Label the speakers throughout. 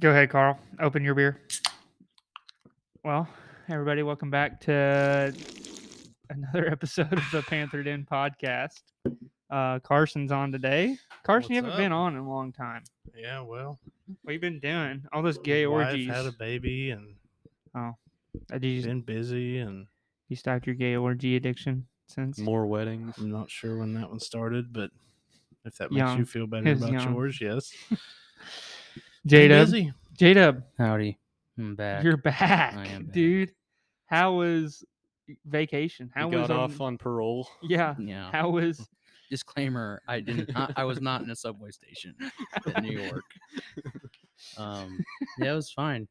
Speaker 1: Go ahead, Carl. Open your beer. Well, everybody, welcome back to another episode of the Panther Den podcast. Uh, Carson's on today. Carson, you
Speaker 2: What's
Speaker 1: haven't been
Speaker 2: up?
Speaker 1: on in a long time.
Speaker 2: Yeah, well,
Speaker 1: What you been doing? All those gay
Speaker 2: wife
Speaker 1: orgies.
Speaker 2: Had a baby and
Speaker 1: Uh, Did you,
Speaker 2: been busy, and
Speaker 1: you stopped your gay orgy addiction since?
Speaker 3: more weddings.
Speaker 2: I'm not sure when that one started, but if that makes
Speaker 1: Young.
Speaker 2: you feel better
Speaker 1: It's
Speaker 2: about
Speaker 1: young.
Speaker 2: yours, yes.
Speaker 1: J Dub.
Speaker 2: busy.
Speaker 1: J Dub,
Speaker 3: Howdy, I'm back.
Speaker 1: you're back,
Speaker 3: am back.
Speaker 1: dude. How was vacation? How
Speaker 3: I got
Speaker 1: was
Speaker 3: off
Speaker 1: on-
Speaker 3: on parole.
Speaker 1: yeah.
Speaker 3: Yeah.
Speaker 1: How was
Speaker 4: disclaimer i didn't I, I was not in a subway station in new york um yeah it was fine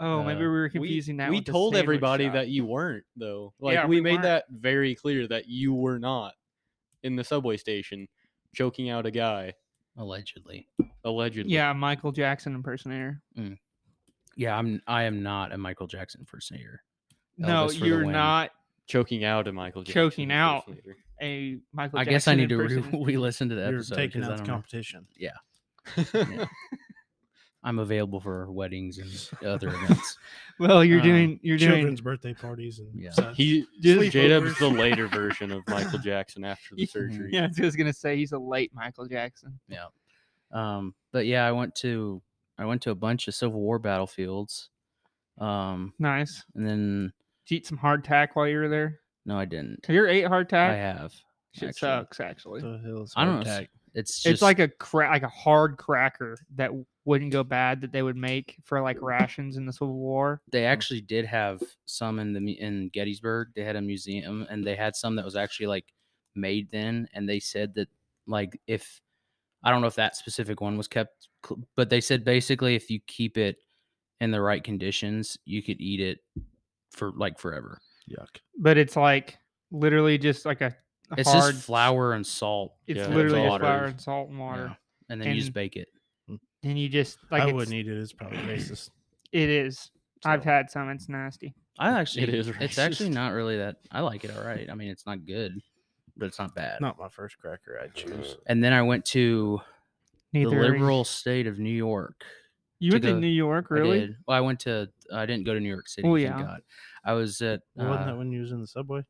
Speaker 1: Oh, maybe we
Speaker 3: Uh,
Speaker 1: were confusing
Speaker 3: we,
Speaker 1: that.
Speaker 3: We
Speaker 1: with the
Speaker 3: told
Speaker 1: sandwich
Speaker 3: everybody
Speaker 1: shop.
Speaker 3: that you weren't though. Like
Speaker 1: Yeah,
Speaker 3: we,
Speaker 1: we
Speaker 3: made
Speaker 1: weren't.
Speaker 3: that very clear that you were not in the subway station choking out a guy
Speaker 4: allegedly
Speaker 3: allegedly.
Speaker 1: Yeah, Michael Jackson impersonator.
Speaker 4: Oh, yeah i'm i am not a michael jackson impersonator
Speaker 1: no,
Speaker 4: Elvis for the
Speaker 1: you're
Speaker 4: win.
Speaker 1: not
Speaker 3: choking out a Michael Jackson.
Speaker 1: Choking out.
Speaker 3: impersonator.
Speaker 1: a Michael.
Speaker 4: i
Speaker 1: Jackson
Speaker 4: guess i need to re-
Speaker 1: impersonator.
Speaker 4: re-listen to the
Speaker 2: You're
Speaker 4: episode
Speaker 2: taking
Speaker 4: 'cause I
Speaker 2: out the
Speaker 4: don't know.
Speaker 2: competition.
Speaker 4: i'm available for weddings and other events
Speaker 1: well, you're
Speaker 2: uh,
Speaker 1: doing. You're doing.
Speaker 2: Children's birthday parties and
Speaker 4: Yeah.
Speaker 2: such.
Speaker 3: He
Speaker 1: Just-
Speaker 3: J-Dub's the later version of Michael Jackson after the
Speaker 1: Yeah.
Speaker 3: surgery.
Speaker 1: Yeah, I was gonna say he's a late Michael Jackson.
Speaker 4: yeah um but yeah i went to i went to a bunch of civil war battlefields um
Speaker 1: Nice.
Speaker 4: and then
Speaker 1: Did you eat some hardtack while you were there.
Speaker 4: no i didn't
Speaker 1: You're eight hardtack.
Speaker 4: i have
Speaker 1: Shit
Speaker 4: actually.
Speaker 1: sucks. Actually,
Speaker 2: The hills.
Speaker 4: i don't know
Speaker 2: attack.
Speaker 4: it's- it's just
Speaker 1: it's like a cra- like a hard cracker that wouldn't go bad that they would make for like rations in the Civil War.
Speaker 4: they actually did have some in the mu- in Gettysburg. They had a museum and they had some that was actually like made then and they said that like if I don't know if that specific one was kept cl- but they said basically if you keep it in the right conditions, you could eat it for like forever.
Speaker 2: Yuck.
Speaker 1: But it's like literally just like a, a
Speaker 4: It's
Speaker 1: hard
Speaker 4: just flour and salt.
Speaker 1: It's
Speaker 3: Yeah,
Speaker 1: literally just
Speaker 3: water.
Speaker 1: flour and salt and water.
Speaker 4: yeah, and then you
Speaker 1: And
Speaker 4: just bake it.
Speaker 1: and you just like
Speaker 2: I
Speaker 1: it's,
Speaker 2: wouldn't eat it. It's probably racist.
Speaker 1: it is. I've
Speaker 4: So,
Speaker 1: had some. It's nasty.
Speaker 4: I actually
Speaker 3: is
Speaker 4: It's actually
Speaker 3: racist.
Speaker 4: not really that I like it all right. I mean it's not good, but it's not bad.
Speaker 2: Not my first cracker. I'd choose.
Speaker 4: And then I went to
Speaker 1: Neither
Speaker 4: the
Speaker 1: are you.
Speaker 4: liberal state of New York.
Speaker 1: You
Speaker 4: to
Speaker 1: went to
Speaker 4: go-
Speaker 1: New York,
Speaker 4: I
Speaker 1: really?
Speaker 4: did. Well, I went to. I didn't go to New York City.
Speaker 1: Oh,
Speaker 4: thank
Speaker 1: yeah.
Speaker 4: God. I was at.
Speaker 2: Wasn't
Speaker 4: uh,
Speaker 2: that when you was in the subway?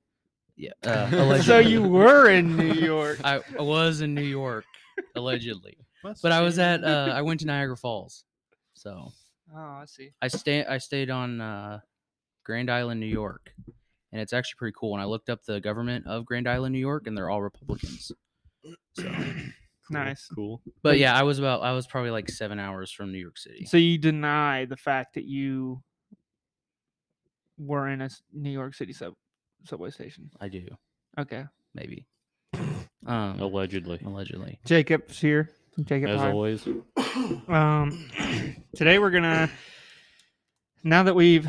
Speaker 4: yeah. Uh,
Speaker 3: So
Speaker 1: So
Speaker 4: allegedly.
Speaker 1: you were in New York.
Speaker 4: I I was in New York allegedly, but I was at. Uh, I went to Niagara Falls, so
Speaker 1: oh, I see.
Speaker 4: I stay. I stayed on uh, Grand Island, New York, and it's actually pretty cool. And I looked up the government of Grand Island, New York, and they're all Republicans. So,
Speaker 3: Cool,
Speaker 1: Nice.
Speaker 3: Cool.
Speaker 4: but yeah, I was about. I was probably like seven hours from New York City.
Speaker 1: So you deny the fact that you were in a s- New York City sub subway station.
Speaker 4: I do
Speaker 1: Okay.
Speaker 4: maybe. Um,
Speaker 3: Allegedly.
Speaker 4: allegedly.
Speaker 1: Jacob's here. Jacob
Speaker 3: As
Speaker 1: hi.
Speaker 3: always.
Speaker 1: Um, today we're gonna. Now that we've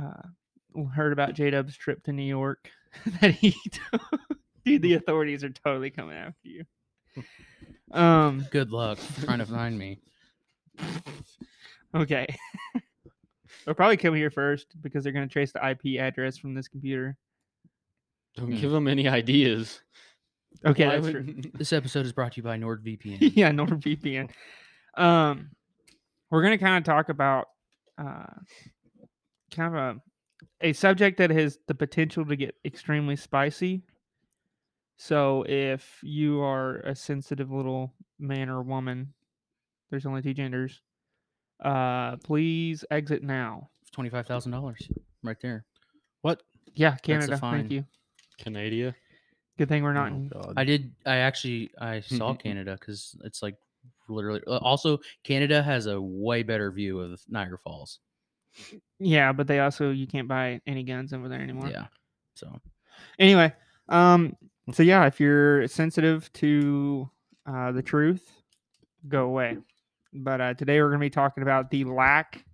Speaker 1: uh, heard about J Dub's trip to New York, that he took, dude, the authorities are totally coming after you. Um.
Speaker 4: Good luck trying to find me.
Speaker 1: Okay. They'll probably come here first because they're gonna trace the IP address from this computer.
Speaker 3: Don't
Speaker 4: Hmm.
Speaker 3: give them any ideas.
Speaker 1: Okay,
Speaker 3: Why
Speaker 1: that's
Speaker 3: would-
Speaker 1: true.
Speaker 4: This episode is brought to you by NordVPN.
Speaker 1: yeah, NordVPN. Um, we're gonna kind of talk about uh, kind of a a subject that has the potential to get extremely spicy. So if you are a sensitive little man or woman, there's only two genders. Uh, please exit now.
Speaker 4: Twenty-five thousand dollars, right there.
Speaker 2: What?
Speaker 1: Yeah,
Speaker 4: the
Speaker 1: Canada.
Speaker 4: fine.
Speaker 1: Thank you.
Speaker 3: Canada.
Speaker 1: Good thing we're not.
Speaker 2: Oh,
Speaker 1: in,
Speaker 2: God.
Speaker 4: I did. I actually I saw Canada because it's like literally. uh, Also, Canada has a way better view of Niagara Falls.
Speaker 1: yeah, but they also you can't buy any guns over there anymore.
Speaker 4: Yeah. So
Speaker 1: anyway um so yeah if you're sensitive to uh the truth go away but uh today we're going to be talking about the lack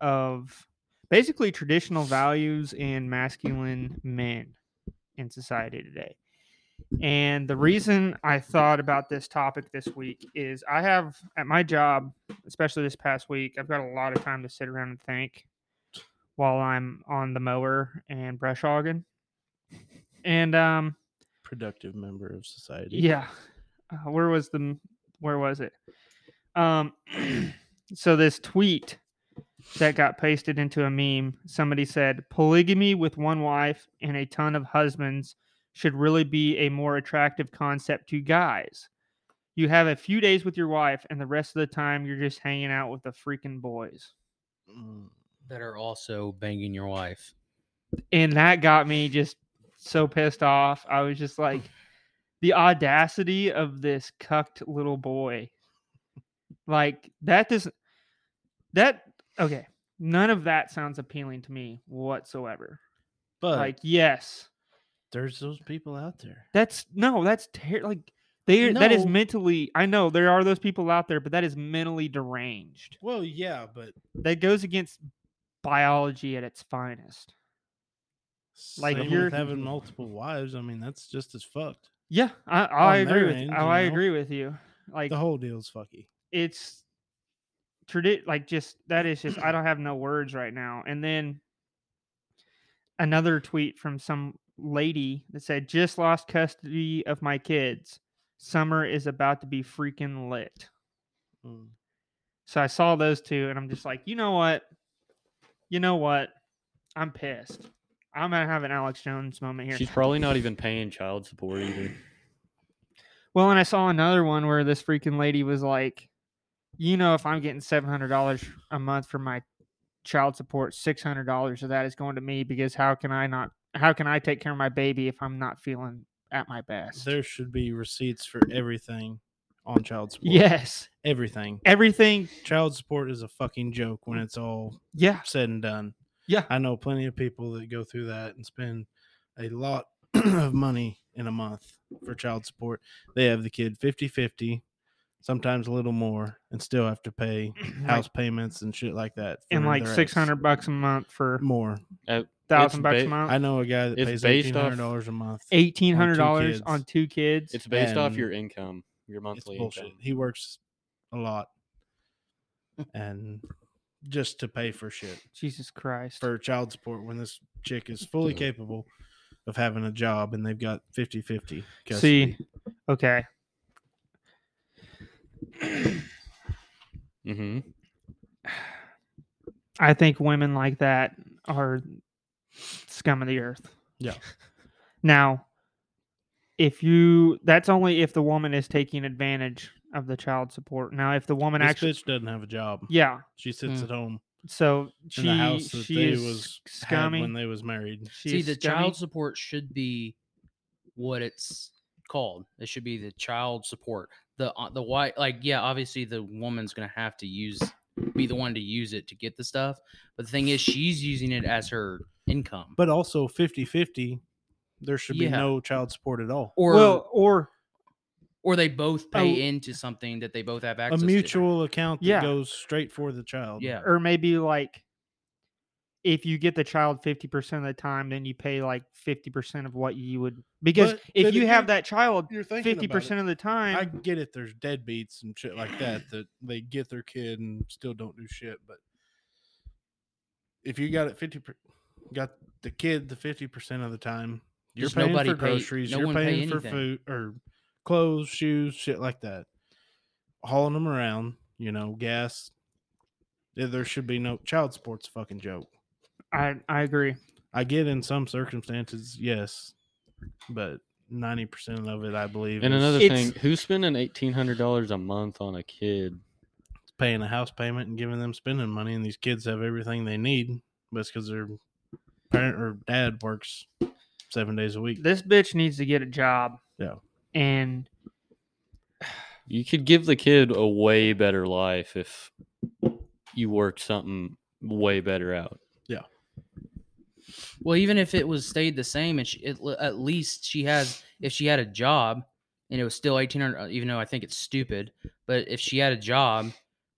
Speaker 1: of basically traditional values in masculine men in society today and the reason i thought about this topic this week is i have at my job especially this past week i've got a lot of time to sit around and think while i'm on the mower and brush hogging and um,
Speaker 2: productive member of society.
Speaker 1: yeah, uh, where was the m- where was it? Um, So this tweet that got pasted into a meme, somebody said, "Polygamy with one wife and a ton of husbands should really be a more attractive concept to guys. You have a few days with your wife and the rest of the time you're just hanging out with the freaking boys."
Speaker 2: Mm.
Speaker 4: that are also banging your wife.
Speaker 1: and that got me just so pissed off. I was just like, the audacity of this cucked little boy. Like that doesn't that okay. None of that sounds appealing to me whatsoever.
Speaker 2: But
Speaker 1: like, yes,
Speaker 2: there's those people out there.
Speaker 1: that's no, that's ter- like they that is
Speaker 2: No.
Speaker 1: mentally. I know there are those people out there, but that is mentally deranged.
Speaker 2: Well, yeah, but
Speaker 1: That goes against biology at its finest. Like,
Speaker 2: like
Speaker 1: if
Speaker 2: you're
Speaker 1: you're-
Speaker 2: having multiple wives. I mean, that's just as fucked.
Speaker 1: Yeah, I, I
Speaker 2: On
Speaker 1: agree
Speaker 2: their
Speaker 1: with oh,
Speaker 2: end, you
Speaker 1: I
Speaker 2: know?
Speaker 1: agree with you. Like
Speaker 2: The whole deal's fucky.
Speaker 1: it's tradi- like just that is just I don't have no words right now. And then another tweet from some lady that said, "Just lost custody of my kids. Summer is about to be freaking lit."
Speaker 2: Mm.
Speaker 1: So I saw those two, and I'm just like, you know what? You know what? I'm pissed. I'm gonna have an Alex Jones moment here.
Speaker 3: She's probably not even paying child support either.
Speaker 1: Well, and I saw another one where this freaking lady was like, you know, if I'm getting seven hundred dollars a month for my child support, six hundred dollars of that is going to me because how can I not? How can I take care of my baby if I'm not feeling at my best?
Speaker 2: There should be receipts for everything on child support.
Speaker 1: yes,
Speaker 2: everything.
Speaker 1: everything.
Speaker 2: Child support is a fucking joke when it's all
Speaker 1: Yeah,
Speaker 2: said and done.
Speaker 1: Yeah.
Speaker 2: I know plenty of people that go through that and spend a lot of money in a month for child support. They have the kid 50 50, sometimes a little more, and still have to pay house
Speaker 1: like,
Speaker 2: payments and shit like that. for
Speaker 1: and like
Speaker 2: their ex.
Speaker 1: six hundred bucks a month for
Speaker 2: more.
Speaker 1: thousand bucks a
Speaker 3: ba-
Speaker 1: month,
Speaker 2: I know a guy that pays
Speaker 3: It's based off-
Speaker 2: $1,800 a month.
Speaker 1: eighteen hundred dollars
Speaker 2: kids.
Speaker 1: on two kids.
Speaker 3: It's based off
Speaker 2: And
Speaker 3: your income, your
Speaker 2: it's
Speaker 3: monthly
Speaker 2: bullshit.
Speaker 3: income.
Speaker 2: He works a lot and just to pay for shit.
Speaker 1: Jesus Christ.
Speaker 2: for child support when this chick is fully
Speaker 3: Yeah.
Speaker 2: capable of having a job and they've got 50 50
Speaker 1: See, okay.
Speaker 3: Mm-hmm.
Speaker 1: I think women like that are scum of the earth.
Speaker 2: Yeah.
Speaker 1: Now, if you that's only if the woman is taking advantage of the child support. Now, if the woman
Speaker 2: this
Speaker 1: actually
Speaker 2: bitch doesn't have a job
Speaker 1: yeah,
Speaker 2: she sits
Speaker 4: Mm.
Speaker 2: at home
Speaker 1: so
Speaker 2: in
Speaker 1: she
Speaker 2: the house that
Speaker 1: she
Speaker 2: they
Speaker 1: is
Speaker 2: was had
Speaker 1: scummy.
Speaker 2: when they was married
Speaker 1: she
Speaker 4: See,
Speaker 1: is
Speaker 4: the
Speaker 1: scummy.
Speaker 4: child support should be what it's called. It should be the child support. The uh, the why like yeah, obviously the woman's gonna have to use be the one to use it to get the stuff. But the thing is, she's using it as her income.
Speaker 2: but also 50 50 there should be
Speaker 4: Yeah.
Speaker 2: no child support at all
Speaker 4: or
Speaker 1: well or
Speaker 4: or they both pay
Speaker 1: a-
Speaker 4: into something that they both have
Speaker 2: a
Speaker 4: access to.
Speaker 2: mutual account that
Speaker 1: Yeah.
Speaker 2: goes straight for the child
Speaker 4: Yeah.
Speaker 1: or maybe like if you get the child 50% of the time then you pay like 50% of what you would because
Speaker 2: But
Speaker 1: if
Speaker 2: then
Speaker 1: you have
Speaker 2: again,
Speaker 1: that child
Speaker 2: you're
Speaker 1: 50% of the time
Speaker 2: I get it. There's deadbeats and shit like that that they get their kid and still don't do shit. But if you got it fifty, per, got the kid the fifty percent of the time, you're
Speaker 4: Just
Speaker 2: paying
Speaker 4: nobody
Speaker 2: for
Speaker 4: pay-
Speaker 2: groceries,
Speaker 4: no
Speaker 2: you're
Speaker 4: one pay
Speaker 2: paying for
Speaker 4: anything.
Speaker 2: food or clothes, shoes, shit like that. Hauling them around, you know, gas. There- There should be no child support's a fucking joke.
Speaker 1: I, I agree
Speaker 2: I get in some circumstances, yes, but ninety percent of it, I believe,
Speaker 3: And
Speaker 2: is
Speaker 3: another
Speaker 1: It's-
Speaker 3: thing, who's spending eighteen hundred dollars a month on a kid?
Speaker 2: paying a house payment and giving them spending money, and these kids have everything they need, but it's because their parent or dad works seven days a week.
Speaker 1: this bitch needs to get a job.
Speaker 2: Yeah.
Speaker 1: And
Speaker 3: You could give the kid a way better life if you worked something way better out.
Speaker 4: Well, even if it was stayed the same, and she, it, l- at least she has, if she had a job, and it was still eighteen hundred, uh, even though I think it's stupid, but if she had a job,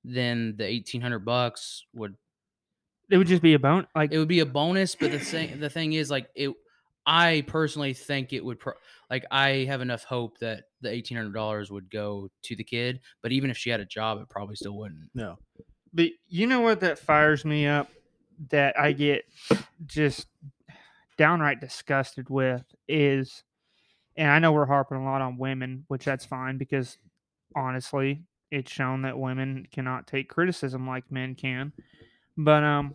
Speaker 4: then the eighteen hundred bucks would
Speaker 1: it would just be a bone. Like,
Speaker 4: it would be a bonus. But the thing the thing is, like it, I personally think it would, pro, like I have enough hope that the eighteen hundred dollars would go to the kid. But even if she had a job, it probably still wouldn't.
Speaker 2: No,
Speaker 1: but you know what that fires me up that I get just downright disgusted with is, and I know we're harping a lot on women, which that's fine because honestly, it's shown that women cannot take criticism like men can. But um,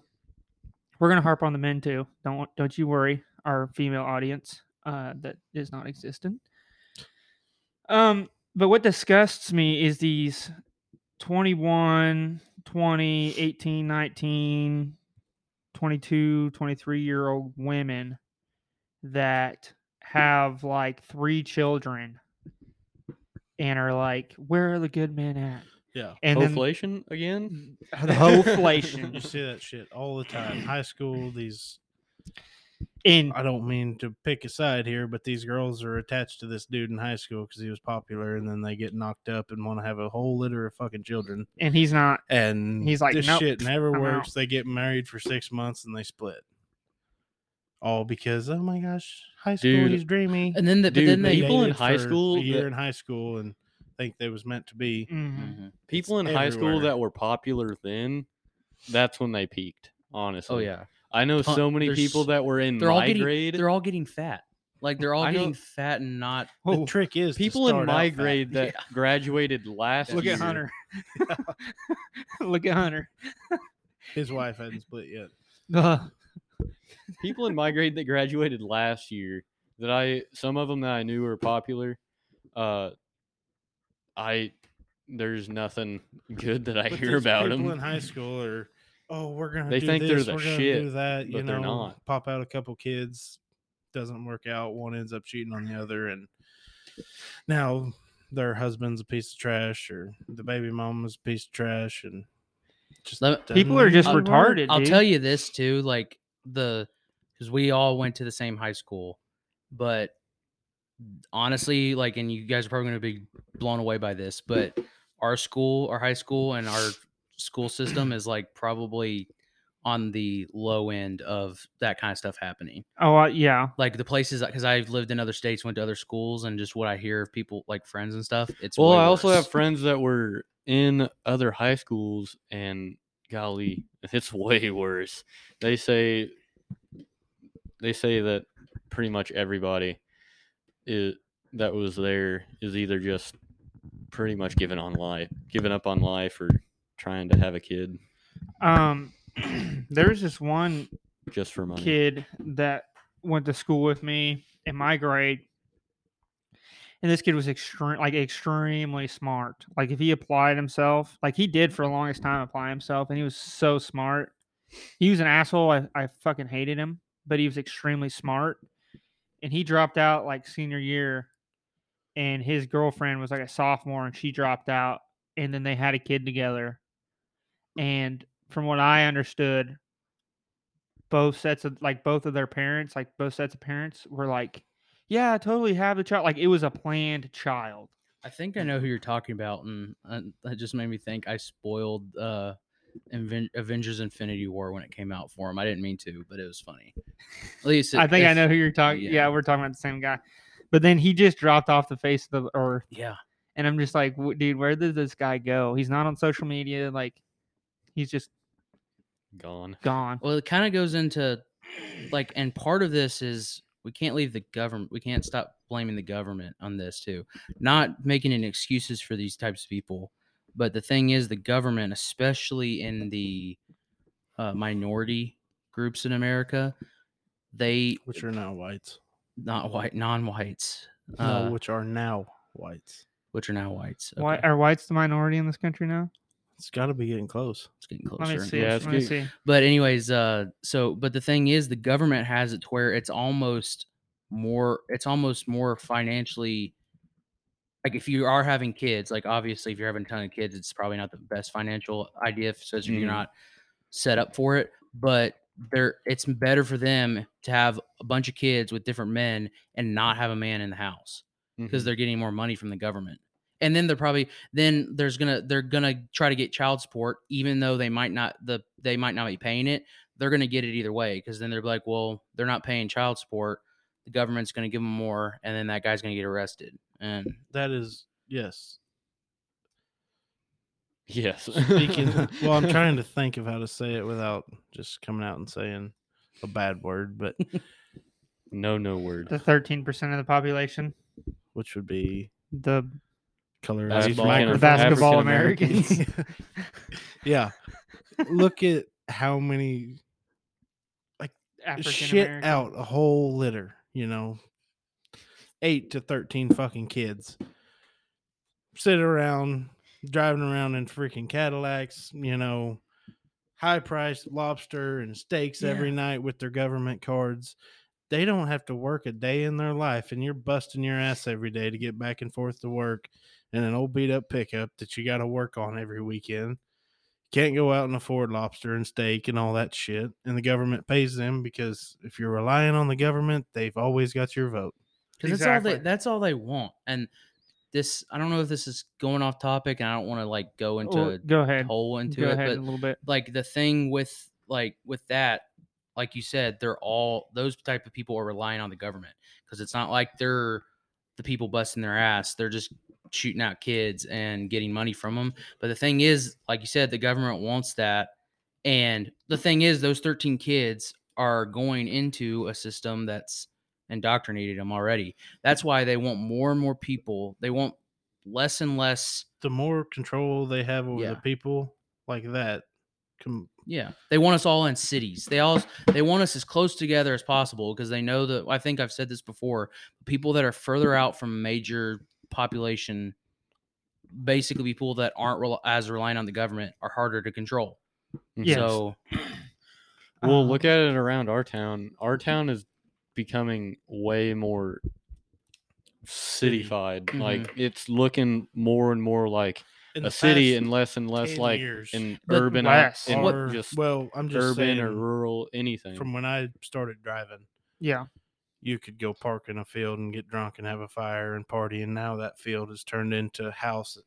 Speaker 1: we're gonna harp on the men too. Don't don't you worry, our female audience uh, that is not existent. Um, but what disgusts me is these 21, 20, 18, 19, 22, 23 year old women that have like three children and are like, where are the good men at?
Speaker 2: Yeah.
Speaker 1: And
Speaker 3: Inflation again?
Speaker 1: then hoflation.
Speaker 2: You see that shit all the time. High school, these
Speaker 1: and
Speaker 2: I don't mean to pick a side here, but these girls are attached to this dude in high school because he was popular, and then they get knocked up and want to have a whole litter of fucking children.
Speaker 1: and he's not
Speaker 2: And
Speaker 1: He's like,
Speaker 2: this
Speaker 1: "Nope,
Speaker 2: shit never
Speaker 1: I'm
Speaker 2: works. They get married for six months and they split, all because oh my gosh, high school,
Speaker 3: Dude,
Speaker 2: he's dreamy.
Speaker 4: And then, the,
Speaker 3: Dude,
Speaker 4: but then they.
Speaker 3: people in
Speaker 2: dated
Speaker 3: high
Speaker 2: for
Speaker 3: school
Speaker 2: a year
Speaker 3: that-
Speaker 2: in high school, and think they was meant to be.
Speaker 1: mhm.
Speaker 4: Mhm.
Speaker 3: People in
Speaker 2: It's
Speaker 3: high school
Speaker 2: everywhere.
Speaker 3: that were popular then, that's when they peaked. Honestly,
Speaker 4: Oh yeah,
Speaker 3: I know
Speaker 4: Ton-
Speaker 3: so many
Speaker 4: there's-
Speaker 3: people that were in
Speaker 4: they're all
Speaker 3: my
Speaker 4: getting
Speaker 3: grade.
Speaker 4: they're all getting fat. Like they're all
Speaker 3: I know-
Speaker 4: getting fat and not.
Speaker 2: The
Speaker 1: Oh,
Speaker 2: trick is to
Speaker 3: people in
Speaker 2: start out
Speaker 3: my
Speaker 2: fat.
Speaker 3: grade that graduated last
Speaker 1: look
Speaker 3: year.
Speaker 1: at Hunter. look at Hunter.
Speaker 2: His wife hadn't split yet.
Speaker 1: Ugh.
Speaker 3: people in my grade that graduated last year that I some of them that I knew were popular. Uh, I there's nothing good that I
Speaker 2: But
Speaker 3: hear
Speaker 2: these
Speaker 3: about
Speaker 2: people
Speaker 3: them.
Speaker 2: in high school are oh we're gonna
Speaker 3: They
Speaker 2: do
Speaker 3: think they're
Speaker 2: this,
Speaker 3: the
Speaker 2: we're gonna do
Speaker 3: shit,
Speaker 2: that you
Speaker 3: but they're
Speaker 2: know
Speaker 3: not.
Speaker 2: pop out a couple kids doesn't work out one ends up cheating on the other and now their husband's a piece of trash or the baby mama's a piece of trash and just
Speaker 4: Let-
Speaker 2: doesn't
Speaker 1: People are just
Speaker 4: I'll-
Speaker 1: retarded.
Speaker 4: I'll
Speaker 1: dude.
Speaker 4: tell you this too, like the because we all went to the same high school, but honestly, like, and you guys are probably going to be blown away by this, but our school, our high school, and our school system is like probably on the low end of that kind of stuff happening.
Speaker 1: Oh uh, yeah,
Speaker 4: Like the places, because I've lived in other states, went to other schools, and just what I hear of people, like friends and stuff, it's
Speaker 3: Well,
Speaker 4: way
Speaker 3: I also have
Speaker 4: worse.
Speaker 3: friends that were in other high schools, and golly, it's way worse. They say they say that pretty much everybody is, that was there is either just pretty much giving on life, giving up on life, or trying to have a kid
Speaker 1: um, there's this one
Speaker 3: just for money.
Speaker 1: kid that went to school with me in my grade. And this kid was extreme, like extremely smart. Like if he applied himself, like he did for the longest time, apply himself, and he was so smart. He was an asshole. I, I fucking hated him, but he was extremely smart. And he dropped out like senior year, and his girlfriend was like a sophomore, and she dropped out, and then they had a kid together. And from what I understood, both sets of like both of their parents, like both sets of parents were like, yeah, I totally have the child. Like it was a planned child.
Speaker 4: I think I know who you're talking about, and uh, that just made me think I spoiled uh, Inven- Avengers: Infinity War when it came out for him. I didn't mean to, but it was funny. At least
Speaker 1: I
Speaker 4: it-
Speaker 1: think I
Speaker 4: if-
Speaker 1: know who you're talking.
Speaker 4: yeah.
Speaker 1: Yeah. we're talking about the same guy. But then he just dropped off the face of the earth,
Speaker 4: Yeah,
Speaker 1: and I'm just like, "W- dude, where did this guy go? He's not on social media. Like, he's just
Speaker 3: Gone.
Speaker 1: gone.
Speaker 4: well, it kind of goes into like, and part of this is we can't leave the government. We can't stop blaming the government on this too. Not making any excuses for these types of people, but the thing is, the government, especially in the uh, minority groups in America, they
Speaker 2: which are now whites
Speaker 4: not white non-whites uh,
Speaker 2: no which are now whites
Speaker 4: which are now whites
Speaker 1: Why
Speaker 4: Okay,
Speaker 1: are whites the minority in this country now?
Speaker 2: it's got to be getting close
Speaker 4: it's getting
Speaker 1: Let me
Speaker 4: closer
Speaker 1: see.
Speaker 3: Yeah,
Speaker 1: Let
Speaker 3: it's
Speaker 1: me
Speaker 3: good.
Speaker 1: see.
Speaker 4: but anyways uh so but the thing is the government has it to where it's almost more it's almost more financially like if you are having kids like obviously if you're having a ton of kids it's probably not the best financial idea if so
Speaker 3: Mhm.
Speaker 1: Mm-hmm.
Speaker 4: you're not set up for it but they're it's better for them to have a bunch of kids with different men and
Speaker 1: Mm.
Speaker 4: not have a man in the house because
Speaker 3: Mhm.
Speaker 4: they're getting more money from the government. And then they're probably then there's gonna they're gonna try to get child support, even though they might not the they might not be paying it. They're gonna get it either way because then they're like, well, they're not paying child support. The government's gonna give them more, and then that guy's gonna get arrested. And
Speaker 2: that is yes
Speaker 3: yes.
Speaker 2: Speaking, well, I'm trying to think of how to say it without just coming out and saying a bad word, but
Speaker 3: no, no word.
Speaker 2: Uh,
Speaker 1: The 13 percent of the population,
Speaker 2: which would be
Speaker 1: the
Speaker 2: color
Speaker 3: Basketball
Speaker 2: micro-
Speaker 3: African-
Speaker 1: basketball
Speaker 3: African Americans.
Speaker 1: Americans.
Speaker 2: yeah. Look at how many shit
Speaker 1: African
Speaker 2: out a whole litter, you know. 8 to 13 fucking kids sit around driving around in freaking Cadillacs, you know, high priced lobster and steaks every night with their government cards. They don't have to work a day in their life and you're busting your ass every day to get back and forth to work in an old beat up pickup that you got to work on every weekend can't go out and afford lobster and steak and all that shit. And the government pays them because if you're relying on the government, they've always got your vote.
Speaker 4: because that's all
Speaker 1: Exactly.
Speaker 4: they that's all they want. And this, I don't know if this is going off topic, and I don't want to like go into
Speaker 1: Well, Oh, go
Speaker 4: a
Speaker 1: ahead.
Speaker 4: hole into
Speaker 1: go
Speaker 4: it,
Speaker 1: ahead
Speaker 4: but
Speaker 1: a little bit.
Speaker 4: like the thing with like with that like you said they're all those type of people are relying on the government because it's not like they're the people busting their ass they're just shooting out kids and getting money from them but the thing is like you said the government wants that and the thing is those 13 kids are going into a system that's indoctrinated them already that's why they want more and more people they want less and less
Speaker 2: The more control they have over
Speaker 4: Yeah.
Speaker 2: the people like that, com-
Speaker 4: Yeah, they want us all in cities. They all they want us as close together as possible because they know that I think I've said this before. People that are further out from major population, basically people that aren't rel- as reliant on the government, are harder to control.
Speaker 3: Mm-hmm.
Speaker 1: Yes.
Speaker 4: So
Speaker 3: Well,
Speaker 2: Uh-huh.
Speaker 1: Um,
Speaker 3: look at it around our town. Our
Speaker 2: Mm-hmm.
Speaker 3: town is becoming way more cityfied.
Speaker 4: Mhm.
Speaker 3: Like it's looking more and more like
Speaker 2: Mm-hmm. in
Speaker 3: a
Speaker 2: the
Speaker 3: city
Speaker 2: past
Speaker 3: and less and less
Speaker 2: 10
Speaker 3: like
Speaker 2: years,
Speaker 3: an
Speaker 4: But
Speaker 3: urban
Speaker 1: less.
Speaker 3: and
Speaker 2: or-
Speaker 3: just
Speaker 2: well, I'm just
Speaker 3: urban
Speaker 2: saying,
Speaker 3: or rural anything.
Speaker 2: from when I started driving,
Speaker 1: Yeah.
Speaker 2: you could go park in a field and get drunk and have a fire and party, and now that field has turned into house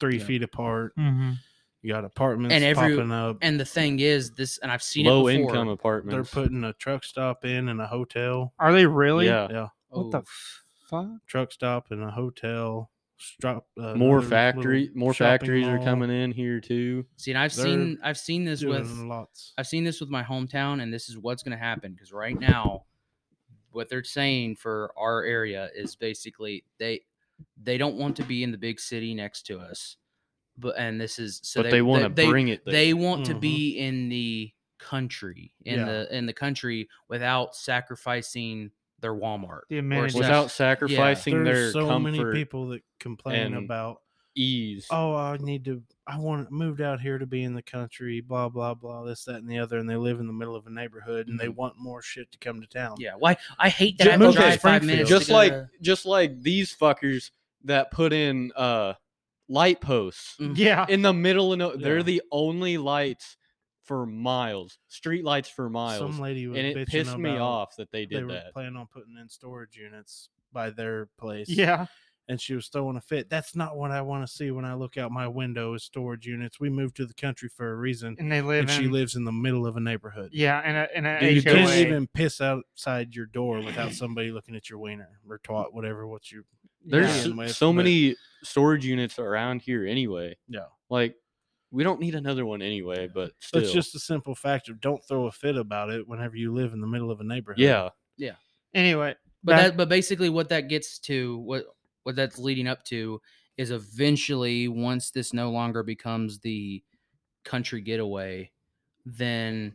Speaker 2: three
Speaker 4: Yeah.
Speaker 2: feet apart.
Speaker 1: Mm-hmm.
Speaker 2: You got apartments
Speaker 4: And every-
Speaker 2: popping up.
Speaker 4: and the thing is this, and I've seen
Speaker 3: low
Speaker 4: it before.
Speaker 3: income apartments.
Speaker 2: They're putting a truck stop in and a hotel.
Speaker 1: Are they really?
Speaker 3: Yeah.
Speaker 2: Yeah.
Speaker 1: What the
Speaker 4: Oh,
Speaker 1: fuck?
Speaker 2: truck stop and a hotel. Strop, uh,
Speaker 3: More
Speaker 2: another
Speaker 3: factory
Speaker 2: little
Speaker 3: more
Speaker 2: shopping
Speaker 3: factories are
Speaker 2: mall,
Speaker 3: coming in here too.
Speaker 4: see, and I've
Speaker 2: They're
Speaker 4: seen I've seen this
Speaker 2: doing
Speaker 4: with
Speaker 2: lots.
Speaker 4: I've seen this with my hometown, and this is what's going to happen because right now, what they're saying for our area is basically they they don't want to be in the big city next to us, but and this is so
Speaker 3: but they, want to
Speaker 4: they,
Speaker 3: bring it there.
Speaker 4: They want to
Speaker 1: Mm-hmm.
Speaker 2: Mhm.
Speaker 4: be in the country in
Speaker 2: Yeah.
Speaker 4: the in the country without sacrificing their Walmart.
Speaker 1: The
Speaker 4: or
Speaker 1: amenities.
Speaker 4: sac-
Speaker 3: without sacrificing
Speaker 2: There's
Speaker 3: their
Speaker 2: so
Speaker 3: comfort
Speaker 2: many people that complain
Speaker 3: and-
Speaker 2: about,
Speaker 3: ease.
Speaker 2: oh, I need to, I want moved out here to be in the country, blah blah blah, this that and the other, and they live in the middle of a neighborhood and
Speaker 3: Mm-hmm.
Speaker 2: they
Speaker 4: Mhm.
Speaker 2: want more shit to come to town.
Speaker 4: yeah. Why I hate that
Speaker 2: Ju-
Speaker 4: I have to
Speaker 2: move to
Speaker 4: drive five
Speaker 2: Springfield.
Speaker 4: minutes.
Speaker 3: just
Speaker 4: to
Speaker 3: like
Speaker 4: go
Speaker 3: just like these fuckers that put in uh light posts
Speaker 4: Mm.
Speaker 1: Yeah.
Speaker 3: in the middle of no- they're
Speaker 2: Yeah.
Speaker 3: the only lights for miles street lights for miles
Speaker 2: Some lady was
Speaker 3: and it
Speaker 2: bitching
Speaker 3: pissed me
Speaker 2: about
Speaker 3: off that they
Speaker 2: They
Speaker 3: did
Speaker 2: were
Speaker 3: that
Speaker 2: planning on putting in storage units by their place.
Speaker 1: Yeah.
Speaker 2: and she was throwing a fit. That's not what I want to see when I look out my window is storage units. We moved to the country for a reason,
Speaker 1: And they live
Speaker 2: and she
Speaker 1: in.
Speaker 2: lives in the middle of a neighborhood.
Speaker 1: yeah, and a, and a
Speaker 3: Dude,
Speaker 2: You
Speaker 3: Go
Speaker 2: can't
Speaker 1: HOA.
Speaker 3: away.
Speaker 2: even piss outside your door without somebody looking at your wiener or twat, whatever. What you
Speaker 3: there's
Speaker 1: yeah.
Speaker 2: Yeah.
Speaker 3: so-
Speaker 2: with,
Speaker 3: so
Speaker 2: but-
Speaker 3: many storage units around here anyway
Speaker 2: Yeah.
Speaker 3: like we don't need another one anyway but still
Speaker 2: That's just a simple fact of don't throw a fit about it whenever you live in the middle of a neighborhood.
Speaker 3: yeah
Speaker 1: Anyway,
Speaker 4: But
Speaker 1: Back-
Speaker 4: that, but basically, what that gets to, what what that's leading up to, is eventually once this no longer becomes the country getaway, then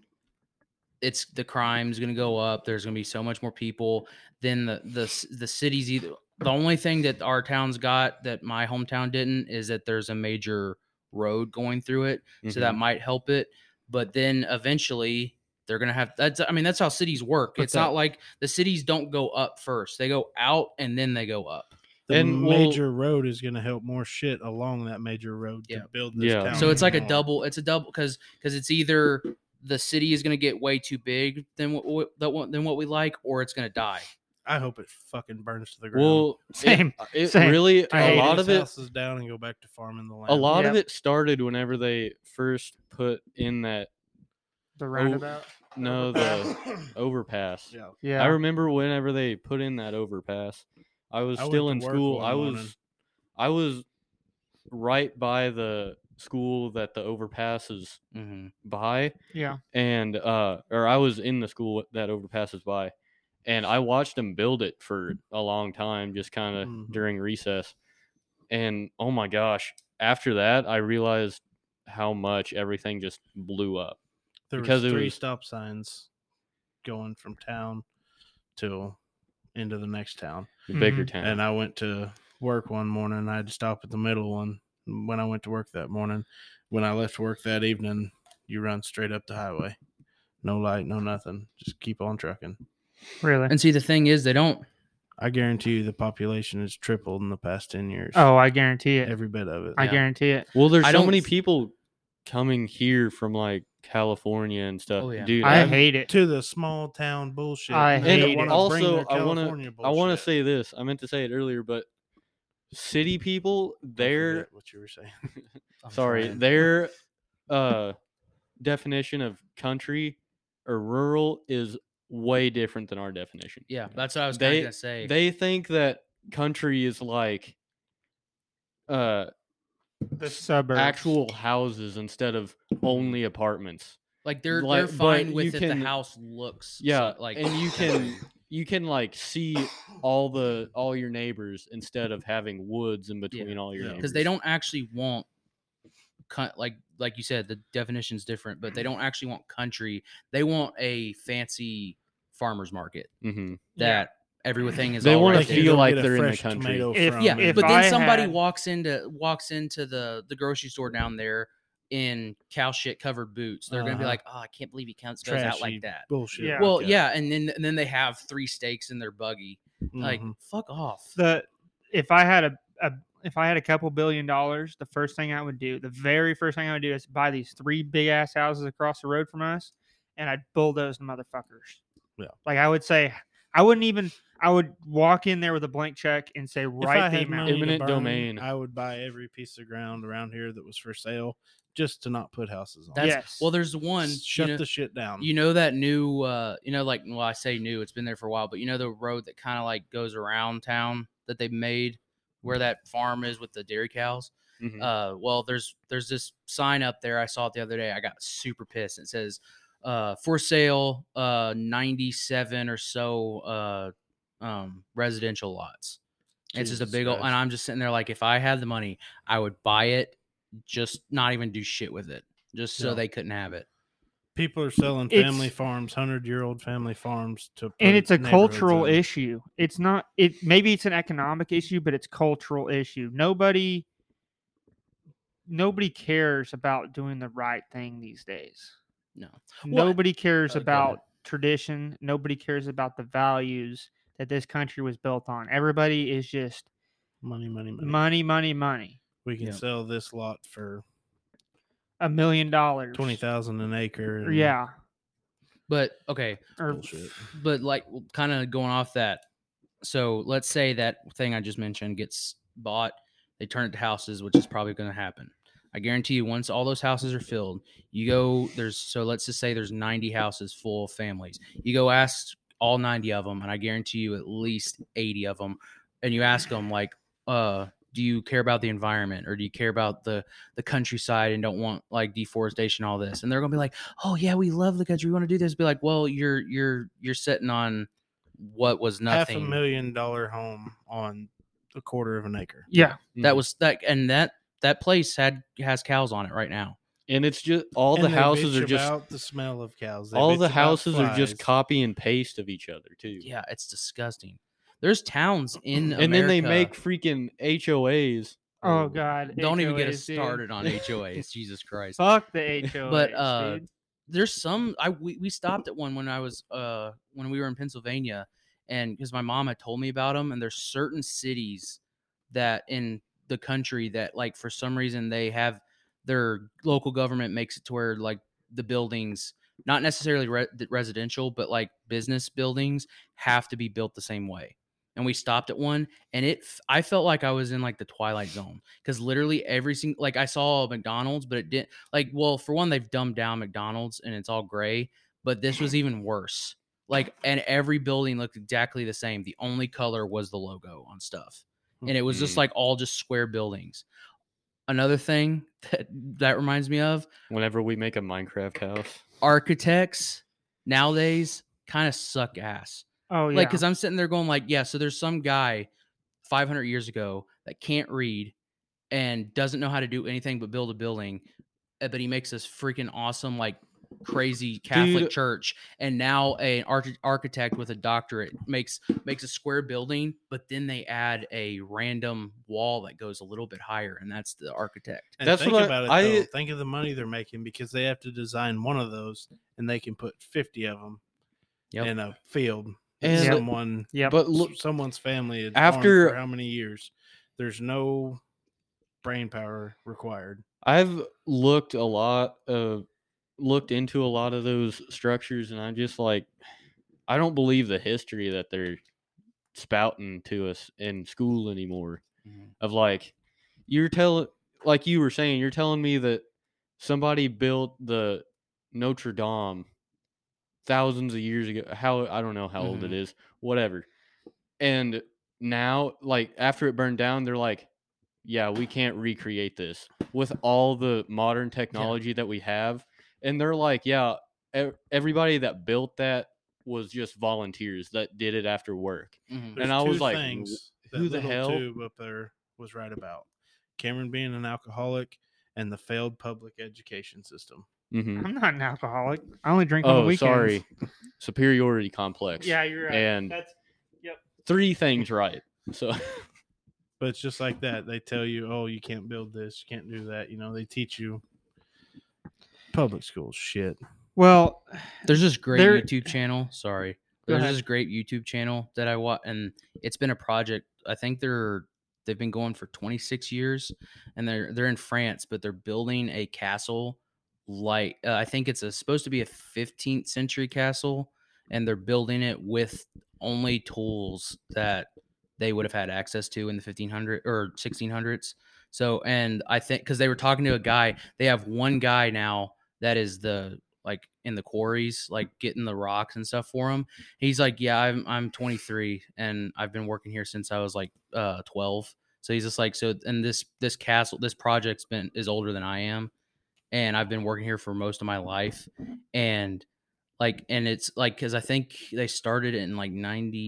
Speaker 4: it's the crime's going to go up. There's going to be so much more people. Then the the c- the cities either. The only thing that our town's got that my hometown didn't is that there's a major road going through it so that
Speaker 3: mhm.
Speaker 4: might help it. But then eventually they're gonna have that's I mean that's how cities work.
Speaker 2: But
Speaker 4: it's
Speaker 2: that-
Speaker 4: not like the cities don't go up first; they go out and then they go up.
Speaker 2: The
Speaker 3: And we'll-
Speaker 2: major road is going to help more shit along that major road
Speaker 4: Yeah.
Speaker 2: to build this
Speaker 3: Yeah.
Speaker 2: town.
Speaker 4: So it's like a
Speaker 2: more.
Speaker 4: double. It's a double because because it's either the city is gonna get way too big than what- what than what- than what we like, or it's gonna die.
Speaker 2: I hope it fucking burns to the ground.
Speaker 3: well it- uh,
Speaker 1: Same,
Speaker 3: it,
Speaker 1: same.
Speaker 3: really
Speaker 1: I hate
Speaker 3: a lot
Speaker 1: it.
Speaker 3: of it
Speaker 2: houses down and go back to farming the land.
Speaker 3: a lot of
Speaker 1: Yeah.
Speaker 3: it started whenever they first put in that
Speaker 1: the roundabout.
Speaker 3: no the overpass
Speaker 2: yeah.
Speaker 1: Yeah.
Speaker 3: I remember whenever they put in that overpass, I was
Speaker 2: I went
Speaker 3: still
Speaker 2: to
Speaker 3: in
Speaker 2: work
Speaker 3: school.
Speaker 2: one
Speaker 3: I was,
Speaker 2: morning.
Speaker 3: I was right by the school that the overpass is
Speaker 4: Mhm.
Speaker 3: by,
Speaker 1: yeah.
Speaker 3: and uh, or I was in the school that overpass is by, and I watched them build it for a long time, just kind of
Speaker 2: Mhm.
Speaker 3: during recess. And oh my gosh, after that, I realized how much everything just blew up.
Speaker 2: There
Speaker 3: Because
Speaker 2: was
Speaker 3: it
Speaker 2: three
Speaker 3: was-
Speaker 2: stop signs going from town to into the next town.
Speaker 3: Baker
Speaker 1: Mhm.
Speaker 3: Town.
Speaker 2: Mm-hmm. And I went to work one morning. I had to stop at the middle one when I went to work that morning. When I left work that evening, you run straight up the highway. No light, no nothing. Just keep on trucking.
Speaker 1: Really?
Speaker 4: And see, the thing is, they don't.
Speaker 2: I guarantee you the population has tripled in the past 10 years.
Speaker 1: oh, I guarantee it.
Speaker 2: every bit of it.
Speaker 1: I
Speaker 4: yeah.
Speaker 1: guarantee it.
Speaker 3: well, there's
Speaker 4: I
Speaker 3: so
Speaker 4: don't
Speaker 3: many
Speaker 4: f-
Speaker 3: people coming here from like California and stuff.
Speaker 4: Oh, yeah.
Speaker 3: Dude,
Speaker 1: I
Speaker 3: I've-
Speaker 1: hate it.
Speaker 2: to the small town bullshit.
Speaker 1: I
Speaker 2: and
Speaker 1: hate
Speaker 2: they
Speaker 1: it.
Speaker 2: wanna bring
Speaker 3: Also,
Speaker 2: their
Speaker 3: I
Speaker 2: California
Speaker 3: wanna- I want to
Speaker 2: bullshit.
Speaker 3: say this. I meant to say it earlier, but city people,
Speaker 2: I
Speaker 3: their
Speaker 2: forget what you were saying.
Speaker 4: I'm
Speaker 3: sorry,
Speaker 4: trying.
Speaker 3: their uh definition of country or rural is way different than our definition.
Speaker 4: Yeah, that's what I was
Speaker 3: They-
Speaker 4: kinda gonna say.
Speaker 3: They think that country is like uh
Speaker 1: The suburbs.
Speaker 3: actual houses instead of only apartments.
Speaker 4: like they're
Speaker 3: like,
Speaker 4: they're
Speaker 3: but
Speaker 4: fine
Speaker 3: you
Speaker 4: with it.
Speaker 3: can-
Speaker 4: the house looks. so-
Speaker 3: Yeah,
Speaker 4: like
Speaker 3: and you can you can like see all the all your neighbors instead of having woods in between all your
Speaker 2: yeah.
Speaker 3: neighbors.
Speaker 4: because they don't actually want cut like like you said the definition's different, but they don't actually want country. They want a fancy farmers market
Speaker 3: Mhm.
Speaker 4: that everything is.
Speaker 3: They
Speaker 4: all
Speaker 3: wanna
Speaker 4: right
Speaker 3: feel
Speaker 4: there.
Speaker 2: you don't
Speaker 3: like
Speaker 2: get a
Speaker 3: they're in the
Speaker 2: fresh
Speaker 3: country.
Speaker 2: tomato
Speaker 1: If-
Speaker 2: from
Speaker 4: yeah,
Speaker 2: it.
Speaker 1: if
Speaker 4: but then
Speaker 1: I
Speaker 4: somebody
Speaker 1: had-
Speaker 4: walks into walks into the the grocery store down there in cow shit covered boots. They're gonna be
Speaker 2: Uh-huh.
Speaker 4: like, "Oh, I can't believe he counts goes out
Speaker 2: Trashy
Speaker 4: like that."
Speaker 2: bullshit.
Speaker 1: Yeah.
Speaker 2: like
Speaker 4: Well,
Speaker 2: that.
Speaker 4: yeah, and then and then they have three steaks in their buggy. Like,
Speaker 2: Mhm.
Speaker 4: fuck off.
Speaker 1: Mm-hmm. the if I had a, a if I had a couple billion dollars, the first thing I would do, the very first thing I would do is buy these three big ass houses across the road from us and I'd bulldoze the motherfuckers.
Speaker 2: Yeah.
Speaker 1: Like I would say I wouldn't even I would walk in there with a blank check and say
Speaker 2: If I
Speaker 1: write the
Speaker 2: had
Speaker 1: amount.
Speaker 2: money to
Speaker 3: Eminent
Speaker 2: burn,
Speaker 3: domain.
Speaker 2: I would buy every piece of ground around here that was for sale just to not put houses on.
Speaker 4: That's
Speaker 1: yes.
Speaker 4: well, there's one. you
Speaker 2: shut
Speaker 4: know-
Speaker 2: the shit down.
Speaker 4: You know that new, uh, you know, like well, I say new. It's been there for a while, but you know the road that kind of like goes around town that they made,
Speaker 2: Mm-hmm.
Speaker 4: where that farm is with the dairy cows.
Speaker 3: Mhm.
Speaker 4: Uh, well, there's there's this sign up there. I saw it the other day. I got super pissed. It says, uh, for sale, uh, 97 or so, uh, um, residential lots. It's just a
Speaker 2: Jesus
Speaker 4: big old,
Speaker 2: Christ.
Speaker 4: and I'm just sitting there like, if I had the money, I would buy it, just not even do shit with it, just so
Speaker 2: Yeah.
Speaker 4: they couldn't have it.
Speaker 2: People are selling
Speaker 1: It's-
Speaker 2: family farms, hundred year old family farms to.
Speaker 1: and
Speaker 2: put
Speaker 1: it's a
Speaker 2: neighborhoods
Speaker 1: cultural
Speaker 2: in.
Speaker 1: issue. It's not it maybe it's an economic issue, but it's cultural issue. Nobody nobody cares about doing the right thing these days.
Speaker 4: No. Well,
Speaker 1: Nobody cares
Speaker 4: uh, go ahead.
Speaker 1: about tradition. Nobody cares about the values that this country was built on. Everybody is just
Speaker 2: Money, money, money.
Speaker 1: money, money, money.
Speaker 2: we can
Speaker 4: Yeah.
Speaker 2: sell this lot for
Speaker 1: A million dollars.
Speaker 2: twenty thousand an acre. and
Speaker 1: Yeah.
Speaker 4: But okay,
Speaker 1: Or
Speaker 2: bullshit.
Speaker 4: but like kind of going off that. So let's say that thing I just mentioned gets bought, they turn it to houses, which is probably going to happen. I guarantee you, once all those houses are filled, you go there's so let's just say there's 90 houses full of families. You go ask all 90 of them, and I guarantee you at least 80 of them, and you ask them like, uh, do you care about the environment or do you care about the the countryside and don't want like deforestation all this and they're gonna be like oh yeah, we love the country. We want to do this. Be like, well, you're you're you're sitting on what was
Speaker 2: half
Speaker 4: nothing.
Speaker 2: a million dollar home on a quarter of an acre.
Speaker 1: yeah.
Speaker 4: That
Speaker 3: Mhm.
Speaker 4: was that, and that that place had has cows on it right now.
Speaker 3: and it's just all the
Speaker 2: And they
Speaker 3: houses
Speaker 2: bitch
Speaker 3: are just
Speaker 2: about the smell of cows. They
Speaker 3: all
Speaker 2: bitch
Speaker 3: the
Speaker 2: about
Speaker 3: houses are just
Speaker 2: flies.
Speaker 3: copy and paste of each other too.
Speaker 4: Yeah, it's disgusting. There's towns in
Speaker 3: and then they make
Speaker 4: America-
Speaker 3: freaking HOAs.
Speaker 1: Oh God.
Speaker 4: don't even get us
Speaker 1: HOAs, dude.
Speaker 4: started on HOAs. Jesus Christ.
Speaker 1: Fuck the HOAs.
Speaker 4: uh,
Speaker 1: dude.
Speaker 4: there's some I we, we stopped at one when I was uh when we were in Pennsylvania and because my mom had told me about them and there's certain cities that in the country that like for some reason they have their local government makes it to where like the buildings not necessarily re- the residential but like business buildings have to be built the same way and we stopped at one and it f- i felt like i was in like the twilight zone because literally every single like i saw a mcdonald's but it didn't like well for one they've dumbed down mcdonald's and it's all gray but this was even worse like and every building looked exactly the same the only color was the logo on stuff and it was just
Speaker 3: Mhm.
Speaker 4: like all just square buildings another thing that that reminds me of
Speaker 3: Whenever we make a Minecraft house,
Speaker 4: architects nowadays kind of suck ass
Speaker 1: Oh yeah.
Speaker 4: like because i'm sitting there going like yeah so there's some guy 500 years ago that can't read and doesn't know how to do anything but build a building, eh, but he makes this freaking awesome, like crazy Catholic
Speaker 3: Dude.
Speaker 4: church, and now an arch- architect with a doctorate makes makes a square building, but then they add a random wall that goes a little bit higher, and that's the architect.
Speaker 2: And
Speaker 3: That's
Speaker 2: think
Speaker 3: what I-
Speaker 2: about it.
Speaker 3: I-
Speaker 2: though. Think of the money they're making because they have to design one of those, and they can put fifty of them
Speaker 4: Yep.
Speaker 2: in a field.
Speaker 3: And-
Speaker 2: And someone,
Speaker 1: Yep.
Speaker 3: But look,
Speaker 2: someone's family had
Speaker 3: After-
Speaker 2: after for how many years? There's no brain power required.
Speaker 3: I've looked a lot of looked into a lot of those structures and I'm just like I don't believe the history that they're spouting to us in school anymore of like you're telling like you were saying you're telling me that somebody built the Notre Dame thousands of years ago how I don't know how old it
Speaker 4: Mhm.
Speaker 3: is whatever and now like after it burned down they're like yeah we can't recreate this with all the modern technology that we have and they're like yeah e- everybody that built that was just volunteers that did it after work
Speaker 4: Mhm.
Speaker 3: And I was like,
Speaker 2: "Who
Speaker 3: who the hell-
Speaker 2: Tube up there was right about Cameron being an alcoholic and the failed public education system.
Speaker 3: mm-hmm.
Speaker 1: I'm not an alcoholic. I only drink on the
Speaker 3: oh
Speaker 1: weekends.
Speaker 3: sorry superiority complex
Speaker 1: Yeah, you're right.
Speaker 3: And-
Speaker 1: That's,
Speaker 3: three things right so
Speaker 2: But it's just like that. They tell you, "Oh, you can't build this, you can't do that." You know, they teach you public school shit.
Speaker 1: well,
Speaker 4: There's this great
Speaker 1: There-
Speaker 4: YouTube channel. Sorry.
Speaker 1: Go
Speaker 4: There's
Speaker 1: ahead.
Speaker 4: this great YouTube channel that I watch, and it's been a project. I think they're they've been going for 26 years, and they're they're in France, but they're building a castle. Like uh, I think it's a, supposed to be a 15th century castle, and they're building it with only tools that they would have had access to in the 1500 or 1600s. So, and I think because they were talking to a guy, they have one guy now that is the like in the quarries, like getting the rocks and stuff for him. He's like, yeah, I'm I'm 23 and I've been working here since I was like uh 12. So he's just like, so and this this castle, this project's been is older than I am, and I've been working here for most of my life, and like and it's like because I think they started in like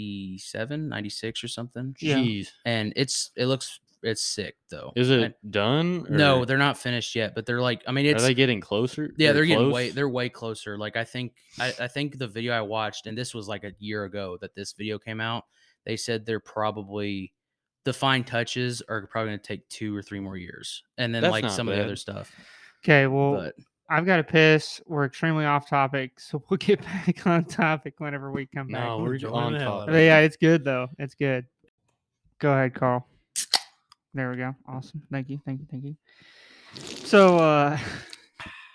Speaker 4: 97, 96 or something,
Speaker 1: Yeah.
Speaker 3: jeez
Speaker 4: and it's it looks it's sick though.
Speaker 3: is
Speaker 4: I-
Speaker 3: it done
Speaker 4: no,
Speaker 3: or
Speaker 4: they're not finished yet, but they're like, I mean,
Speaker 3: are
Speaker 4: it's
Speaker 3: they getting closer
Speaker 4: yeah, they're getting way
Speaker 3: close?
Speaker 4: they're way closer. Like I think I, I think the video I watched, and this was like a year ago that this video came out. They said they're probably the fine touches are probably going to take two or three more years, and then
Speaker 3: That's
Speaker 4: like
Speaker 3: not
Speaker 4: some of the other
Speaker 3: bad.
Speaker 4: stuff.
Speaker 1: okay. Well,
Speaker 4: But
Speaker 1: I've got to piss. We're extremely off topic, so we'll get back on topic whenever we come back.
Speaker 3: no we're
Speaker 2: Enjoying
Speaker 3: on
Speaker 2: the hell out
Speaker 3: top
Speaker 1: But yeah, it's good though. It's good. Go ahead, Carl. There we go. Awesome. Thank you. Thank you. Thank you. So uh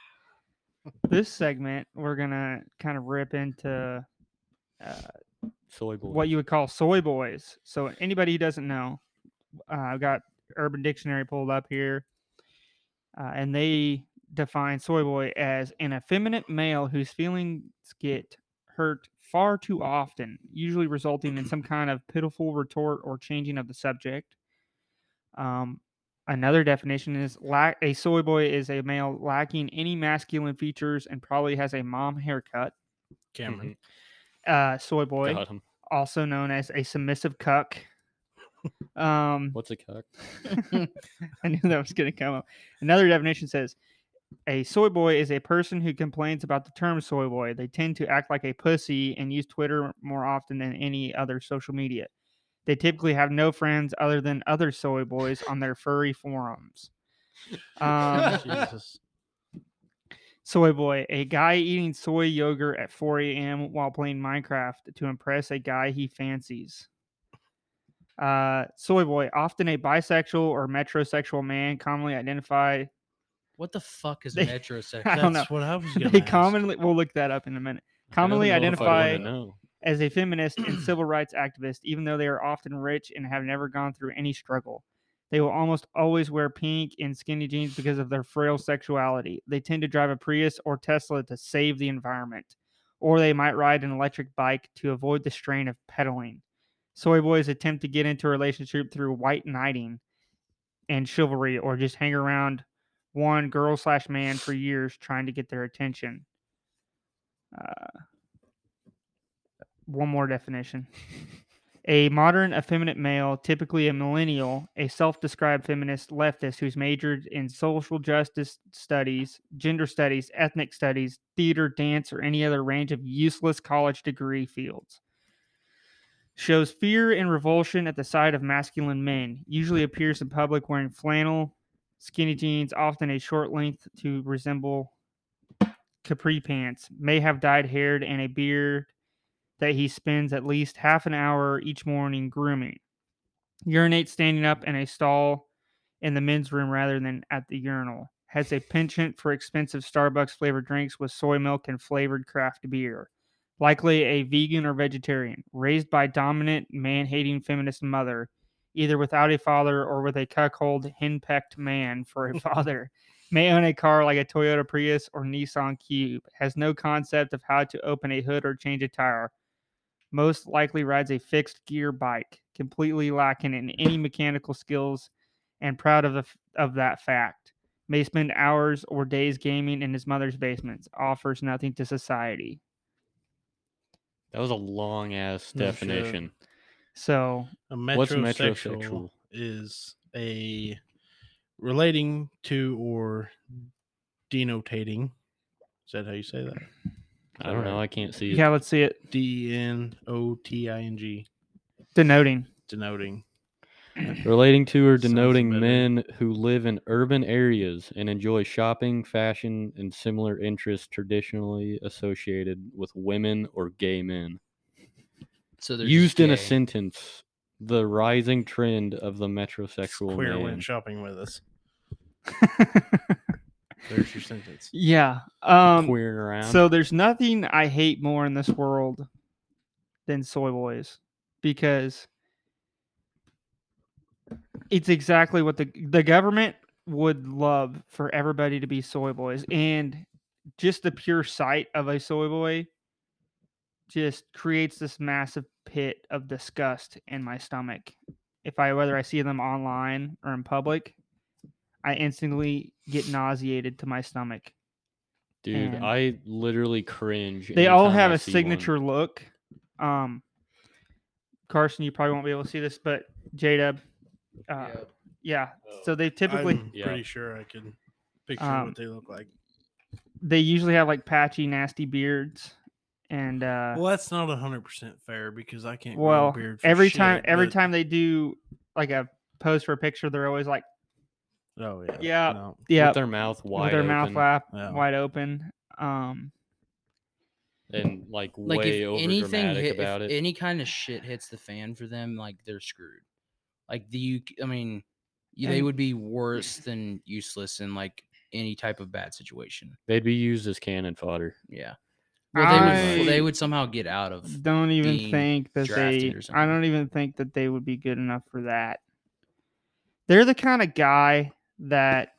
Speaker 1: this segment we're gonna kind of rip into uh,
Speaker 3: soy boy
Speaker 1: what you would call soy boys. So anybody who doesn't know, uh, I've got Urban Dictionary pulled up here, uh, and they define soy boy as an effeminate male whose feelings get hurt far too often, usually resulting in some kind of pitiful retort or changing of the subject. Um, another definition is lack a soy boy is a male lacking any masculine features and probably has a mom haircut.
Speaker 2: Cameron,
Speaker 1: Uh, soy boy
Speaker 3: Got him.
Speaker 1: also known as a submissive cuck. Um,
Speaker 3: what's a cuck
Speaker 1: I knew that was going to come up. Another definition says a soy boy is a person who complains about the term soy boy. They tend to act like a pussy and use Twitter more often than any other social media. They typically have no friends other than other soy boys on their furry forums. Um,
Speaker 2: Jesus,
Speaker 1: Soy Boy, a guy eating soy yogurt at 4 a.m. while playing Minecraft to impress a guy he fancies. Uh, soy Boy, often a bisexual or metrosexual man, commonly identified.
Speaker 4: what the fuck is
Speaker 1: They- I
Speaker 4: metrosexual?
Speaker 1: don't
Speaker 2: that's what I was gonna.
Speaker 1: They
Speaker 2: ask.
Speaker 1: commonly, we'll look that up in a minute. Commonly
Speaker 3: I don't know if I wanna
Speaker 1: identified
Speaker 3: know.
Speaker 1: as a feminist and civil rights activist, even though they are often rich and have never gone through any struggle. They will almost always wear pink and skinny jeans because of their frail sexuality. They tend to drive a Prius or Tesla to save the environment, or they might ride an electric bike to avoid the strain of pedaling. Soy boys attempt to get into a relationship through white knighting and chivalry, or just hang around one girl slash man for years trying to get their attention. Uh, one more definition. A modern effeminate male, typically a millennial, a self described feminist leftist who's majored in social justice studies, gender studies, ethnic studies, theater, dance, or any other range of useless college degree fields. Shows fear and revulsion at the sight of masculine men, usually appears in public wearing flannel, skinny jeans, often a short length to resemble capri pants, may have dyed hair and a beard that he spends at least half an hour each morning grooming. Urinates standing up in a stall in the men's room rather than at the urinal. Has a penchant for expensive Starbucks flavored drinks with soy milk and flavored craft beer. Likely a vegan or vegetarian. Raised by dominant, man hating feminist mother, either without a father or with a cuckold, henpecked man for a father. May own a car like a Toyota Prius or Nissan Cube. Has no concept of how to open a hood or change a tire most likely rides a fixed gear bike, completely lacking in any mechanical skills, and proud of the, f- of that fact. May spend hours or days gaming in his mother's basement. Offers nothing to society.
Speaker 3: That was a long ass
Speaker 2: No shit.
Speaker 3: definition.
Speaker 1: So
Speaker 2: A
Speaker 3: What's
Speaker 2: metrosexual
Speaker 3: metrosexual?
Speaker 2: is a relating to or denotating. Is that how you say that?
Speaker 3: I don't know. I can't see it.
Speaker 1: yeah, let's see it.
Speaker 2: D N O T I N G,
Speaker 1: Denoting.
Speaker 2: denoting.
Speaker 3: Relating to or
Speaker 2: Sounds
Speaker 3: denoting
Speaker 2: better.
Speaker 3: men who live in urban areas and enjoy shopping, fashion, and similar interests traditionally associated with women or gay men.
Speaker 4: So they're just
Speaker 3: Used in a
Speaker 4: gay.
Speaker 3: sentence, the rising trend of the metrosexual
Speaker 2: Queer
Speaker 3: man.
Speaker 2: went shopping with us. There's your sentence.
Speaker 1: yeah. Um.
Speaker 3: queering around.
Speaker 1: So there's nothing I hate more in this world than soy boys because it's exactly what the the government would love for everybody to be soy boys and just the pure sight of a soy boy just creates this massive pit of disgust in my stomach if i whether i see them online or in public i instantly get nauseated to my stomach
Speaker 3: dude,
Speaker 1: and-
Speaker 3: I literally cringe.
Speaker 1: they all
Speaker 3: anytime
Speaker 1: have
Speaker 3: I
Speaker 1: a
Speaker 3: see one.
Speaker 1: signature look. Um, Carson, you probably won't be able to see this, but J Dub, uh, yeah. So they typically
Speaker 2: Oh, I'm
Speaker 3: Yeah.
Speaker 2: pretty sure I can picture
Speaker 1: Um,
Speaker 2: what they look like.
Speaker 1: they usually have like patchy, nasty beards, and uh,
Speaker 2: Well, that's not hundred percent fair because I can't. grow a
Speaker 1: well,
Speaker 2: beard for
Speaker 1: every
Speaker 2: shit,
Speaker 1: time every
Speaker 2: but-
Speaker 1: time they do like a pose for a picture, they're always like,
Speaker 2: Oh yeah.
Speaker 1: Yeah.
Speaker 2: no.
Speaker 1: yeah,
Speaker 3: with their mouth wide,
Speaker 1: with their mouth
Speaker 3: open
Speaker 1: wide,
Speaker 2: Yeah.
Speaker 1: wide open. Um,
Speaker 3: and like,
Speaker 4: like
Speaker 3: way
Speaker 4: if
Speaker 3: over
Speaker 4: anything
Speaker 3: dramatic
Speaker 4: hit,
Speaker 3: about
Speaker 4: if
Speaker 3: it.
Speaker 4: any kind of shit hits the fan for them, like they're screwed. Like the you, I mean, y- they
Speaker 1: And-
Speaker 4: would be worse than useless in like any type of bad situation.
Speaker 3: They'd be used as cannon fodder.
Speaker 4: Yeah. Well, they would
Speaker 1: I-
Speaker 4: they would somehow get out of.
Speaker 1: don't even
Speaker 4: being
Speaker 1: think that they
Speaker 4: drafted or
Speaker 1: I
Speaker 4: something.
Speaker 1: don't even think that they would be good enough for that. They're the kind of guy that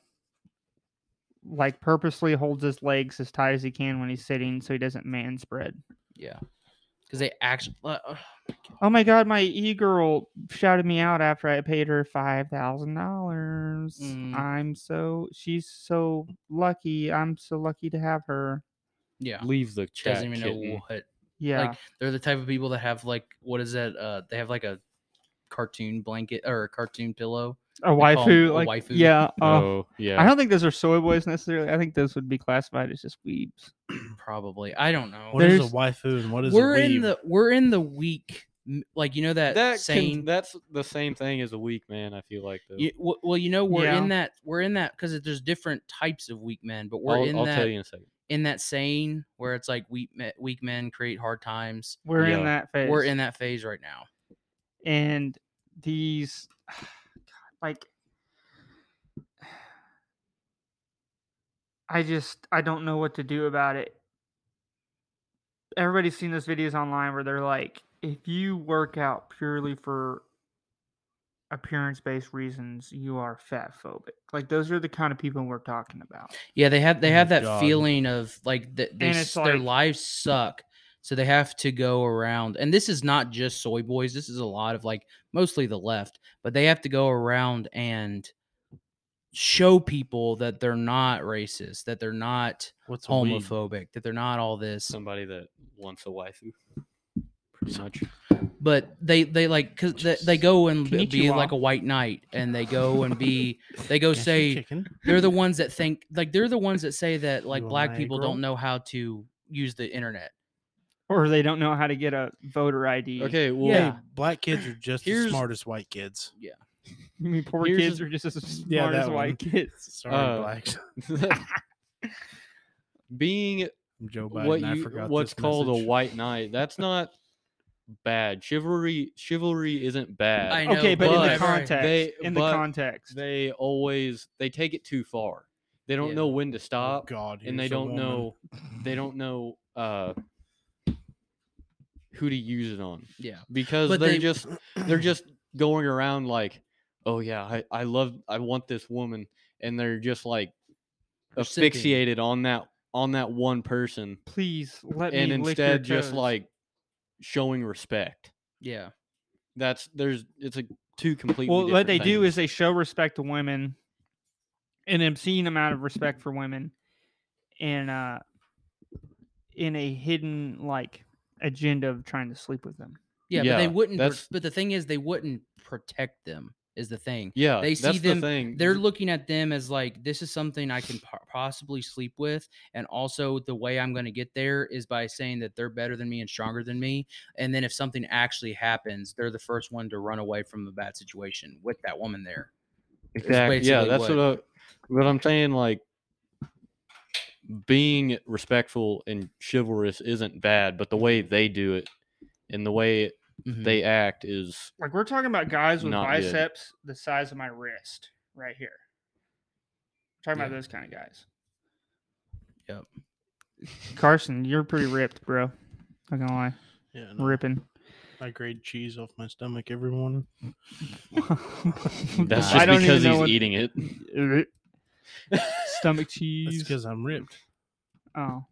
Speaker 1: like purposely holds his legs as tight as he can when he's sitting so he doesn't man spread.
Speaker 4: Yeah. Because they uh, actually,
Speaker 1: Oh my god, my e girl shouted me out after I paid her five thousand dollars.
Speaker 4: Mm.
Speaker 1: I'm so she's so lucky. I'm so lucky to have her.
Speaker 4: yeah,
Speaker 3: Leave the chat.
Speaker 4: doesn't even
Speaker 3: kitten.
Speaker 4: know what.
Speaker 1: Yeah.
Speaker 4: Like they're the type of people that have like what is that? Uh, they have like a cartoon blanket or a cartoon pillow.
Speaker 1: a
Speaker 4: they call 'em
Speaker 1: waifu.
Speaker 4: a
Speaker 1: Like
Speaker 4: waifu.
Speaker 1: yeah. uh,
Speaker 3: oh yeah.
Speaker 1: I don't think those are soy boys necessarily. I think those would be classified as just weebs.
Speaker 3: Mm.
Speaker 4: Probably, I don't know.
Speaker 2: What is
Speaker 1: There's-
Speaker 2: a waifu and what is
Speaker 4: we're
Speaker 2: a
Speaker 4: in
Speaker 2: weeb?
Speaker 4: the we're in the week m- like you know that,
Speaker 3: that
Speaker 4: saying
Speaker 3: can, that's the same thing as a weak man. I feel like though.
Speaker 4: you, w- well you know we're
Speaker 1: Yeah.
Speaker 4: in that we're in that because there's different types of weak men but we're
Speaker 3: I'll,
Speaker 4: in
Speaker 3: I'll
Speaker 4: that
Speaker 3: tell you in a second.
Speaker 4: in that saying where it's like weak men, weak men create hard times
Speaker 1: We're in
Speaker 3: Yeah.
Speaker 1: that phase.
Speaker 4: we're in that phase right now
Speaker 1: and these God, like I just I don't know what to do about it. Everybody's seen those videos online where they're like, if you work out purely for appearance based reasons, you are fat phobic. Like those are the kind of people we're talking about.
Speaker 4: yeah they have they
Speaker 2: Oh my
Speaker 4: have that
Speaker 2: God.
Speaker 4: feeling of like th- they,
Speaker 1: And
Speaker 4: s-
Speaker 1: it's
Speaker 4: their
Speaker 1: like-
Speaker 4: lives suck so they have to go around and this is not just soy boys this is a lot of like mostly the left but they have to go around and show people that they're not racist that they're not
Speaker 2: What's a weeb?
Speaker 4: homophobic, that they're not all this.
Speaker 3: Somebody that wants a waifu. pretty much.
Speaker 4: but they they like cause they, they go and b- be
Speaker 1: Konnichiwa.
Speaker 4: like a white knight and they go and be they
Speaker 3: oh,
Speaker 4: go
Speaker 2: Yes, you
Speaker 4: say
Speaker 2: chicken.
Speaker 4: they're the ones that think like they're the ones that say that like
Speaker 2: want
Speaker 4: black
Speaker 2: my
Speaker 4: people
Speaker 2: egg roll?
Speaker 4: don't know how to use the internet
Speaker 1: or they don't know how to get a voter ID.
Speaker 3: Okay, well,
Speaker 4: Yeah.
Speaker 2: Hey, black kids are just as
Speaker 3: Here's-
Speaker 2: smart as white kids.
Speaker 1: I mean, poor
Speaker 3: Here's
Speaker 1: kids
Speaker 3: a-
Speaker 1: are just as smart
Speaker 2: Yeah,
Speaker 1: as
Speaker 2: that
Speaker 1: white
Speaker 2: one.
Speaker 1: kids.
Speaker 2: Sorry,
Speaker 3: Uh,
Speaker 2: blacks.
Speaker 3: being
Speaker 2: I'm Joe Biden.
Speaker 3: what
Speaker 2: Oh, I
Speaker 3: you
Speaker 2: forgot
Speaker 3: what's
Speaker 2: this
Speaker 3: called
Speaker 2: message.
Speaker 3: a white knight, that's not bad. Chivalry chivalry isn't bad.
Speaker 4: I know,
Speaker 1: Okay, but, in the
Speaker 3: but
Speaker 1: context,
Speaker 3: they-
Speaker 1: in the
Speaker 3: but
Speaker 1: context,
Speaker 3: They always they take it too far. They don't
Speaker 4: Yeah.
Speaker 3: know when to
Speaker 2: Oh,
Speaker 3: stop.
Speaker 2: God,
Speaker 3: and they
Speaker 2: here's a
Speaker 3: don't
Speaker 2: woman.
Speaker 3: know they don't know uh who to use it on
Speaker 4: yeah
Speaker 3: because
Speaker 4: But
Speaker 3: they're
Speaker 4: they-
Speaker 3: just they're just going around like oh yeah I, I love i want this woman and they're just like
Speaker 4: They're simping.
Speaker 3: asphyxiated on that on that one person
Speaker 1: please let
Speaker 3: and
Speaker 1: me lick your
Speaker 3: instead just
Speaker 1: toes.
Speaker 3: like showing respect
Speaker 4: yeah
Speaker 3: that's there's it's a two completely
Speaker 1: well, what
Speaker 3: different
Speaker 1: they do is
Speaker 3: things.
Speaker 1: they show respect to women, an obscene amount of respect for women, and uh, in a hidden like agenda of trying to sleep with them.
Speaker 4: yeah, but they
Speaker 3: Yeah,
Speaker 4: wouldn't pro-
Speaker 3: that's-
Speaker 4: but the thing is they wouldn't protect them is the thing
Speaker 3: yeah
Speaker 4: they see
Speaker 3: that's
Speaker 4: them-
Speaker 3: the thing
Speaker 4: they're looking at them as like this is something i can po- possibly sleep with and also the way i'm going to get there is by saying that they're better than me and stronger than me and then if something actually happens they're the first one to run away from a bad situation with that woman there
Speaker 3: Exactly. Yeah,
Speaker 4: basically
Speaker 3: that's what, I, what I'm saying. Like being respectful and chivalrous isn't bad, but the way they do it and the way
Speaker 4: Mhm.
Speaker 2: Mm.
Speaker 3: they act is
Speaker 1: Like we're talking about guys with
Speaker 3: Not good.
Speaker 1: biceps the size of my wrist right here. We're talking about
Speaker 4: Yeah.
Speaker 1: those kind of guys.
Speaker 4: Yep. Mm-hmm.
Speaker 1: Carson, you're pretty ripped, bro. Not gonna lie,
Speaker 2: Yeah, no,
Speaker 1: ripping.
Speaker 2: I grade cheese off my stomach every morning.
Speaker 3: that's
Speaker 4: Nah.
Speaker 3: just
Speaker 4: I
Speaker 1: don't
Speaker 3: because
Speaker 1: even know
Speaker 3: he's
Speaker 1: what- er,
Speaker 3: eating it.
Speaker 1: stomach
Speaker 2: That's
Speaker 1: cheese.
Speaker 2: because I'm ripped,
Speaker 1: Oh,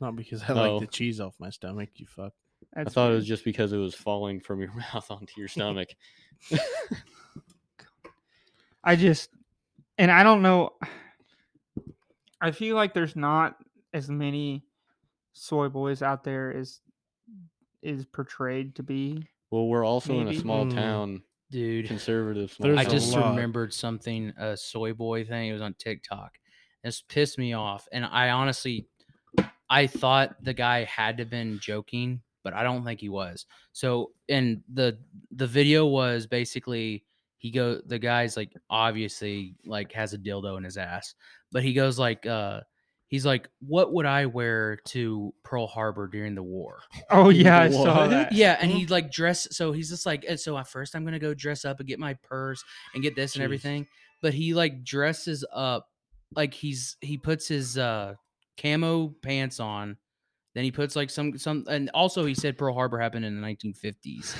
Speaker 2: not because I
Speaker 3: Oh.
Speaker 2: like the cheese off my stomach. You fuck.
Speaker 1: that's
Speaker 3: I thought it
Speaker 1: weird.
Speaker 3: was just because it was falling from your mouth onto your stomach.
Speaker 1: I just, and I don't know. I feel like there's not as many soy boys out there as is portrayed to be.
Speaker 3: well, we're also in
Speaker 1: Maybe.
Speaker 3: a small
Speaker 2: Mm.
Speaker 3: town,
Speaker 4: dude
Speaker 3: conservative small
Speaker 2: There's
Speaker 4: i
Speaker 2: a
Speaker 3: town.
Speaker 4: just
Speaker 2: lot.
Speaker 4: remembered something a soy boy thing it was on tiktok this pissed me off and i honestly i thought the guy had to been joking but i don't think he was so and the the video was basically he go the guy's like obviously like has a dildo in his ass but he goes like uh he's like what would i wear to pearl harbor during the war
Speaker 1: Oh yeah, I saw
Speaker 3: What?
Speaker 1: that.
Speaker 4: yeah, and he like dress. So he's just like, "Uh, so at first I'm gonna go dress up and get my purse and get this and
Speaker 2: Jeez.
Speaker 4: everything. But he like dresses up, like he's he puts his uh camo pants on. Then he puts like some some, and also he said Pearl Harbor happened in the 1950s.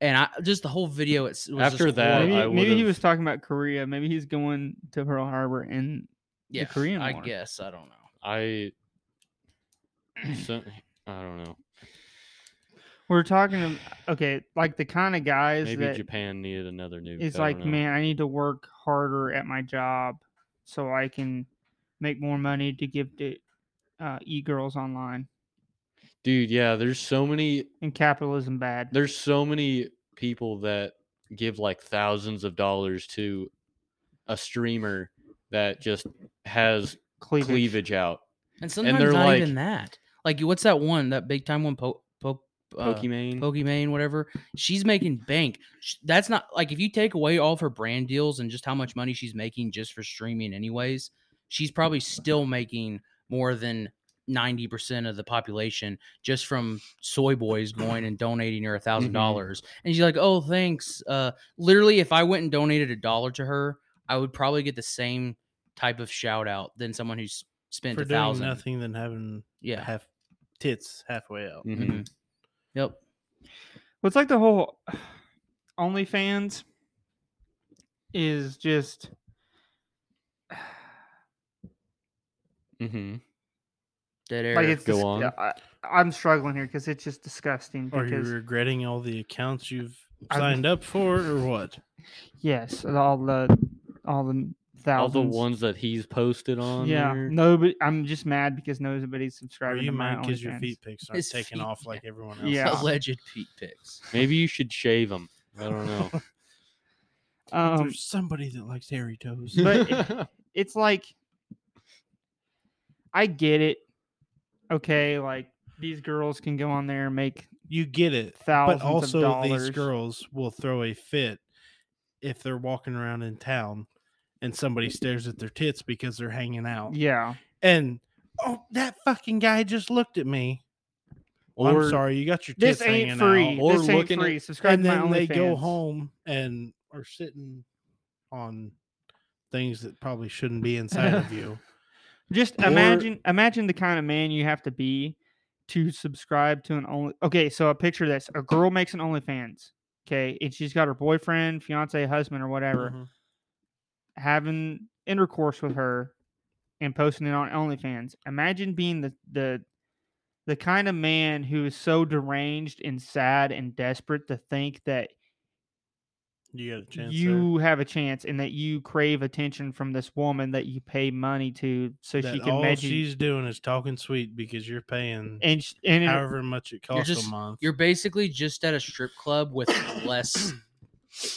Speaker 4: And I just the whole video. It's was just
Speaker 3: After that,
Speaker 4: horrible.
Speaker 1: Maybe,
Speaker 3: I
Speaker 1: maybe he
Speaker 3: would've-
Speaker 1: was talking about Korea. Maybe he's going to Pearl Harbor and
Speaker 4: yeah,
Speaker 1: Korean
Speaker 4: I
Speaker 1: War.
Speaker 4: guess I don't know.
Speaker 3: I, so, I don't know.
Speaker 1: we're talking. of- Okay, like the kind of guys
Speaker 3: Maybe
Speaker 1: that
Speaker 3: Japan needed another nuke.
Speaker 1: It's
Speaker 3: I
Speaker 1: like,
Speaker 3: don't know.
Speaker 1: man, I need to work harder at my job so I can make more money to give to uh, e girls online.
Speaker 3: dude. Yeah, there's so many
Speaker 1: And capitalism bad.
Speaker 3: there's so many people that give like thousands of dollars to a streamer that just has
Speaker 1: Cleavage.
Speaker 3: cleavage out.
Speaker 4: And sometimes
Speaker 3: they're
Speaker 4: not
Speaker 3: like-
Speaker 4: even that. Like what's that one? That big time one? Poke poke. Uh,
Speaker 3: Pokimane.
Speaker 4: Pokimane, whatever. She's making bank. Sh- That's not like if you take away all of her brand deals and just how much money she's making just for streaming, anyways, she's probably still making more than 90% of the population just from soy boys going and donating her a thousand
Speaker 3: Mhm.
Speaker 4: dollars. And she's like, Oh, thanks. Uh, literally, if I went and donated a dollar to her, I would probably get the same type of shout out than someone who's spent
Speaker 2: For
Speaker 4: a
Speaker 2: doing
Speaker 4: thousand.
Speaker 2: nothing than having
Speaker 4: Yeah.
Speaker 2: half tits halfway out.
Speaker 3: Mhm.
Speaker 1: Mm-hmm.
Speaker 4: Mhm. Yep.
Speaker 1: Well, it's like the whole OnlyFans is just.
Speaker 3: Mhm.
Speaker 4: Dead air.
Speaker 1: Like it's
Speaker 3: Go
Speaker 1: dis-
Speaker 3: on.
Speaker 1: I, I'm struggling here because it's just disgusting.
Speaker 2: Are you
Speaker 1: Because
Speaker 2: regretting all the accounts you've
Speaker 1: I'm-
Speaker 2: signed up for, or what?
Speaker 1: yes, all the all the
Speaker 3: all
Speaker 1: thousands.
Speaker 3: the ones that he's posted on.
Speaker 1: Yeah,
Speaker 3: there.
Speaker 1: no, but I'm just mad because nobody's
Speaker 2: Are
Speaker 1: subscribing
Speaker 2: you
Speaker 1: to my
Speaker 2: mad because your
Speaker 1: OnlyFans.
Speaker 2: feet pics aren't
Speaker 4: His
Speaker 2: taking
Speaker 4: feet,
Speaker 2: off
Speaker 4: yeah.
Speaker 2: like everyone else?
Speaker 1: Yeah.
Speaker 4: Alleged Pete picks.
Speaker 3: Maybe you should shave him. I don't know.
Speaker 1: Um,
Speaker 2: There's somebody that likes hairy toes.
Speaker 1: But- it's like I get it. Okay, like these girls can go on there and make
Speaker 2: you get it.
Speaker 1: thousands
Speaker 2: But
Speaker 1: of
Speaker 2: also,
Speaker 1: dollars.
Speaker 2: these girls will throw a fit if they're walking around in town and somebody stares at their tits because they're hanging out.
Speaker 1: yeah,
Speaker 2: And oh, that fucking guy just looked at me. I'm sorry, you got your tits
Speaker 1: this ain't
Speaker 2: hanging
Speaker 1: free.
Speaker 2: out.
Speaker 3: Or
Speaker 1: this ain't
Speaker 3: looking at-
Speaker 1: free. Subscribe
Speaker 2: and
Speaker 1: to my
Speaker 2: then they go
Speaker 1: OnlyFans.
Speaker 2: home and are sitting on things that probably shouldn't be inside of you.
Speaker 1: Just
Speaker 3: Or-
Speaker 1: imagine, imagine the kind of man you have to be to subscribe to an only. Okay, so I picture this: a girl makes an OnlyFans. Okay, and she's got her boyfriend, fiance, husband, or whatever.
Speaker 2: Mm-hmm.
Speaker 1: having intercourse with her and posting it on OnlyFans. Imagine being the the the kind of man who is so deranged and sad and desperate to think that
Speaker 2: You got a chance. there.
Speaker 1: you have a chance and that you crave attention from this woman that you pay money to so
Speaker 2: That
Speaker 1: she can
Speaker 2: all
Speaker 1: make you
Speaker 2: she's doing is talking sweet because you're paying
Speaker 1: and sh- and it-
Speaker 2: however much it costs
Speaker 4: just-
Speaker 2: a month.
Speaker 4: You're basically just at a strip club with less.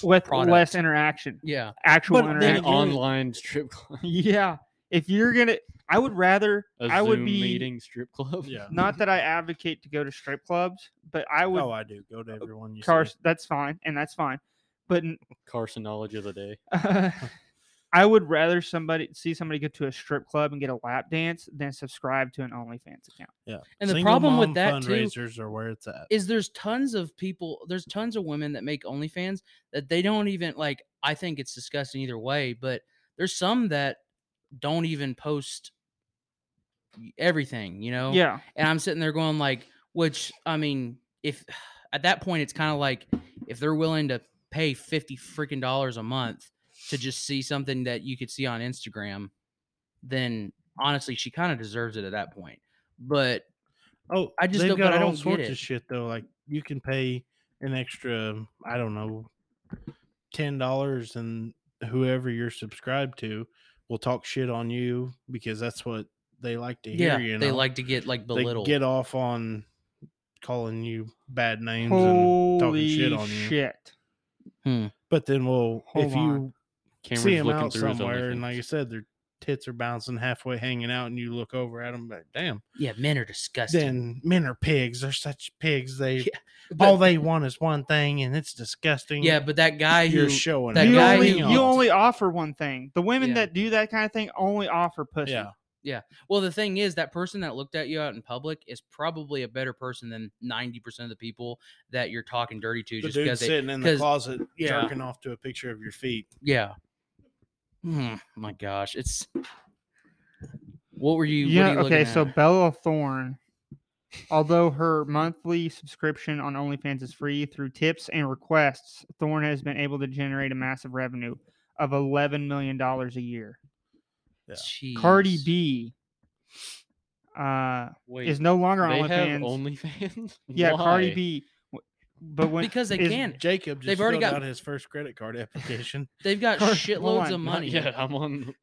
Speaker 1: with
Speaker 4: product.
Speaker 1: less interaction,
Speaker 4: Yeah.
Speaker 1: actual
Speaker 2: But
Speaker 3: an
Speaker 1: interaction.
Speaker 2: you're-
Speaker 3: online strip club,
Speaker 1: yeah, if you're gonna, I would rather
Speaker 3: a
Speaker 1: I would
Speaker 3: Zoom
Speaker 1: be
Speaker 3: meeting strip club.
Speaker 2: yeah.
Speaker 1: not that I advocate to go to strip clubs, but I would
Speaker 2: oh, I do. Go to everyone you see.
Speaker 1: Cars, that's fine, and that's fine. But n- uh,
Speaker 3: Carson knowledge of the day.
Speaker 1: I would rather somebody see somebody go to a strip club and get a lap dance than subscribe to an OnlyFans account.
Speaker 2: Yeah.
Speaker 4: And the
Speaker 2: Single
Speaker 4: problem with
Speaker 2: mom
Speaker 4: that, too,
Speaker 2: fundraisers are where it's at.
Speaker 4: Is there's tons of people, there's tons of women that make OnlyFans that they don't even like. I think it's disgusting either way, but there's some that don't even post everything, you know?
Speaker 1: Yeah,
Speaker 4: and I'm sitting there going like, which I mean, if at that point it's kind of like if they're willing to pay fifty freaking dollars a month to just see something that you could see on Instagram, then honestly, she kind of deserves it at that point. But
Speaker 2: Oh,
Speaker 4: I just
Speaker 2: they've
Speaker 4: don't- but
Speaker 2: got
Speaker 4: I
Speaker 2: all
Speaker 4: don't get
Speaker 2: sorts
Speaker 4: it.
Speaker 2: of shit though. Like you can pay an extra, I don't know, ten dollars, and whoever you're subscribed to will talk shit on you because that's what they like to hear.
Speaker 4: yeah,
Speaker 2: you know?
Speaker 4: they like to get like
Speaker 2: they
Speaker 4: belittled.
Speaker 2: get off on calling you bad names and talking
Speaker 1: holy
Speaker 2: shit on you.
Speaker 1: shit!
Speaker 2: But then, well,
Speaker 1: Hold
Speaker 2: if
Speaker 1: on.
Speaker 2: you
Speaker 3: Cameron's
Speaker 2: see them
Speaker 3: looking
Speaker 2: out
Speaker 3: through his
Speaker 2: somewhere, and
Speaker 3: OnlyFans.
Speaker 2: like I said, their tits are bouncing halfway, hanging out, and you look over at them, like, damn.
Speaker 4: yeah, men are disgusting.
Speaker 2: Then men are pigs. They're such pigs. They
Speaker 4: Yeah,
Speaker 2: all
Speaker 4: But-
Speaker 2: they want is one thing, and it's disgusting.
Speaker 4: yeah, but that guy
Speaker 2: you're
Speaker 4: who
Speaker 2: showing
Speaker 4: that
Speaker 2: it.
Speaker 1: you
Speaker 4: guy
Speaker 1: only
Speaker 4: who-
Speaker 1: you only offer one thing. The women
Speaker 4: Yeah.
Speaker 1: that do that kind of thing only offer pussy.
Speaker 2: yeah.
Speaker 4: Well, the thing is, that person that looked at you out in public is probably a better person than 90% of the people that you're talking dirty to
Speaker 2: The
Speaker 4: just because
Speaker 2: dude
Speaker 4: they,
Speaker 2: sitting in the
Speaker 4: 'cause-
Speaker 2: closet
Speaker 4: yeah.
Speaker 2: jerking off to a picture of your feet.
Speaker 4: yeah. Hmm, my gosh. It's what were you?
Speaker 1: Yeah,
Speaker 4: what are you
Speaker 1: okay,
Speaker 4: looking
Speaker 1: so
Speaker 4: at?
Speaker 1: Bella Thorne, although her monthly subscription on OnlyFans is free through tips and requests, Thorne has been able to generate a massive revenue of $11 million a year. Cardi
Speaker 4: Jeez.
Speaker 1: B uh,
Speaker 3: Wait,
Speaker 1: is no longer on
Speaker 3: they
Speaker 1: OnlyFans.
Speaker 3: have OnlyFans.
Speaker 1: yeah, Cardi
Speaker 3: Why?
Speaker 1: B. w- But when
Speaker 4: because they
Speaker 1: is-
Speaker 4: can.
Speaker 2: Jacob just
Speaker 4: They've already
Speaker 2: filled
Speaker 4: got-
Speaker 2: out his first credit card application.
Speaker 4: They've got
Speaker 1: Car- hold
Speaker 4: shitloads
Speaker 1: on,
Speaker 4: of
Speaker 3: Not
Speaker 4: money.
Speaker 3: yet. I'm on.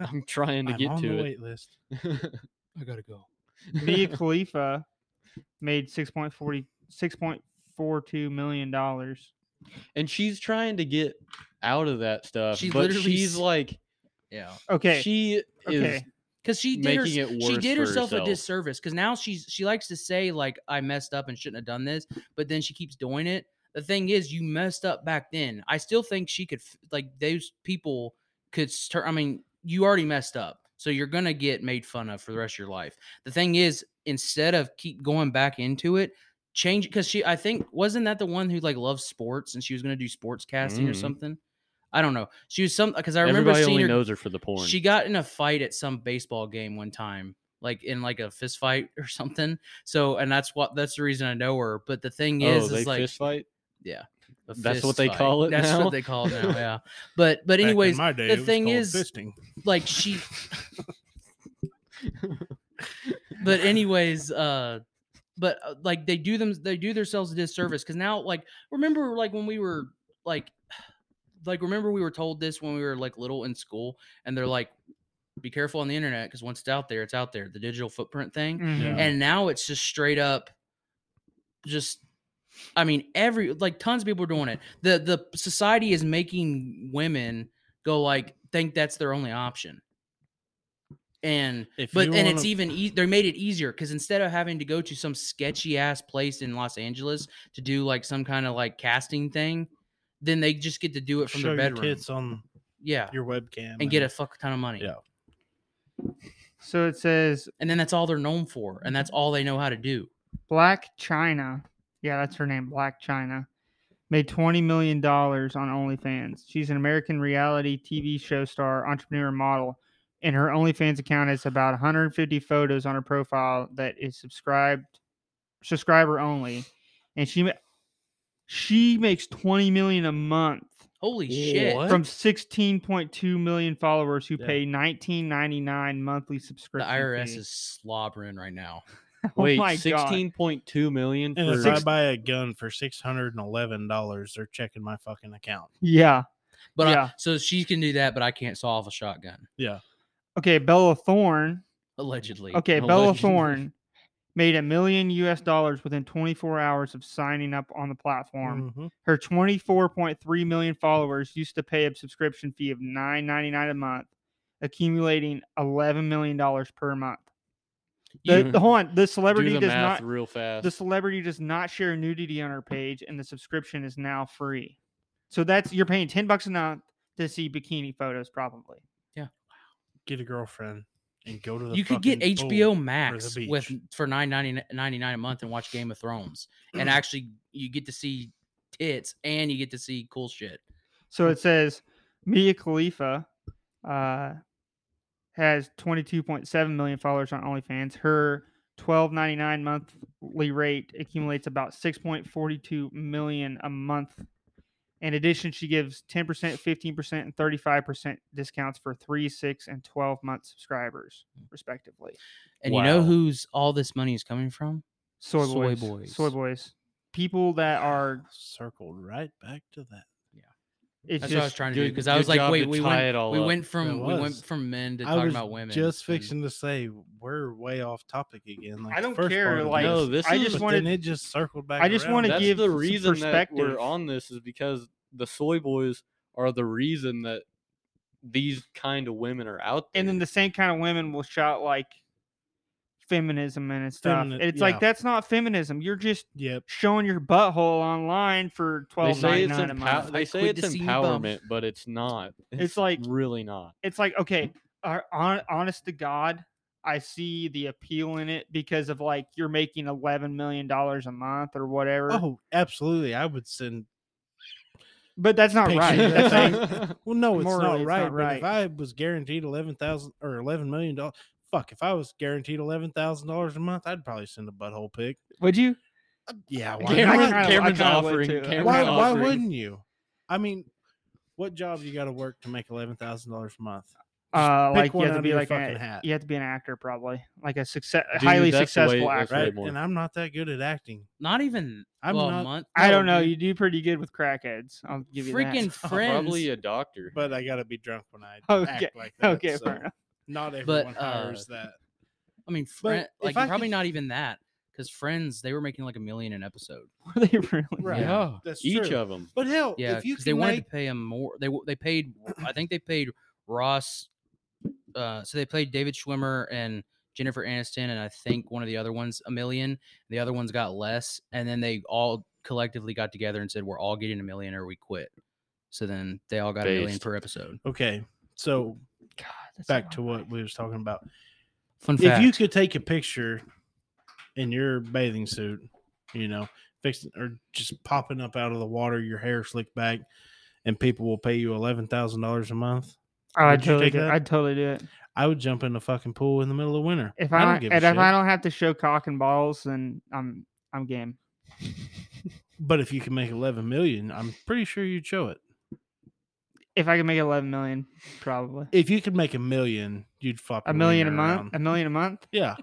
Speaker 3: I'm trying to
Speaker 2: I'm
Speaker 3: get
Speaker 2: on the
Speaker 3: to
Speaker 2: wait list.
Speaker 3: it.
Speaker 4: I gotta go.
Speaker 1: Mia Khalifa made 6.40 $6.42 million dollars.
Speaker 3: and she's trying to get out of that stuff.
Speaker 4: She
Speaker 3: but
Speaker 4: literally
Speaker 3: she's
Speaker 4: s-
Speaker 3: like,
Speaker 4: Yeah,
Speaker 1: Okay.
Speaker 3: she is
Speaker 1: okay.
Speaker 4: because she did her,
Speaker 3: making it worse.
Speaker 4: she did
Speaker 3: for
Speaker 4: herself,
Speaker 3: herself
Speaker 4: a disservice because now she's she likes to say like I messed up and shouldn't have done this, but then she keeps doing it. The thing is, you messed up back then. I still think she could f- like those people could start. I mean, you already messed up, so you're gonna get made fun of for the rest of your life. The thing is, instead of keep going back into it, change because she I think wasn't that the one who like loves sports and she was gonna do sports casting or
Speaker 3: Mm.
Speaker 4: something. I don't know. She was some because I remember
Speaker 3: Everybody
Speaker 4: seeing
Speaker 3: only
Speaker 4: her
Speaker 3: knows her for the porn.
Speaker 4: she got in a fight at some baseball game one time, like in like a fist fight or something. So, and that's what that's the reason I know her. But the thing
Speaker 3: oh,
Speaker 4: is,
Speaker 3: they
Speaker 4: is like
Speaker 3: fist fight.
Speaker 4: a
Speaker 3: that's what
Speaker 4: fist
Speaker 3: they call it
Speaker 4: That's
Speaker 3: now?
Speaker 4: what they call it now. Yeah. But but
Speaker 2: Back in
Speaker 4: anyways,
Speaker 2: my day,
Speaker 4: the
Speaker 2: it was
Speaker 4: thing
Speaker 2: called
Speaker 4: is-
Speaker 2: fisting.
Speaker 4: like she. but anyways, uh, but uh, like they do them, they do themselves a disservice because now, like, remember, like when we were like like remember we were told this when we were like little in school, and they're like, "Be careful on the internet because once it's out there, it's out there." The digital footprint thing,
Speaker 1: Mhm.
Speaker 4: and now it's just straight up, just. I mean, every like tons of people are doing it. The the society is making women go like think that's their only option, and
Speaker 2: If
Speaker 4: but
Speaker 2: you
Speaker 4: and
Speaker 2: wanna-
Speaker 4: it's even ea- they made it easier because instead of having to go to some sketchy ass place in Los Angeles to do like some kind of like casting thing, then they just get to do it from
Speaker 2: show
Speaker 4: their
Speaker 2: your
Speaker 4: bedroom.
Speaker 2: tits on
Speaker 4: yeah,
Speaker 2: your webcam
Speaker 4: and get a fuck ton of money.
Speaker 2: Yeah.
Speaker 1: So it says
Speaker 4: And then that's all they're known for,
Speaker 2: Mm-hmm.
Speaker 4: and that's all they know how to do.
Speaker 1: Black China. Yeah, that's her name, Black China. Made $20 million on OnlyFans. She's an American reality TV show star, entrepreneur, and model. And her OnlyFans account has about 150 photos on her profile that is subscribed, subscriber only. And she ma- she makes 20 million a month
Speaker 4: Holy shit!
Speaker 3: What?
Speaker 1: from 16.2 million followers who
Speaker 2: Yeah.
Speaker 1: pay 19.99 monthly
Speaker 4: The
Speaker 1: subscription.
Speaker 4: IRS
Speaker 1: fee.
Speaker 4: is slobbering right now.
Speaker 3: Wait,
Speaker 1: my God.
Speaker 3: sixteen point two million
Speaker 2: And
Speaker 3: for
Speaker 2: if I buy a gun for six hundred and eleven dollars, they're checking my fucking account.
Speaker 1: yeah.
Speaker 4: But
Speaker 1: Yeah.
Speaker 4: I, so she can do that, but I can't saw off a shotgun
Speaker 2: Yeah,
Speaker 1: Okay, Bella Thorne
Speaker 4: allegedly.
Speaker 1: Okay, Bella
Speaker 3: Allegedly.
Speaker 1: Thorne made a million US dollars within 24 hours of signing up on the
Speaker 3: Mm.
Speaker 1: platform.
Speaker 2: Mhm.
Speaker 1: Her 24.3 million followers used to pay a subscription fee of 9.99 a month, accumulating 11 million dollars per month. The,
Speaker 3: You-
Speaker 1: the- hold on, the
Speaker 3: Mm-hmm. do
Speaker 1: celebrity
Speaker 3: the
Speaker 1: does
Speaker 3: math
Speaker 1: not
Speaker 3: real fast.
Speaker 1: the celebrity does not share nudity on her page, and the subscription is now free. So that's you're paying 10 bucks a month to see bikini photos, probably.
Speaker 2: get a girlfriend and go to the.
Speaker 4: you could get
Speaker 2: fucking pool.
Speaker 4: HBO Max with
Speaker 2: beach.
Speaker 4: for nine ninety nine a month and watch Game of Thrones, and actually you get to see tits and you get to see cool shit.
Speaker 1: So it says Mia Khalifa uh, has 22.7 million followers on OnlyFans. Her 12.99 monthly rate accumulates about 6.42 million a month. In addition, she gives 10%, 15%, and 35% discounts for 3, 6, and 12 month subscribers,
Speaker 4: Mm.
Speaker 1: respectively.
Speaker 4: And you know
Speaker 3: Wow.
Speaker 4: who's all this money is coming from?
Speaker 1: Soy
Speaker 4: Soy
Speaker 1: boys. Soy
Speaker 4: boys.
Speaker 1: boys. People that are
Speaker 2: circled right back to that.
Speaker 1: it's
Speaker 4: That's
Speaker 1: just
Speaker 4: what I was trying to do
Speaker 3: good-
Speaker 4: because I
Speaker 3: good
Speaker 4: was like,
Speaker 3: job
Speaker 4: wait,
Speaker 3: to
Speaker 4: we
Speaker 3: tie
Speaker 4: went,
Speaker 3: it all
Speaker 4: we
Speaker 3: up.
Speaker 4: went from we
Speaker 2: was.
Speaker 4: went from men to
Speaker 2: I
Speaker 4: talking
Speaker 2: was
Speaker 4: about women.
Speaker 2: Just
Speaker 4: and-
Speaker 2: fixing to say we're way off topic again. Like
Speaker 1: I
Speaker 2: the
Speaker 1: don't
Speaker 2: first
Speaker 1: care,
Speaker 2: part of
Speaker 1: like,
Speaker 3: No,
Speaker 2: this,
Speaker 3: this
Speaker 1: I
Speaker 3: is-
Speaker 1: just
Speaker 2: but
Speaker 1: wanted-
Speaker 2: then it just circled back.
Speaker 1: I just
Speaker 2: around.
Speaker 1: wanna
Speaker 3: That's
Speaker 1: give
Speaker 3: the
Speaker 1: some
Speaker 3: reason that
Speaker 1: perspective.
Speaker 3: we're on this is because the soy boys are the reason that these kind of women are out there.
Speaker 1: and then the same kind of women will shout like feminism and stuff.
Speaker 2: Femini-
Speaker 1: and it's
Speaker 2: yeah.
Speaker 1: like that's not feminism. You're just
Speaker 2: Yep.
Speaker 1: showing your butthole online for
Speaker 3: they
Speaker 1: twelve
Speaker 3: say
Speaker 1: ninety
Speaker 3: it's
Speaker 1: nine a
Speaker 3: empow-
Speaker 1: month.
Speaker 3: they
Speaker 4: I
Speaker 3: say
Speaker 4: quit
Speaker 3: it's
Speaker 4: to see you bum.
Speaker 3: empowerment, but it's not. It's,
Speaker 1: like-
Speaker 3: really not.
Speaker 1: It's like okay, are- hon- honest to God, I see the appeal in it because of like you're making eleven million dollars a month or whatever.
Speaker 2: Oh, absolutely. I would send.
Speaker 1: but that's not
Speaker 2: picture
Speaker 1: right.
Speaker 2: of
Speaker 1: That's
Speaker 2: thing.
Speaker 1: not,
Speaker 2: Well, no, it's
Speaker 1: Morally,
Speaker 2: not
Speaker 1: it's
Speaker 2: right.
Speaker 1: not
Speaker 2: But if I was guaranteed eleven thousand or eleven million dollars, fuck. If I was guaranteed eleven thousand dollars a month, I'd probably send a butthole pic.
Speaker 1: would you?
Speaker 2: Yeah,
Speaker 1: why
Speaker 3: Cameron,
Speaker 1: not? I kinda- I
Speaker 3: Cameron's
Speaker 1: kinda would
Speaker 3: offering.
Speaker 1: too.
Speaker 3: Cameron's
Speaker 2: why, why
Speaker 3: offering.
Speaker 2: wouldn't you? I mean, what job you got to work to make eleven thousand dollars a month? Just
Speaker 1: Uh,
Speaker 2: pick
Speaker 1: like you
Speaker 2: one
Speaker 1: have
Speaker 2: out
Speaker 1: to
Speaker 2: of
Speaker 1: be
Speaker 2: your
Speaker 1: like
Speaker 2: fucking
Speaker 1: a,
Speaker 2: hat.
Speaker 1: you have to be an actor probably like a success
Speaker 3: Dude,
Speaker 1: highly
Speaker 3: that's the way-
Speaker 1: successful
Speaker 3: that's
Speaker 1: actor.
Speaker 3: way
Speaker 2: Right,
Speaker 3: more.
Speaker 2: and I'm not that good at acting.
Speaker 4: not even
Speaker 2: I'm
Speaker 4: well, a
Speaker 2: not-
Speaker 4: month.
Speaker 1: I
Speaker 3: Oh,
Speaker 1: don't
Speaker 4: no,
Speaker 1: know.
Speaker 4: dude.
Speaker 1: You do pretty good with crackheads. I'll give you that.
Speaker 4: freaking friends.
Speaker 3: Probably a doctor.
Speaker 2: But I got to be drunk when I
Speaker 1: Okay,
Speaker 2: act like that.
Speaker 1: okay,
Speaker 2: so
Speaker 1: fair enough.
Speaker 2: not
Speaker 4: But,
Speaker 2: everyone
Speaker 4: uh,
Speaker 2: hires that.
Speaker 4: I mean, friend,
Speaker 2: if
Speaker 4: like
Speaker 2: I
Speaker 4: probably
Speaker 2: could-
Speaker 4: not even that because Friends they were making like a million an episode.
Speaker 1: Were they really?
Speaker 2: Right.
Speaker 3: Yeah,
Speaker 2: That's
Speaker 3: each
Speaker 2: true.
Speaker 3: of them.
Speaker 2: But hell,
Speaker 4: Yeah,
Speaker 2: if you
Speaker 4: 'cause they
Speaker 2: can
Speaker 4: wanted
Speaker 2: make
Speaker 4: to pay him more. They w- they paid. I think they paid Ross. Uh, so they played David Schwimmer and Jennifer Aniston, and I think one of the other ones a million. The other ones got less, and then they all collectively got together and said, "We're all getting a million, or we quit." So then they all got a million
Speaker 3: Based.
Speaker 4: per episode.
Speaker 2: okay. So
Speaker 1: God, that's
Speaker 2: back
Speaker 1: not
Speaker 2: to
Speaker 1: right.
Speaker 2: what we was talking about.
Speaker 4: Fun
Speaker 2: if
Speaker 4: fact:
Speaker 2: you could take a picture in your bathing suit, you know, fixing or just popping up out of the water, your hair slicked back, and people will pay you eleven thousand dollars a month,
Speaker 1: Oh, I'd
Speaker 2: Would you
Speaker 1: totally
Speaker 2: take
Speaker 1: do it.
Speaker 2: that?
Speaker 1: I'd totally do it.
Speaker 2: I would jump in the fucking pool in the middle of winter.
Speaker 1: If I,
Speaker 2: don't
Speaker 1: don't,
Speaker 2: give a
Speaker 1: and if I
Speaker 2: shit.
Speaker 1: don't have to show cock and balls, then I'm I'm game.
Speaker 2: But if you can make eleven million, I'm pretty sure you'd show it.
Speaker 1: If I can make 11 million, probably
Speaker 2: If um, you could make a million, you'd flop
Speaker 1: a
Speaker 2: your
Speaker 1: million a
Speaker 2: wiener
Speaker 1: month.
Speaker 2: around.
Speaker 1: A million a month.
Speaker 2: Yeah,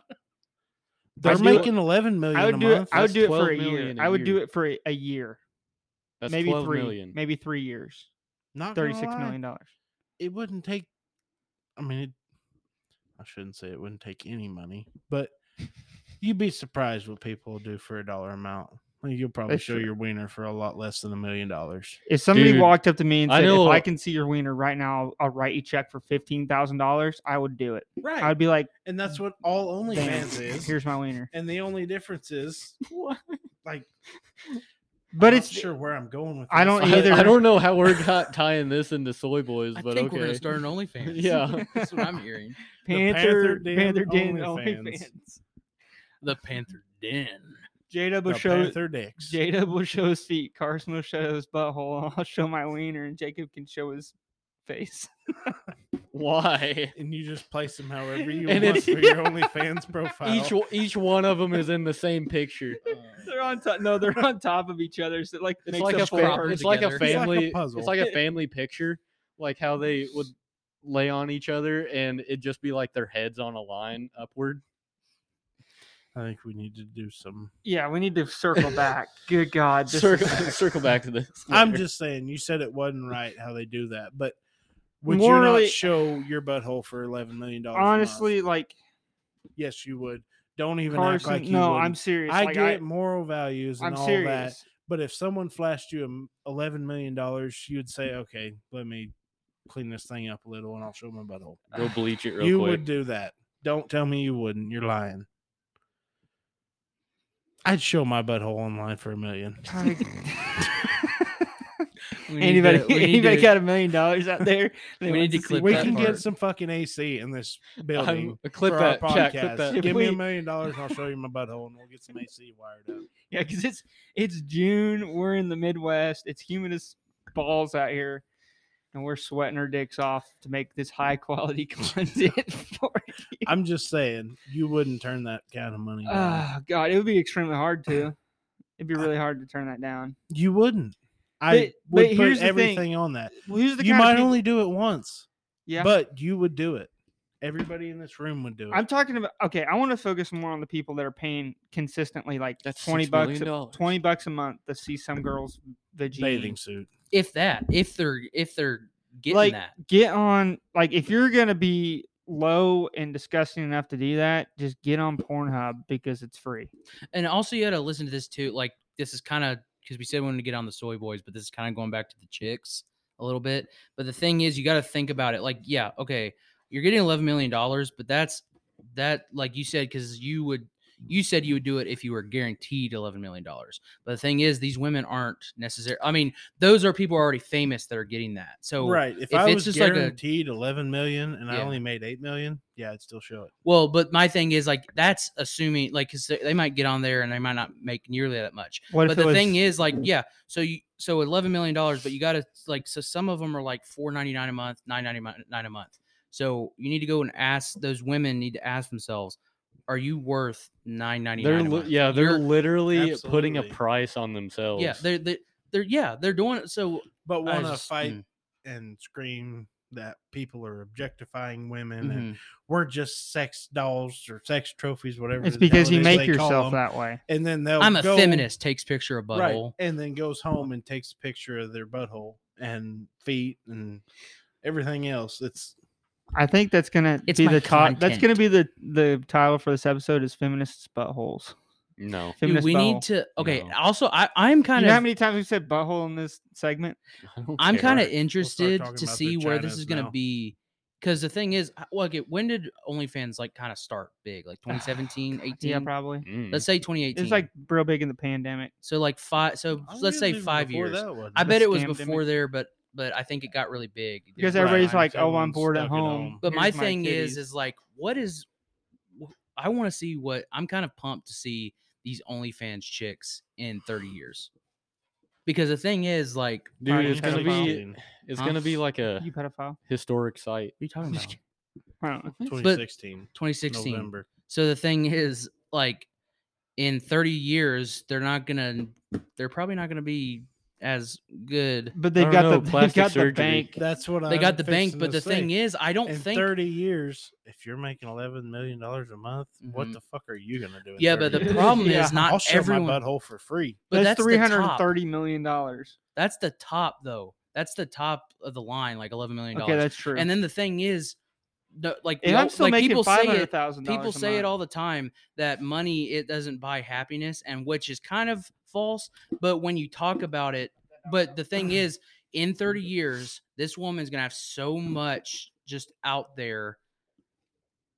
Speaker 2: they're
Speaker 1: do it-
Speaker 2: making eleven million.
Speaker 1: I would
Speaker 2: a
Speaker 1: do it.
Speaker 2: month.
Speaker 1: I would
Speaker 3: That's
Speaker 1: do it for a
Speaker 3: 12
Speaker 1: year.
Speaker 3: million a
Speaker 1: I would do
Speaker 3: year.
Speaker 1: it for a, a year,
Speaker 3: That's
Speaker 1: maybe
Speaker 3: twelve
Speaker 1: three,
Speaker 3: million.
Speaker 1: maybe three years.
Speaker 2: Not gonna
Speaker 1: thirty six
Speaker 2: lie,
Speaker 1: million dollars.
Speaker 2: It wouldn't take. I mean, it, I shouldn't say it wouldn't take any money, but you'd be surprised what people will do for a dollar amount. Like you'll probably
Speaker 1: That's
Speaker 2: show
Speaker 1: true.
Speaker 2: your wiener for a lot less than a million dollars.
Speaker 1: If somebody
Speaker 3: Dude,
Speaker 1: walked up to me and
Speaker 3: I
Speaker 1: said,
Speaker 3: know
Speaker 1: "If I
Speaker 3: a-
Speaker 1: can see your wiener right now, I'll, I'll write you a check for fifteen thousand dollars," I would do it.
Speaker 2: Right,
Speaker 1: I'd be like,
Speaker 2: and that's what all
Speaker 1: "Damn,
Speaker 2: OnlyFans is.
Speaker 1: here's my wiener."
Speaker 2: and the only difference is like,
Speaker 1: But
Speaker 2: I'm
Speaker 1: it's
Speaker 2: not sure where I'm going with.
Speaker 1: I
Speaker 2: this.
Speaker 1: don't
Speaker 3: I,
Speaker 1: either.
Speaker 3: I don't know how we're not tying this into Soy Boys,
Speaker 4: I
Speaker 3: but
Speaker 4: think
Speaker 3: okay.
Speaker 4: we're gonna start an OnlyFans.
Speaker 3: Yeah.
Speaker 4: that's what I'm hearing.
Speaker 1: Panther
Speaker 2: Panther
Speaker 1: Panther
Speaker 2: Den
Speaker 1: Den
Speaker 2: OnlyFans.
Speaker 1: OnlyFans.
Speaker 4: The Panther Den.
Speaker 1: Jada will
Speaker 2: The
Speaker 1: show
Speaker 2: Panther dicks.
Speaker 1: Jada will show his feet. Carson will show his butthole. I'll show my wiener, and Jacob can show his face.
Speaker 3: Why?
Speaker 2: and you just place them however you
Speaker 3: And
Speaker 2: want
Speaker 3: it's-
Speaker 2: for your OnlyFans profile.
Speaker 3: Each o- each one of them is in the same picture.
Speaker 1: They're on top. No, they're on top of each other. So it, like
Speaker 3: It's
Speaker 1: makes
Speaker 3: like a
Speaker 1: full
Speaker 3: fa-
Speaker 4: crop
Speaker 1: person.
Speaker 3: it's like a
Speaker 4: together.
Speaker 2: It's like a
Speaker 3: family
Speaker 2: puzzle.
Speaker 3: it's like a family picture, like how they would lay on each other and it'd just be like their heads on a line upward.
Speaker 2: I think we need to do some.
Speaker 1: Yeah, we need to circle back. Good God, this
Speaker 3: Circle,
Speaker 1: is-
Speaker 3: circle back to this.
Speaker 2: I'm
Speaker 3: later.
Speaker 2: just saying, you said it wasn't right how they do that, but would you
Speaker 1: Morally-
Speaker 2: not show your butthole for eleven million dollars?
Speaker 1: honestly like
Speaker 2: yes, you would. Don't even act
Speaker 1: Carson.
Speaker 2: like you
Speaker 1: no,
Speaker 2: wouldn't.
Speaker 1: I'm serious.
Speaker 2: I
Speaker 1: like,
Speaker 2: get moral values
Speaker 1: I,
Speaker 2: and
Speaker 1: am
Speaker 2: all
Speaker 1: serious.
Speaker 2: that, but if someone flashed you um, eleven million dollars, you'd say, "Okay, let me clean this thing up a little, and I'll show my butthole."
Speaker 3: go bleach it real
Speaker 2: you
Speaker 3: quick.
Speaker 2: would do that. Don't tell me you wouldn't. You're lying. I'd show my butthole online for a million.
Speaker 4: We need
Speaker 1: anybody
Speaker 4: to- we need
Speaker 1: anybody
Speaker 4: to-
Speaker 1: got a million dollars out there? that
Speaker 4: We need
Speaker 1: wants
Speaker 4: to
Speaker 1: see
Speaker 4: clip
Speaker 2: we
Speaker 1: that
Speaker 2: can
Speaker 1: part?
Speaker 2: get
Speaker 4: part.
Speaker 2: some fucking AC in this
Speaker 3: I'm-
Speaker 2: building.
Speaker 3: clip
Speaker 2: for
Speaker 3: that,
Speaker 2: our
Speaker 3: Jack,
Speaker 2: podcast.
Speaker 3: clip that.
Speaker 1: If
Speaker 2: Give me a
Speaker 1: we-
Speaker 2: million dollars and I'll show you my butthole and we'll get some AC wired up.
Speaker 1: Yeah, because it's it's June. We're in the Midwest. It's humid as balls out here, and we're sweating our dicks off to make this high quality content. For you.
Speaker 2: I'm just saying, you wouldn't turn that kind of money down.
Speaker 1: Oh God, it would be extremely hard to. It'd be really hard to turn that down.
Speaker 2: you wouldn't. I
Speaker 1: But- but
Speaker 2: would
Speaker 1: here's
Speaker 2: put
Speaker 1: the thing.
Speaker 2: everything on that.
Speaker 1: Well, who's the
Speaker 2: You
Speaker 1: kind of
Speaker 2: might
Speaker 1: people-
Speaker 2: only do it once,
Speaker 1: yeah.
Speaker 2: but you would do it. Everybody in this room would do it.
Speaker 1: I'm talking about okay. I want to focus more on the people that are paying consistently, like
Speaker 3: That's
Speaker 1: twenty
Speaker 3: $6
Speaker 1: bucks,
Speaker 3: million
Speaker 1: a,
Speaker 3: dollars.
Speaker 1: twenty bucks a month to see some girls vagine.
Speaker 2: Bathing suit.
Speaker 4: If that, if they're if they're getting
Speaker 1: like
Speaker 4: that,
Speaker 1: get on like if you're gonna be low and disgusting enough to do that just get on pornhub because it's free
Speaker 4: and also you got to listen to this too. Like this is kind of because we said we wanted to get on the soy boys, but this is kind of going back to the chicks a little bit. But the thing is, you got to think about it. Like, yeah, okay, you're getting eleven million dollars, but that's that, like you said, because you would you said you would do it if you were guaranteed eleven million dollars. But the thing is, these women aren't necessary. I mean, those are people who are already famous that are getting that. So
Speaker 2: right. If,
Speaker 4: if
Speaker 2: I
Speaker 4: it's
Speaker 2: was
Speaker 4: just like a-
Speaker 2: guaranteed 11 million and I
Speaker 4: Yeah.
Speaker 2: only made 8 million, yeah, I'd still show it.
Speaker 4: Well, but my thing is like that's assuming like because they might get on there and they might not make nearly that much.
Speaker 1: what
Speaker 4: but
Speaker 1: it
Speaker 4: the
Speaker 1: was-
Speaker 4: thing is like yeah, so you so eleven million dollars, but you got to like so some of them are like four ninety nine a month, nine ninety nine a month. So you need to go and ask those women need to ask themselves, are you worth nine ninety
Speaker 3: they're
Speaker 4: nine?
Speaker 3: li- yeah, they're literally putting a
Speaker 2: Absolutely.
Speaker 3: price on themselves.
Speaker 4: yeah they're they're, they're yeah they're doing it. So
Speaker 2: But
Speaker 4: I
Speaker 2: want to
Speaker 4: just-
Speaker 2: fight
Speaker 4: mm,
Speaker 2: and scream that people are objectifying women and
Speaker 4: mhm.
Speaker 2: we're just sex dolls or sex trophies, whatever.
Speaker 1: it's
Speaker 2: the
Speaker 1: because
Speaker 2: hell
Speaker 1: you
Speaker 2: it is
Speaker 1: make
Speaker 2: they call
Speaker 1: yourself
Speaker 2: 'em,
Speaker 1: that way
Speaker 2: And then they'll
Speaker 4: I'm a
Speaker 2: go-
Speaker 4: feminist. Takes picture of butthole.
Speaker 2: and then goes home and takes a picture of their butthole and feet and everything else. It's
Speaker 1: i think that's gonna
Speaker 4: It's
Speaker 1: be
Speaker 4: my
Speaker 1: the top that's gonna be the the title for this episode is feminists buttholes
Speaker 3: No.
Speaker 4: Dude,
Speaker 1: feminist
Speaker 4: we
Speaker 1: butthole.
Speaker 4: need to okay.
Speaker 3: No.
Speaker 4: Also, I I'm
Speaker 1: you
Speaker 4: kind
Speaker 1: know
Speaker 4: of
Speaker 1: how many times we've said butthole in this segment
Speaker 3: I don't
Speaker 4: I'm
Speaker 3: care.
Speaker 4: kind
Speaker 2: We'll
Speaker 4: of
Speaker 2: start
Speaker 4: interested
Speaker 2: talking
Speaker 4: to
Speaker 2: about their
Speaker 4: see where this
Speaker 2: Chinas
Speaker 4: is going
Speaker 2: now.
Speaker 4: to be. Because the thing is, h- well, okay, when did OnlyFans like kind of start big? Like 2017, 18?
Speaker 1: yeah probably
Speaker 3: Mm.
Speaker 4: Let's say 2018.
Speaker 1: it's like real big in the pandemic
Speaker 4: so like five. So
Speaker 2: I
Speaker 4: let's
Speaker 2: guess
Speaker 4: say
Speaker 2: even
Speaker 4: five
Speaker 2: before
Speaker 4: years.
Speaker 2: that wasn't
Speaker 4: I
Speaker 2: it?
Speaker 4: bet it was
Speaker 1: Scamdemic.
Speaker 4: before there, but but I think it got really big There's
Speaker 1: because
Speaker 4: really-
Speaker 1: everybody's like
Speaker 2: Right,
Speaker 1: oh i'm
Speaker 2: everyone's
Speaker 1: bored at
Speaker 2: stuck at
Speaker 1: home,
Speaker 2: home.
Speaker 4: But my
Speaker 1: Here's
Speaker 4: thing is,
Speaker 1: titties."
Speaker 4: is like, what is? wh- I want to see what I'm kind of pumped to see these OnlyFans chicks in 30 years. Because the thing is, like, what
Speaker 3: Dude,
Speaker 1: Alright,
Speaker 3: it's
Speaker 1: let's
Speaker 3: gonna
Speaker 1: have a
Speaker 3: be
Speaker 2: Sixteen,
Speaker 3: it's
Speaker 4: Huh?
Speaker 3: gonna be like a
Speaker 1: you pedophile
Speaker 3: historic site.
Speaker 4: are you talking about?
Speaker 1: i don't know
Speaker 2: 2016
Speaker 4: 2016.
Speaker 2: November.
Speaker 4: So the thing is, like, in 30 years, they're not gonna, they're probably not gonna be as good.
Speaker 1: but they've
Speaker 3: don't
Speaker 1: got
Speaker 3: know,
Speaker 1: the they've
Speaker 3: plastic
Speaker 1: got the
Speaker 3: surgery.
Speaker 1: bank
Speaker 2: That's what
Speaker 4: They got the bank, but the thing
Speaker 2: is.
Speaker 4: is, I don't
Speaker 2: in
Speaker 4: think.
Speaker 2: 30 years, if you're making 11 million dollars a month, what
Speaker 4: Mhm.
Speaker 2: the fuck are you gonna do? in
Speaker 4: yeah, but the
Speaker 2: 30 years?
Speaker 4: problem
Speaker 1: Yeah.
Speaker 4: is not
Speaker 2: I'll show
Speaker 4: everyone.
Speaker 2: my butthole for free.
Speaker 4: But
Speaker 1: that's
Speaker 4: that's,
Speaker 1: three
Speaker 4: the
Speaker 1: hundred
Speaker 4: top.
Speaker 1: thirty million dollars
Speaker 4: That's the top, though. That's the top of the line, like eleven million
Speaker 1: Okay,
Speaker 4: dollars.
Speaker 1: that's true.
Speaker 4: and then the thing is, the, like
Speaker 1: and
Speaker 4: we
Speaker 1: I'm
Speaker 4: all-
Speaker 1: still
Speaker 4: like,
Speaker 1: making
Speaker 4: people
Speaker 1: five
Speaker 4: say
Speaker 1: hundred
Speaker 4: it,
Speaker 1: thousand dollars.
Speaker 4: people say it all the time that money it doesn't buy happiness, and which is kind of false. But when you talk about it, but the thing is, in thirty years, this woman's gonna have so much just out there.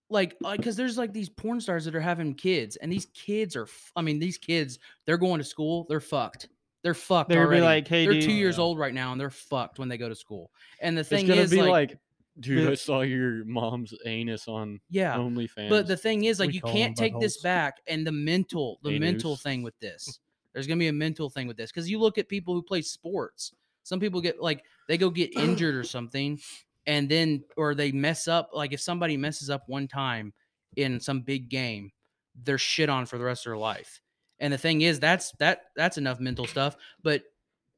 Speaker 4: Like, because there's like these porn stars that are having kids, and these kids are, f- I mean, these kids, they're going to school, they're fucked. They're fucked.
Speaker 1: They're gonna
Speaker 4: already
Speaker 1: be like, "Hey,
Speaker 4: they're
Speaker 1: dude,
Speaker 4: two years
Speaker 2: Yeah.
Speaker 4: old right now and they're fucked when they go to school. And the
Speaker 3: It's
Speaker 4: thing
Speaker 3: gonna
Speaker 4: is,
Speaker 3: be
Speaker 4: like,
Speaker 3: like, dude, I
Speaker 1: the-
Speaker 3: saw your mom's anus on
Speaker 4: yeah.
Speaker 3: OnlyFans.
Speaker 4: But the thing is, like,
Speaker 2: We
Speaker 4: you
Speaker 2: call
Speaker 4: can't
Speaker 2: them
Speaker 4: take this
Speaker 2: buttholes.
Speaker 4: back. And the mental, the
Speaker 3: Anus.
Speaker 4: mental thing with this, there's gonna be a mental thing with this because you look at people who play sports. Some people get like they go get injured or something, and then or they mess up. Like if somebody messes up one time in some big game, they're shit on for the rest of their life. And the thing is, that's that that's enough mental stuff. But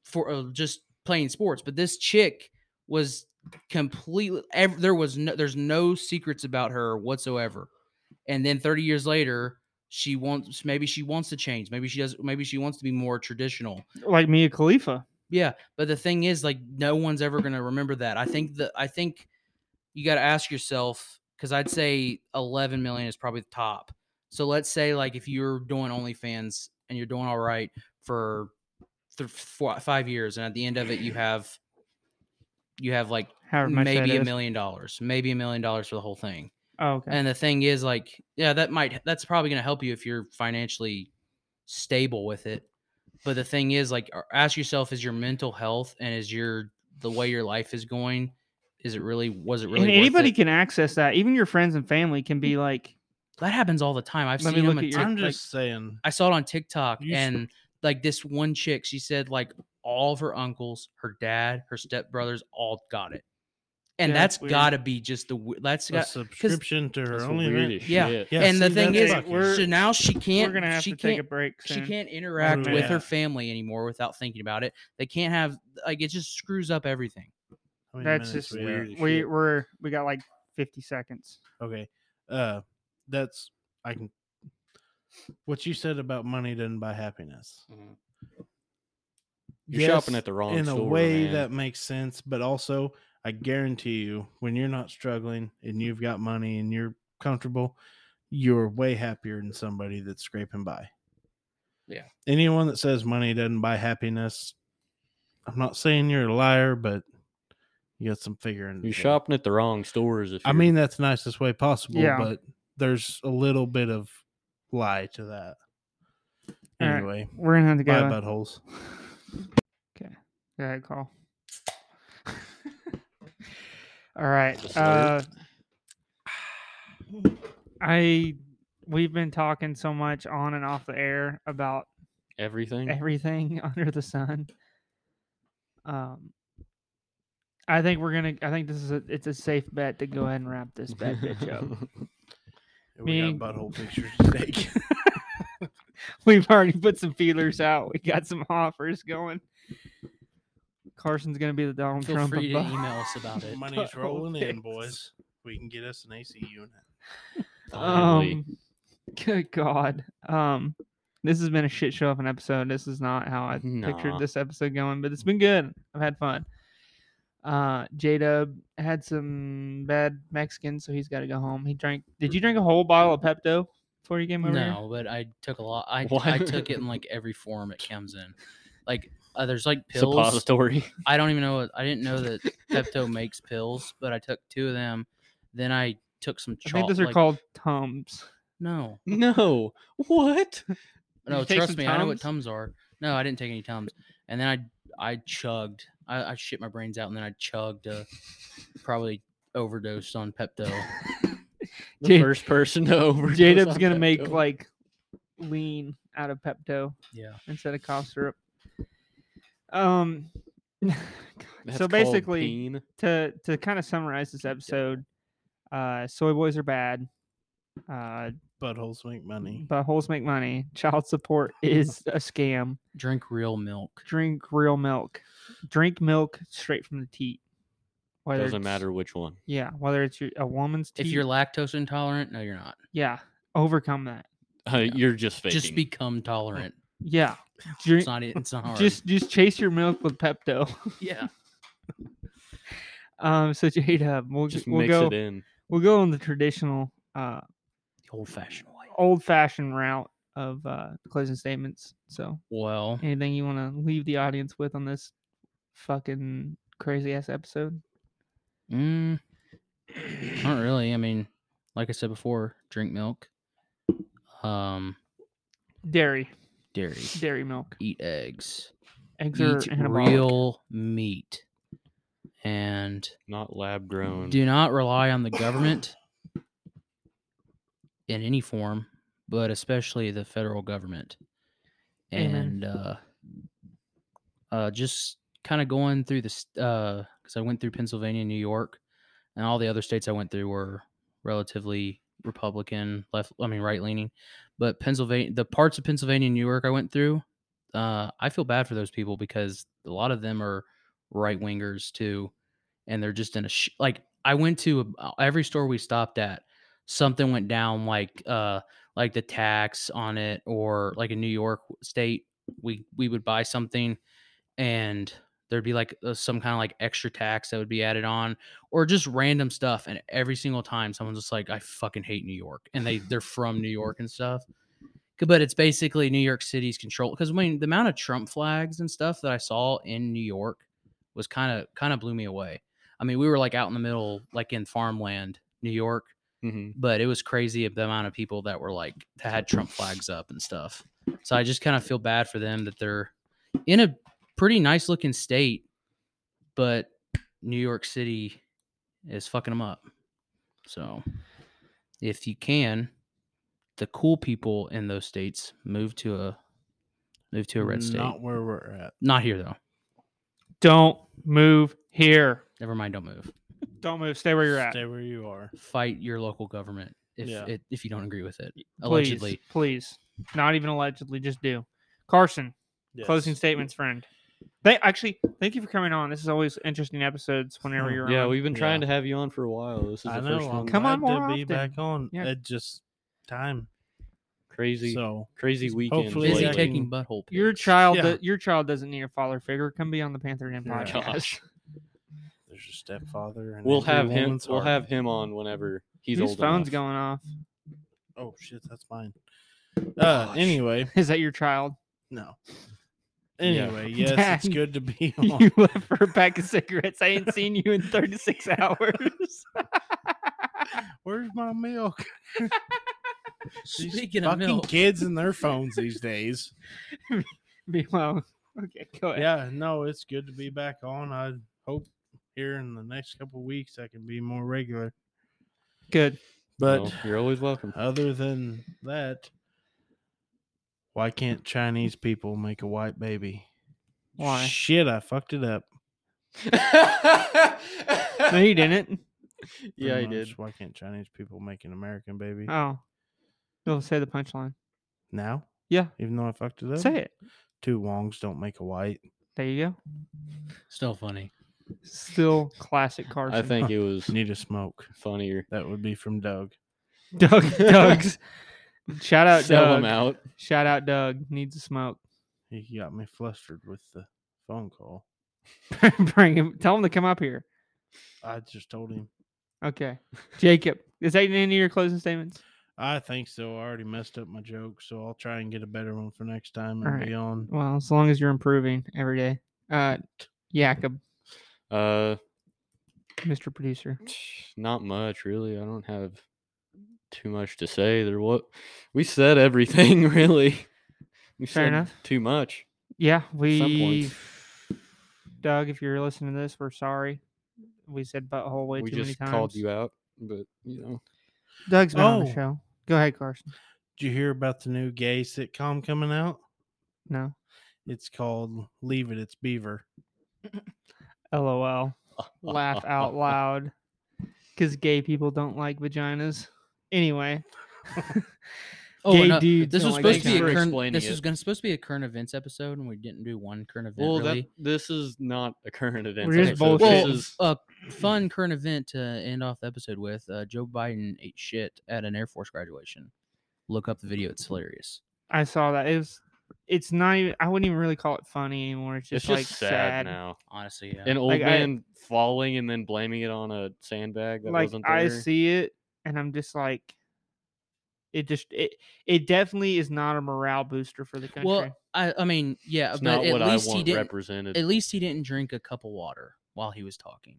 Speaker 4: for uh, just playing sports, but this chick was completely. Ev- there was no, there's no secrets about her whatsoever. And then 30 years later, she wants maybe she wants to change. Maybe she does. Maybe she wants to be more traditional.
Speaker 1: like Mia Khalifa.
Speaker 4: Yeah, but the thing is, like, no one's ever gonna remember that. I think the I think you got to ask yourself because I'd say eleven million is probably the top. So let's say like if you're doing OnlyFans and you're doing all right for th- four, five years, and at the end of it you have you have like
Speaker 1: However much that
Speaker 4: maybe a
Speaker 1: is.
Speaker 4: million dollars, maybe a million dollars for the whole thing.
Speaker 1: Oh, okay.
Speaker 4: And the thing is, like, yeah, that might that's probably going to help you if you're financially stable with it. But the thing is, like, a- ask yourself: Is your mental health and is your the way your life is going? Is it really? Was it really?
Speaker 1: and
Speaker 4: worth
Speaker 1: anybody
Speaker 4: it?
Speaker 1: can access that. Even your friends and family can be like,
Speaker 4: that happens all the time. I've
Speaker 1: Let me
Speaker 4: seen them.
Speaker 1: look
Speaker 4: on
Speaker 1: at
Speaker 4: Tik-
Speaker 1: your-
Speaker 2: I'm
Speaker 4: like,
Speaker 2: just saying.
Speaker 4: I saw it on TikTok,
Speaker 2: You s-
Speaker 4: and like this one chick, she said like all of her uncles, her dad, her stepbrothers, all got it, and
Speaker 1: Yeah, it's
Speaker 4: that's
Speaker 1: weird.
Speaker 4: got to be just the w- that's
Speaker 2: A
Speaker 4: got
Speaker 2: subscription to her
Speaker 3: That's
Speaker 2: only
Speaker 3: weird as
Speaker 4: Yeah.
Speaker 3: shit.
Speaker 2: Yeah,
Speaker 4: And the
Speaker 2: see,
Speaker 4: thing
Speaker 2: that's
Speaker 1: is,
Speaker 2: fucking-
Speaker 1: we're-
Speaker 4: so now she can't.
Speaker 1: we're gonna have
Speaker 4: she
Speaker 1: to
Speaker 4: can't,
Speaker 1: take a break.
Speaker 4: she
Speaker 1: soon.
Speaker 4: can't interact
Speaker 2: Right.
Speaker 4: with her
Speaker 2: Yeah.
Speaker 4: family anymore without thinking about it. They can't have like it just screws up everything.
Speaker 2: How many
Speaker 1: That's
Speaker 2: minutes
Speaker 1: just
Speaker 2: we at?
Speaker 3: weird. as
Speaker 1: We
Speaker 3: shit.
Speaker 1: we're we got like fifty seconds.
Speaker 2: Okay. Uh that's I can what you said about money doesn't buy happiness.
Speaker 3: Mm-hmm. You're shopping
Speaker 2: Yes,
Speaker 3: at the wrong
Speaker 2: in
Speaker 3: store,
Speaker 2: a way
Speaker 3: man.
Speaker 2: that makes sense, but also I guarantee you when you're not struggling and you've got money and you're comfortable, you're way happier than somebody that's scraping by.
Speaker 4: Yeah.
Speaker 2: Anyone that says money doesn't buy happiness, I'm not saying you're a liar, but you got some figuring. to
Speaker 3: You're
Speaker 2: do.
Speaker 3: shopping at the wrong stores. If
Speaker 2: I
Speaker 3: you're-
Speaker 2: mean, that's the nicest way possible,
Speaker 1: Yeah.
Speaker 2: but there's a little bit of lie to that.
Speaker 1: All right.
Speaker 2: Anyway,
Speaker 1: We're gonna have to
Speaker 2: bye,
Speaker 1: go.
Speaker 2: buttholes.
Speaker 1: Go ahead, call. All right.
Speaker 3: Slurp.
Speaker 1: Uh, I we've been talking so much on and off the air about
Speaker 3: everything.
Speaker 4: Mm.
Speaker 1: everything under the sun. Um, I think we're gonna. I think this is a. It's a safe bet to go ahead and wrap this bad bitch up.
Speaker 2: We got
Speaker 1: Mean-
Speaker 2: butthole pictures to take.
Speaker 1: We've already put some feelers out. We got some offers going. Carson's gonna be the Donald
Speaker 4: Feel
Speaker 1: Trump.
Speaker 4: free to
Speaker 1: of bu-
Speaker 4: email us about it.
Speaker 2: Money's
Speaker 1: Butthole
Speaker 2: rolling in,
Speaker 1: pics.
Speaker 2: boys. We can get us an AC unit.
Speaker 3: Finally.
Speaker 1: Um, good God. Um, this has been a shit show of an episode. This is not how I
Speaker 3: Nah.
Speaker 1: pictured this episode going, but it's been good. I've had fun. Uh, J Dub had some bad Mexicans, so he's got to go home. He drank. Did you drink a whole bottle of Pepto before you came over? here?
Speaker 4: No, but I took a lot. I I
Speaker 3: What?
Speaker 4: took it in like every form it comes in. Like uh, there's like pills.
Speaker 3: suppository.
Speaker 4: I don't even know. what- I didn't know that Pepto makes pills, but I took two of them. Then I took some.
Speaker 1: I
Speaker 4: Chalk,
Speaker 1: think those are
Speaker 4: like-
Speaker 1: called Tums.
Speaker 4: no.
Speaker 3: No, what?
Speaker 1: Did you
Speaker 4: No,
Speaker 1: take
Speaker 4: trust
Speaker 1: some
Speaker 4: me, I know what
Speaker 1: Tums?
Speaker 4: tums are. No, I didn't take any tums. And then I I chugged. I, I shit my brains out, and then I chugged. Uh, probably overdosed on Pepto.
Speaker 3: The
Speaker 1: J-
Speaker 3: first person to overdose.
Speaker 1: J Dub's
Speaker 3: on
Speaker 1: gonna make
Speaker 3: Pepto.
Speaker 1: like lean out of Pepto
Speaker 4: Yeah.
Speaker 1: instead of cough syrup. Um, God,
Speaker 3: That's
Speaker 1: so
Speaker 3: called
Speaker 1: basically.
Speaker 3: peen.
Speaker 1: to to kind of summarize this episode, uh, soy boys are bad. Uh,
Speaker 2: Buttholes make money.
Speaker 1: but holes make money. Child support is a scam.
Speaker 4: Drink real milk.
Speaker 1: Drink real milk. Drink milk straight from the teat. Whether
Speaker 3: doesn't
Speaker 1: it's-
Speaker 3: matter which one.
Speaker 1: Yeah, whether it's your, a woman's teat.
Speaker 4: If you're lactose intolerant, no, you're not.
Speaker 1: yeah, overcome that.
Speaker 3: Uh, You're just faking.
Speaker 4: Just become tolerant.
Speaker 1: Yeah, Oh, drink.
Speaker 4: It's not. It's not hard.
Speaker 1: Just just chase your milk with Pepto.
Speaker 4: yeah.
Speaker 1: Um, so J Dub, we'll,
Speaker 3: Just
Speaker 1: we'll
Speaker 3: mix
Speaker 1: go
Speaker 3: it in.
Speaker 1: we'll go on the traditional, uh,
Speaker 4: The old fashioned way.
Speaker 1: old fashioned route of uh, closing statements. So
Speaker 4: Well,
Speaker 1: anything you want to leave the audience with on this fucking crazy ass episode?
Speaker 4: mm, not really. I mean, like I said before, drink milk, um,
Speaker 1: Dairy,
Speaker 4: dairy,
Speaker 1: dairy milk,
Speaker 4: eat eggs,
Speaker 1: eggs are
Speaker 4: eat
Speaker 1: anabolic.
Speaker 4: real meat, and
Speaker 3: Not lab grown.
Speaker 4: do not rely on the government in any form, but especially the federal government.
Speaker 1: Amen.
Speaker 4: And uh, uh, just kind of going through this because I went through Pennsylvania, New York, and all the other states I went through were relatively Republican, left, I mean, right leaning. But Pennsylvania, the parts of Pennsylvania, and New York I went through, uh, I feel bad for those people because a lot of them are right wingers too, and they're just in a sh- like. I went to a, every store we stopped at, something went down like uh like the tax on it or like in New York state we we would buy something and there'd be like uh, some kind of like extra tax that would be added on or just random stuff and every single time someone's just like I fucking hate New York and they they're from New York and stuff C- but it's basically New York City's control because I mean the amount of Trump flags and stuff that I saw in New York was kind of kind of blew me away I mean we were like out in the middle like in farmland New York
Speaker 3: Mhm.
Speaker 4: but it was crazy the amount of people that were like that had Trump flags up and stuff. So I just kind of feel bad for them that they're in a pretty nice looking state, but New York City is fucking them up. So if you can, the cool people in those states move to a move to a red state.
Speaker 2: Not where we're at.
Speaker 4: Not here though.
Speaker 1: Don't move here.
Speaker 4: Never mind. Don't move.
Speaker 1: Don't move. Stay where you're at.
Speaker 2: Stay where you are.
Speaker 4: Fight your local government if
Speaker 2: Yeah.
Speaker 4: it, if you don't agree with it.
Speaker 1: Please,
Speaker 4: Allegedly,
Speaker 1: please, not even allegedly. Just do. Carson, closing
Speaker 2: Yes.
Speaker 1: statements, friend. They actually thank you for coming on. This is always interesting episodes whenever
Speaker 2: Oh,
Speaker 1: you're
Speaker 3: Yeah,
Speaker 1: on.
Speaker 3: we've been
Speaker 2: Yeah.
Speaker 3: trying to have you on for a while. This is
Speaker 2: I
Speaker 3: the
Speaker 2: know.
Speaker 3: first
Speaker 2: I'm
Speaker 3: one.
Speaker 1: Come
Speaker 2: glad
Speaker 1: on more
Speaker 2: to be
Speaker 1: often.
Speaker 2: back on.
Speaker 1: Yeah.
Speaker 2: It just time.
Speaker 3: Crazy,
Speaker 2: So
Speaker 3: crazy weekend.
Speaker 2: hopefully
Speaker 4: busy
Speaker 2: Yeah.
Speaker 3: lately.
Speaker 4: taking butthole.
Speaker 1: your
Speaker 4: pics.
Speaker 1: child,
Speaker 2: Yeah.
Speaker 1: do- your child doesn't need a father figure. Come be on the Panther Den
Speaker 2: Yeah.
Speaker 1: podcast.
Speaker 2: there's your stepfather. And
Speaker 3: We'll
Speaker 2: every
Speaker 3: have him.
Speaker 2: woman's
Speaker 3: We'll
Speaker 2: heart.
Speaker 3: have him on whenever he's
Speaker 1: Whose
Speaker 3: old
Speaker 1: phone's
Speaker 3: enough.
Speaker 1: going off?
Speaker 2: Oh shit, that's mine. Uh,
Speaker 3: Gosh.
Speaker 2: anyway,
Speaker 1: Is that your child?
Speaker 2: no.
Speaker 3: Yeah.
Speaker 2: Anyway, yes, it's
Speaker 1: Dang.
Speaker 2: good to be on.
Speaker 1: you left for a pack of cigarettes. I ain't seen you in 36 hours.
Speaker 2: Where's my milk? These
Speaker 4: Speaking of
Speaker 2: fucking
Speaker 4: milk,
Speaker 2: kids and their phones these days.
Speaker 1: Meanwhile, okay, go ahead.
Speaker 2: yeah, no, it's good to be back on. I hope here in the next couple weeks I can be more regular.
Speaker 1: Good.
Speaker 2: But
Speaker 3: Well, you're always welcome.
Speaker 2: other than that, why can't Chinese people make a white baby?
Speaker 1: Why?
Speaker 2: Shit, I fucked it up.
Speaker 1: No, you didn't.
Speaker 2: pretty
Speaker 3: yeah, I
Speaker 2: much.
Speaker 3: did.
Speaker 2: Why can't Chinese people make an American baby
Speaker 1: Oh. Don't say the punchline.
Speaker 2: now?
Speaker 1: Yeah.
Speaker 2: Even though I fucked it up?
Speaker 1: Say it.
Speaker 2: Two wongs don't make a white.
Speaker 1: There you go.
Speaker 4: still funny.
Speaker 1: Still classic Carson.
Speaker 3: I think it was
Speaker 2: Need a smoke.
Speaker 3: funnier.
Speaker 2: That would be from Doug.
Speaker 1: Doug Doug's. Shout out
Speaker 3: Sell
Speaker 1: Doug.
Speaker 3: him out.
Speaker 1: Shout out Doug. Needs a smoke.
Speaker 2: He got me flustered with the phone call.
Speaker 1: Bring him. Tell him to come up here.
Speaker 2: I just told him.
Speaker 1: Okay. Jacob, is that any of your closing statements?
Speaker 2: I think so. I already messed up my joke, so I'll try and get a better one for next time and
Speaker 1: Alright.
Speaker 2: be on.
Speaker 1: Well, as long as you're improving every day. Uh, Jacob,
Speaker 3: Uh,
Speaker 1: Mr. Producer.
Speaker 3: not much really. I don't have too much to say. There what we said everything really. We
Speaker 1: Fair
Speaker 3: said
Speaker 1: enough.
Speaker 3: Too much.
Speaker 1: Yeah,
Speaker 3: some
Speaker 1: we.
Speaker 3: points.
Speaker 1: Doug, if you're listening to this, we're sorry. We said butthole way
Speaker 3: we
Speaker 1: too many
Speaker 3: just
Speaker 1: times.
Speaker 3: called you out, but you know.
Speaker 1: Doug's been on the
Speaker 2: Oh.
Speaker 1: show. Go ahead, Carson.
Speaker 2: Did you hear about the new gay sitcom coming out?
Speaker 1: No.
Speaker 2: It's called Leave It, It's Beaver.
Speaker 1: LOL. Laugh out loud. Because gay people don't like vaginas. Anyway.
Speaker 4: Oh,
Speaker 1: Gay
Speaker 4: no,
Speaker 1: dudes
Speaker 4: this
Speaker 1: don't
Speaker 4: was
Speaker 1: like
Speaker 4: supposed to
Speaker 1: that
Speaker 4: be
Speaker 1: kind
Speaker 4: a
Speaker 1: of-
Speaker 3: for
Speaker 4: current.
Speaker 3: explaining
Speaker 4: This
Speaker 3: it.
Speaker 4: was gonna, supposed to be a current events episode, and we didn't do one current event.
Speaker 3: Well,
Speaker 4: really,
Speaker 3: that this is not a current event.
Speaker 1: We're just
Speaker 3: episode.
Speaker 1: bullshit.
Speaker 3: This is
Speaker 4: a fun current event to end off the episode with. Uh, Joe Biden ate shit at an Air Force graduation. Look up the video; it's hilarious.
Speaker 1: I saw that. It was it's not even I wouldn't even really call it funny anymore. It's just,
Speaker 3: It's just
Speaker 1: like
Speaker 3: sad,
Speaker 1: sad.
Speaker 3: now.
Speaker 4: Honestly, yeah.
Speaker 3: An old
Speaker 1: Like, I-
Speaker 3: man falling and then blaming it on a sandbag that
Speaker 1: Like
Speaker 3: wasn't there.
Speaker 1: I see it and I'm just like it just it it definitely is not a morale booster for the country.
Speaker 4: well, I, I mean, yeah,
Speaker 3: It's
Speaker 4: but
Speaker 3: not
Speaker 4: at
Speaker 3: what I
Speaker 4: least he
Speaker 3: want
Speaker 4: didn't.
Speaker 3: represented.
Speaker 4: At least he didn't drink a cup of water while he was talking.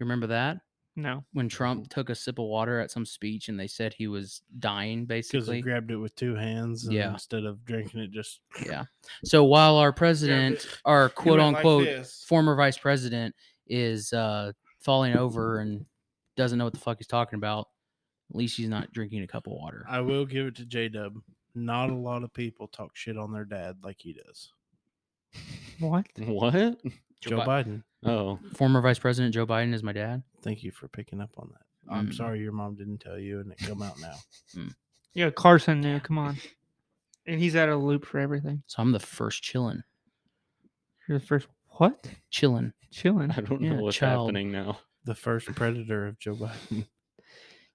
Speaker 4: You remember that
Speaker 1: no.
Speaker 4: when
Speaker 3: Mm-hmm.
Speaker 4: Trump took a sip of water at some speech and they said he was dying,
Speaker 2: because he
Speaker 4: basically.
Speaker 2: grabbed it with two hands and
Speaker 4: Yeah.
Speaker 2: instead of drinking it just
Speaker 4: Yeah. So while our president, our quote unquote former vice president, is uh, falling over and doesn't know what the fuck he's talking about, at least he's not drinking a cup of water.
Speaker 2: I will give it to J Dub. Not a lot of people talk shit on their dad like he does.
Speaker 1: What?
Speaker 3: what?
Speaker 2: Joe Biden.
Speaker 3: Oh,
Speaker 4: Former Vice President Joe Biden is my dad.
Speaker 2: Thank you for picking up on that. I'm
Speaker 4: Mm.
Speaker 2: sorry your mom didn't tell you and it come out now.
Speaker 1: Yeah, Carson knew, come on. And he's out of the loop for everything.
Speaker 4: So I'm the first chillin'.
Speaker 1: You're the first what?
Speaker 4: Chillin'.
Speaker 1: Chilling.
Speaker 3: I don't
Speaker 4: Yeah,
Speaker 3: know what's
Speaker 4: child.
Speaker 3: happening now.
Speaker 2: The first predator of Joe Biden.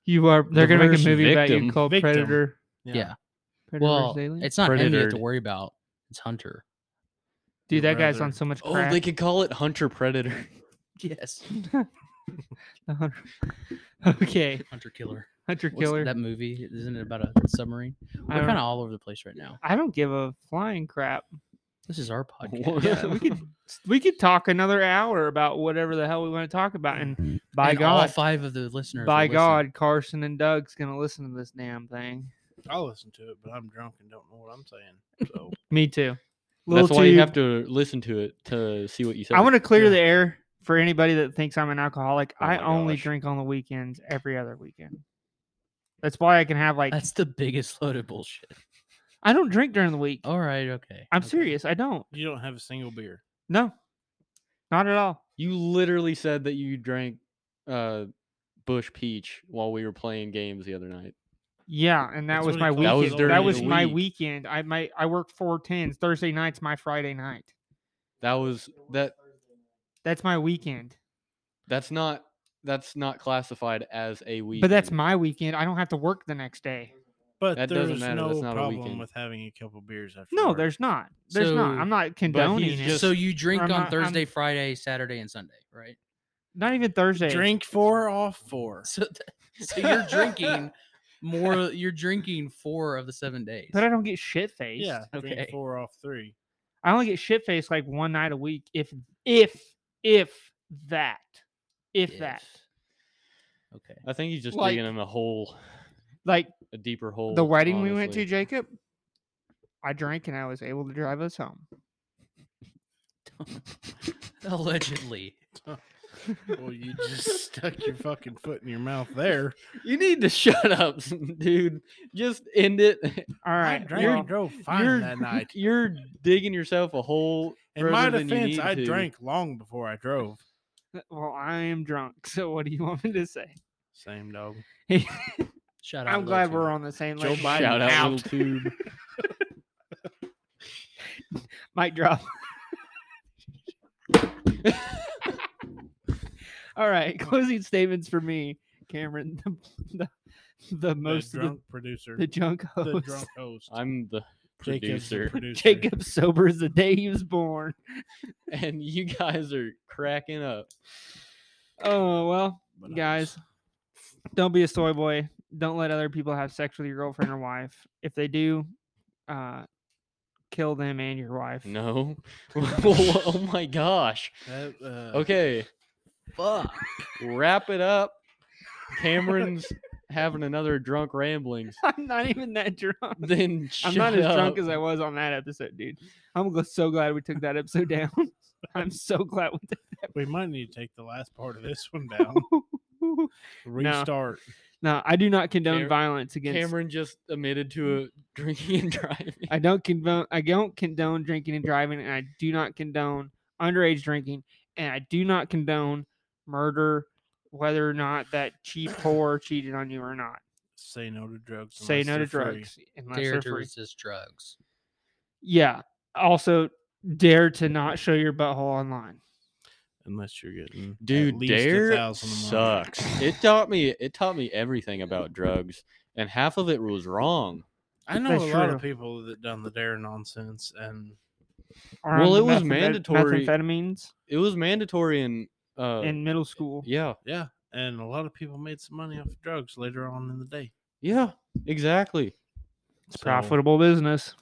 Speaker 1: You are they're
Speaker 3: The
Speaker 1: gonna make a
Speaker 3: first
Speaker 1: movie about you
Speaker 3: victim-
Speaker 1: called
Speaker 2: victim.
Speaker 1: Predator.
Speaker 4: Yeah.
Speaker 1: Predator
Speaker 4: Well,
Speaker 1: versus Alien.
Speaker 4: it's not him you have to
Speaker 3: Predatored.
Speaker 4: worry about. It's Hunter.
Speaker 1: Dude, that guy's on
Speaker 2: brother.
Speaker 1: so much
Speaker 3: Oh,
Speaker 1: crack.
Speaker 3: they could call it hunter predator.
Speaker 4: Yes.
Speaker 1: The hunter- okay,
Speaker 4: Hunter Killer.
Speaker 1: Hunter
Speaker 4: What's
Speaker 1: Killer.
Speaker 4: That movie isn't it about a submarine?
Speaker 1: I
Speaker 4: We're
Speaker 1: don't-
Speaker 4: kind of all over the place right now.
Speaker 1: I don't give a flying crap.
Speaker 4: This is our podcast.
Speaker 3: What?
Speaker 1: Yeah, we could we could talk another hour about whatever the hell we want to talk about. And by
Speaker 4: And all
Speaker 1: God,
Speaker 4: five of the listeners.
Speaker 1: by
Speaker 4: are listening.
Speaker 1: God, Carson and Doug's gonna listen to this damn thing.
Speaker 2: I'll listen to it, but I'm drunk and don't know what I'm saying. So
Speaker 1: Me too.
Speaker 3: That's
Speaker 1: Lil
Speaker 3: why you
Speaker 1: Tube,
Speaker 3: have to listen to it to see what you said.
Speaker 1: I want to clear
Speaker 2: yeah.
Speaker 1: the air for anybody that thinks I'm an alcoholic.
Speaker 3: Oh
Speaker 1: I
Speaker 3: my
Speaker 1: only
Speaker 3: gosh.
Speaker 1: drink on the weekends. Every other weekend. That's why I can have like
Speaker 4: That's the biggest load of bullshit.
Speaker 1: I don't drink during the week.
Speaker 4: All right, okay.
Speaker 1: I'm
Speaker 4: Oh, okay.
Speaker 1: serious. I don't.
Speaker 2: you don't have a single beer.
Speaker 1: No, not at all.
Speaker 3: You literally said that you drank uh, Bush Peach while we were playing games the other night.
Speaker 1: Yeah, and that
Speaker 2: That's
Speaker 1: was
Speaker 2: what
Speaker 1: my
Speaker 2: he calls
Speaker 1: weekend.
Speaker 3: it
Speaker 1: That was,
Speaker 3: during the
Speaker 1: my
Speaker 3: week.
Speaker 1: weekend. I my I work four tens. Thursday night's my Friday night.
Speaker 3: That was that.
Speaker 1: That's my weekend.
Speaker 3: That's not. That's not classified as a week.
Speaker 1: But that's my weekend. I don't have to work the next day.
Speaker 2: But
Speaker 3: That doesn't
Speaker 2: there's
Speaker 3: matter,
Speaker 2: no
Speaker 3: that's not a
Speaker 2: problem
Speaker 3: weekend.
Speaker 2: with having a couple beers after.
Speaker 1: No,
Speaker 2: work.
Speaker 1: there's not. There's not. I'm
Speaker 4: So-
Speaker 1: not condoning it.
Speaker 3: just-
Speaker 4: so you drink
Speaker 1: I'm
Speaker 4: on
Speaker 1: not- I'm-
Speaker 4: Thursday, Friday, Saturday, and Sunday, right?
Speaker 1: not even Thursday.
Speaker 2: drink four off four.
Speaker 4: So, th- so you're drinking more. You're drinking four of the seven days.
Speaker 1: But I don't get shit faced.
Speaker 2: Yeah, drink
Speaker 4: Okay.
Speaker 2: four off three.
Speaker 1: I only get shit faced like one night a week. If if if that. If, that.
Speaker 4: If- Okay.
Speaker 3: I think he's just
Speaker 1: Like-
Speaker 3: digging him a hole,
Speaker 1: Like
Speaker 3: a deeper hole.
Speaker 1: the wedding we went to,
Speaker 3: honestly.
Speaker 1: Jacob. I drank and I was able to drive us home.
Speaker 4: Allegedly.
Speaker 2: Well, you just stuck your fucking foot in your mouth there.
Speaker 3: You need to shut up, dude. Just end it.
Speaker 1: All right.
Speaker 2: I drank
Speaker 1: well-
Speaker 2: and drove fine
Speaker 3: you're,
Speaker 2: that night.
Speaker 3: You're digging yourself a hole.
Speaker 2: In my
Speaker 3: further than you
Speaker 2: defense,
Speaker 3: need
Speaker 2: I
Speaker 3: to.
Speaker 2: drank long before I drove.
Speaker 1: Well, I am drunk, so what do you want me to say?
Speaker 2: Same dog.
Speaker 4: Shout out.
Speaker 1: I'm
Speaker 4: Lil
Speaker 1: glad
Speaker 4: Tube.
Speaker 1: we're on the same
Speaker 2: Joe
Speaker 1: level.
Speaker 2: Biden
Speaker 3: Shout out,
Speaker 2: out.
Speaker 3: little tube.
Speaker 1: Mic drop. All right, closing statements for me, Cameron, the the, the most
Speaker 2: the
Speaker 1: of
Speaker 2: drunk producer,
Speaker 1: the, the junk
Speaker 2: the,
Speaker 1: host.
Speaker 2: drunk host,
Speaker 3: I'm the
Speaker 2: Jacob's the
Speaker 3: producer,
Speaker 2: producer.
Speaker 1: Jacob sober as the day he was born.
Speaker 3: and you guys are cracking up.
Speaker 1: Oh well,
Speaker 2: But I'm
Speaker 1: guys, don't be a soy boy. Don't let other people have sex with your girlfriend or wife. If they do, uh, kill them and your wife.
Speaker 3: No. oh my gosh.
Speaker 2: That, uh,
Speaker 3: Okay,
Speaker 4: Fuck.
Speaker 3: wrap it up. Cameron's having another drunk ramblings.
Speaker 1: I'm not even that drunk.
Speaker 3: Then shut
Speaker 1: I'm not as drunk
Speaker 3: up.
Speaker 1: as I was on that episode, dude. I'm gl- so glad we took that episode down. I'm so glad we
Speaker 2: We might need to take the last part of this one down.
Speaker 1: did.
Speaker 2: Restart.
Speaker 1: no, I do not condone
Speaker 3: Cam-
Speaker 1: violence against.
Speaker 3: Cameron just admitted to a drinking and driving.
Speaker 1: I don't condone. I don't condone drinking and driving, and I do not condone underage drinking, and I do not condone murder, whether or not that cheap whore cheated on you or not.
Speaker 2: Say no to drugs.
Speaker 1: Say
Speaker 2: unless
Speaker 1: no to
Speaker 2: they're free.
Speaker 1: drugs unless
Speaker 4: Dare
Speaker 1: they're
Speaker 4: to
Speaker 1: free.
Speaker 4: resist drugs.
Speaker 1: Yeah. Also, dare to not show your butthole online.
Speaker 2: Unless you're getting at
Speaker 3: Dude,
Speaker 2: least a
Speaker 3: Dare
Speaker 2: thousand a month.
Speaker 3: sucks. it taught me it taught me everything about drugs, and half of it was wrong.
Speaker 2: I know
Speaker 1: That's
Speaker 2: a lot
Speaker 1: true.
Speaker 2: of people that done the dare nonsense, and
Speaker 1: Or
Speaker 3: Well,
Speaker 1: on
Speaker 3: it was
Speaker 1: methamphet-
Speaker 3: mandatory-
Speaker 1: Methamphetamines
Speaker 3: It was mandatory in uh
Speaker 1: in middle school.
Speaker 3: yeah.
Speaker 2: yeah, and a lot of people made some money off drugs later on in the day.
Speaker 3: Yeah, exactly.
Speaker 1: It's
Speaker 2: So,
Speaker 1: profitable business.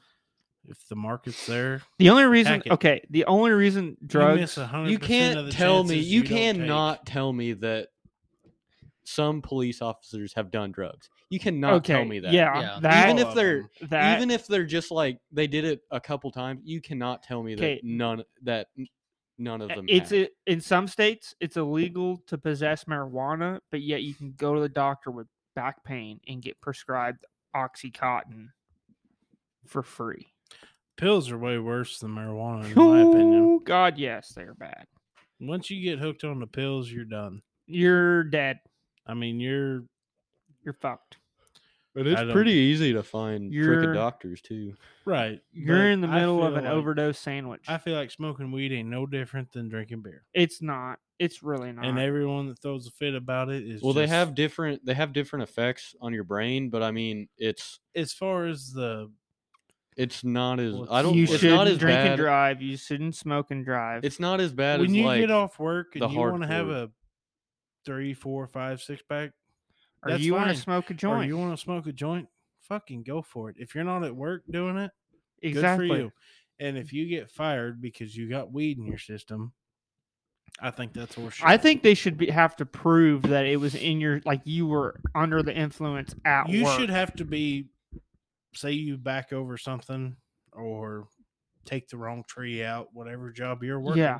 Speaker 2: if the market's there.
Speaker 1: The only reason,
Speaker 2: Hack it.
Speaker 1: okay, the only reason
Speaker 2: You, miss
Speaker 1: drugs.
Speaker 2: 100%
Speaker 3: You
Speaker 2: of
Speaker 3: can't
Speaker 2: the
Speaker 3: tell me
Speaker 2: chances
Speaker 3: you,
Speaker 2: don't take.
Speaker 3: cannot tell me that some police officers have done drugs. You cannot
Speaker 1: Okay,
Speaker 3: tell me that.
Speaker 1: Yeah,
Speaker 4: Yeah.
Speaker 1: that
Speaker 3: even
Speaker 2: All
Speaker 3: if
Speaker 2: of
Speaker 3: they're
Speaker 2: them.
Speaker 1: that
Speaker 3: even if they're just like they did it a couple times, you cannot tell me that
Speaker 1: Okay.
Speaker 3: none that n- none of them
Speaker 1: it's
Speaker 3: have.
Speaker 1: i- in some states it's illegal to possess marijuana, but yet you can go to the doctor with back pain and get prescribed OxyContin for free.
Speaker 2: Pills are way worse than marijuana, in my opinion.
Speaker 1: Ooh, God, yes, they're bad.
Speaker 2: Once you get hooked on the pills, you're done.
Speaker 1: You're dead.
Speaker 2: I mean, you're
Speaker 1: You're fucked.
Speaker 3: But
Speaker 2: it's I don't- pretty
Speaker 3: easy to find
Speaker 1: You're-
Speaker 3: doctors too.
Speaker 2: right.
Speaker 1: You're
Speaker 2: but
Speaker 1: in the
Speaker 2: I
Speaker 1: middle of
Speaker 2: feel
Speaker 1: an
Speaker 2: like-
Speaker 1: overdose sandwich.
Speaker 2: I feel like smoking weed ain't no different than drinking beer,
Speaker 1: it's not. It's really not.
Speaker 2: and everyone that throws a fit about it is
Speaker 3: Well, they
Speaker 2: just-
Speaker 3: have different they have different effects on your brain, but I mean it's
Speaker 2: as far as the
Speaker 3: it's not as
Speaker 2: Well,
Speaker 3: I don't
Speaker 1: you
Speaker 3: it's
Speaker 1: shouldn't
Speaker 3: not as
Speaker 1: drink
Speaker 3: bad.
Speaker 1: and drive. You shouldn't smoke and drive.
Speaker 3: It's not as bad
Speaker 2: when
Speaker 3: as
Speaker 2: you
Speaker 3: like
Speaker 2: get off work
Speaker 3: the
Speaker 2: and you want to have
Speaker 3: hardcore.
Speaker 2: a three, four, five, six pack,
Speaker 1: or
Speaker 2: that's
Speaker 1: you want
Speaker 2: fine.
Speaker 1: to smoke a
Speaker 2: or
Speaker 1: joint?
Speaker 2: you want to smoke a joint, fucking go for it. If you're not at work doing it,
Speaker 1: exactly.
Speaker 2: good for you. And if you get fired because you got weed in your system, I think that's horseshit.
Speaker 1: I think they should be, have to prove that it was in your like you were under the influence at
Speaker 2: you
Speaker 1: work.
Speaker 2: should have to be say you back over something or take the wrong tree out, whatever job you're working.
Speaker 1: Yeah.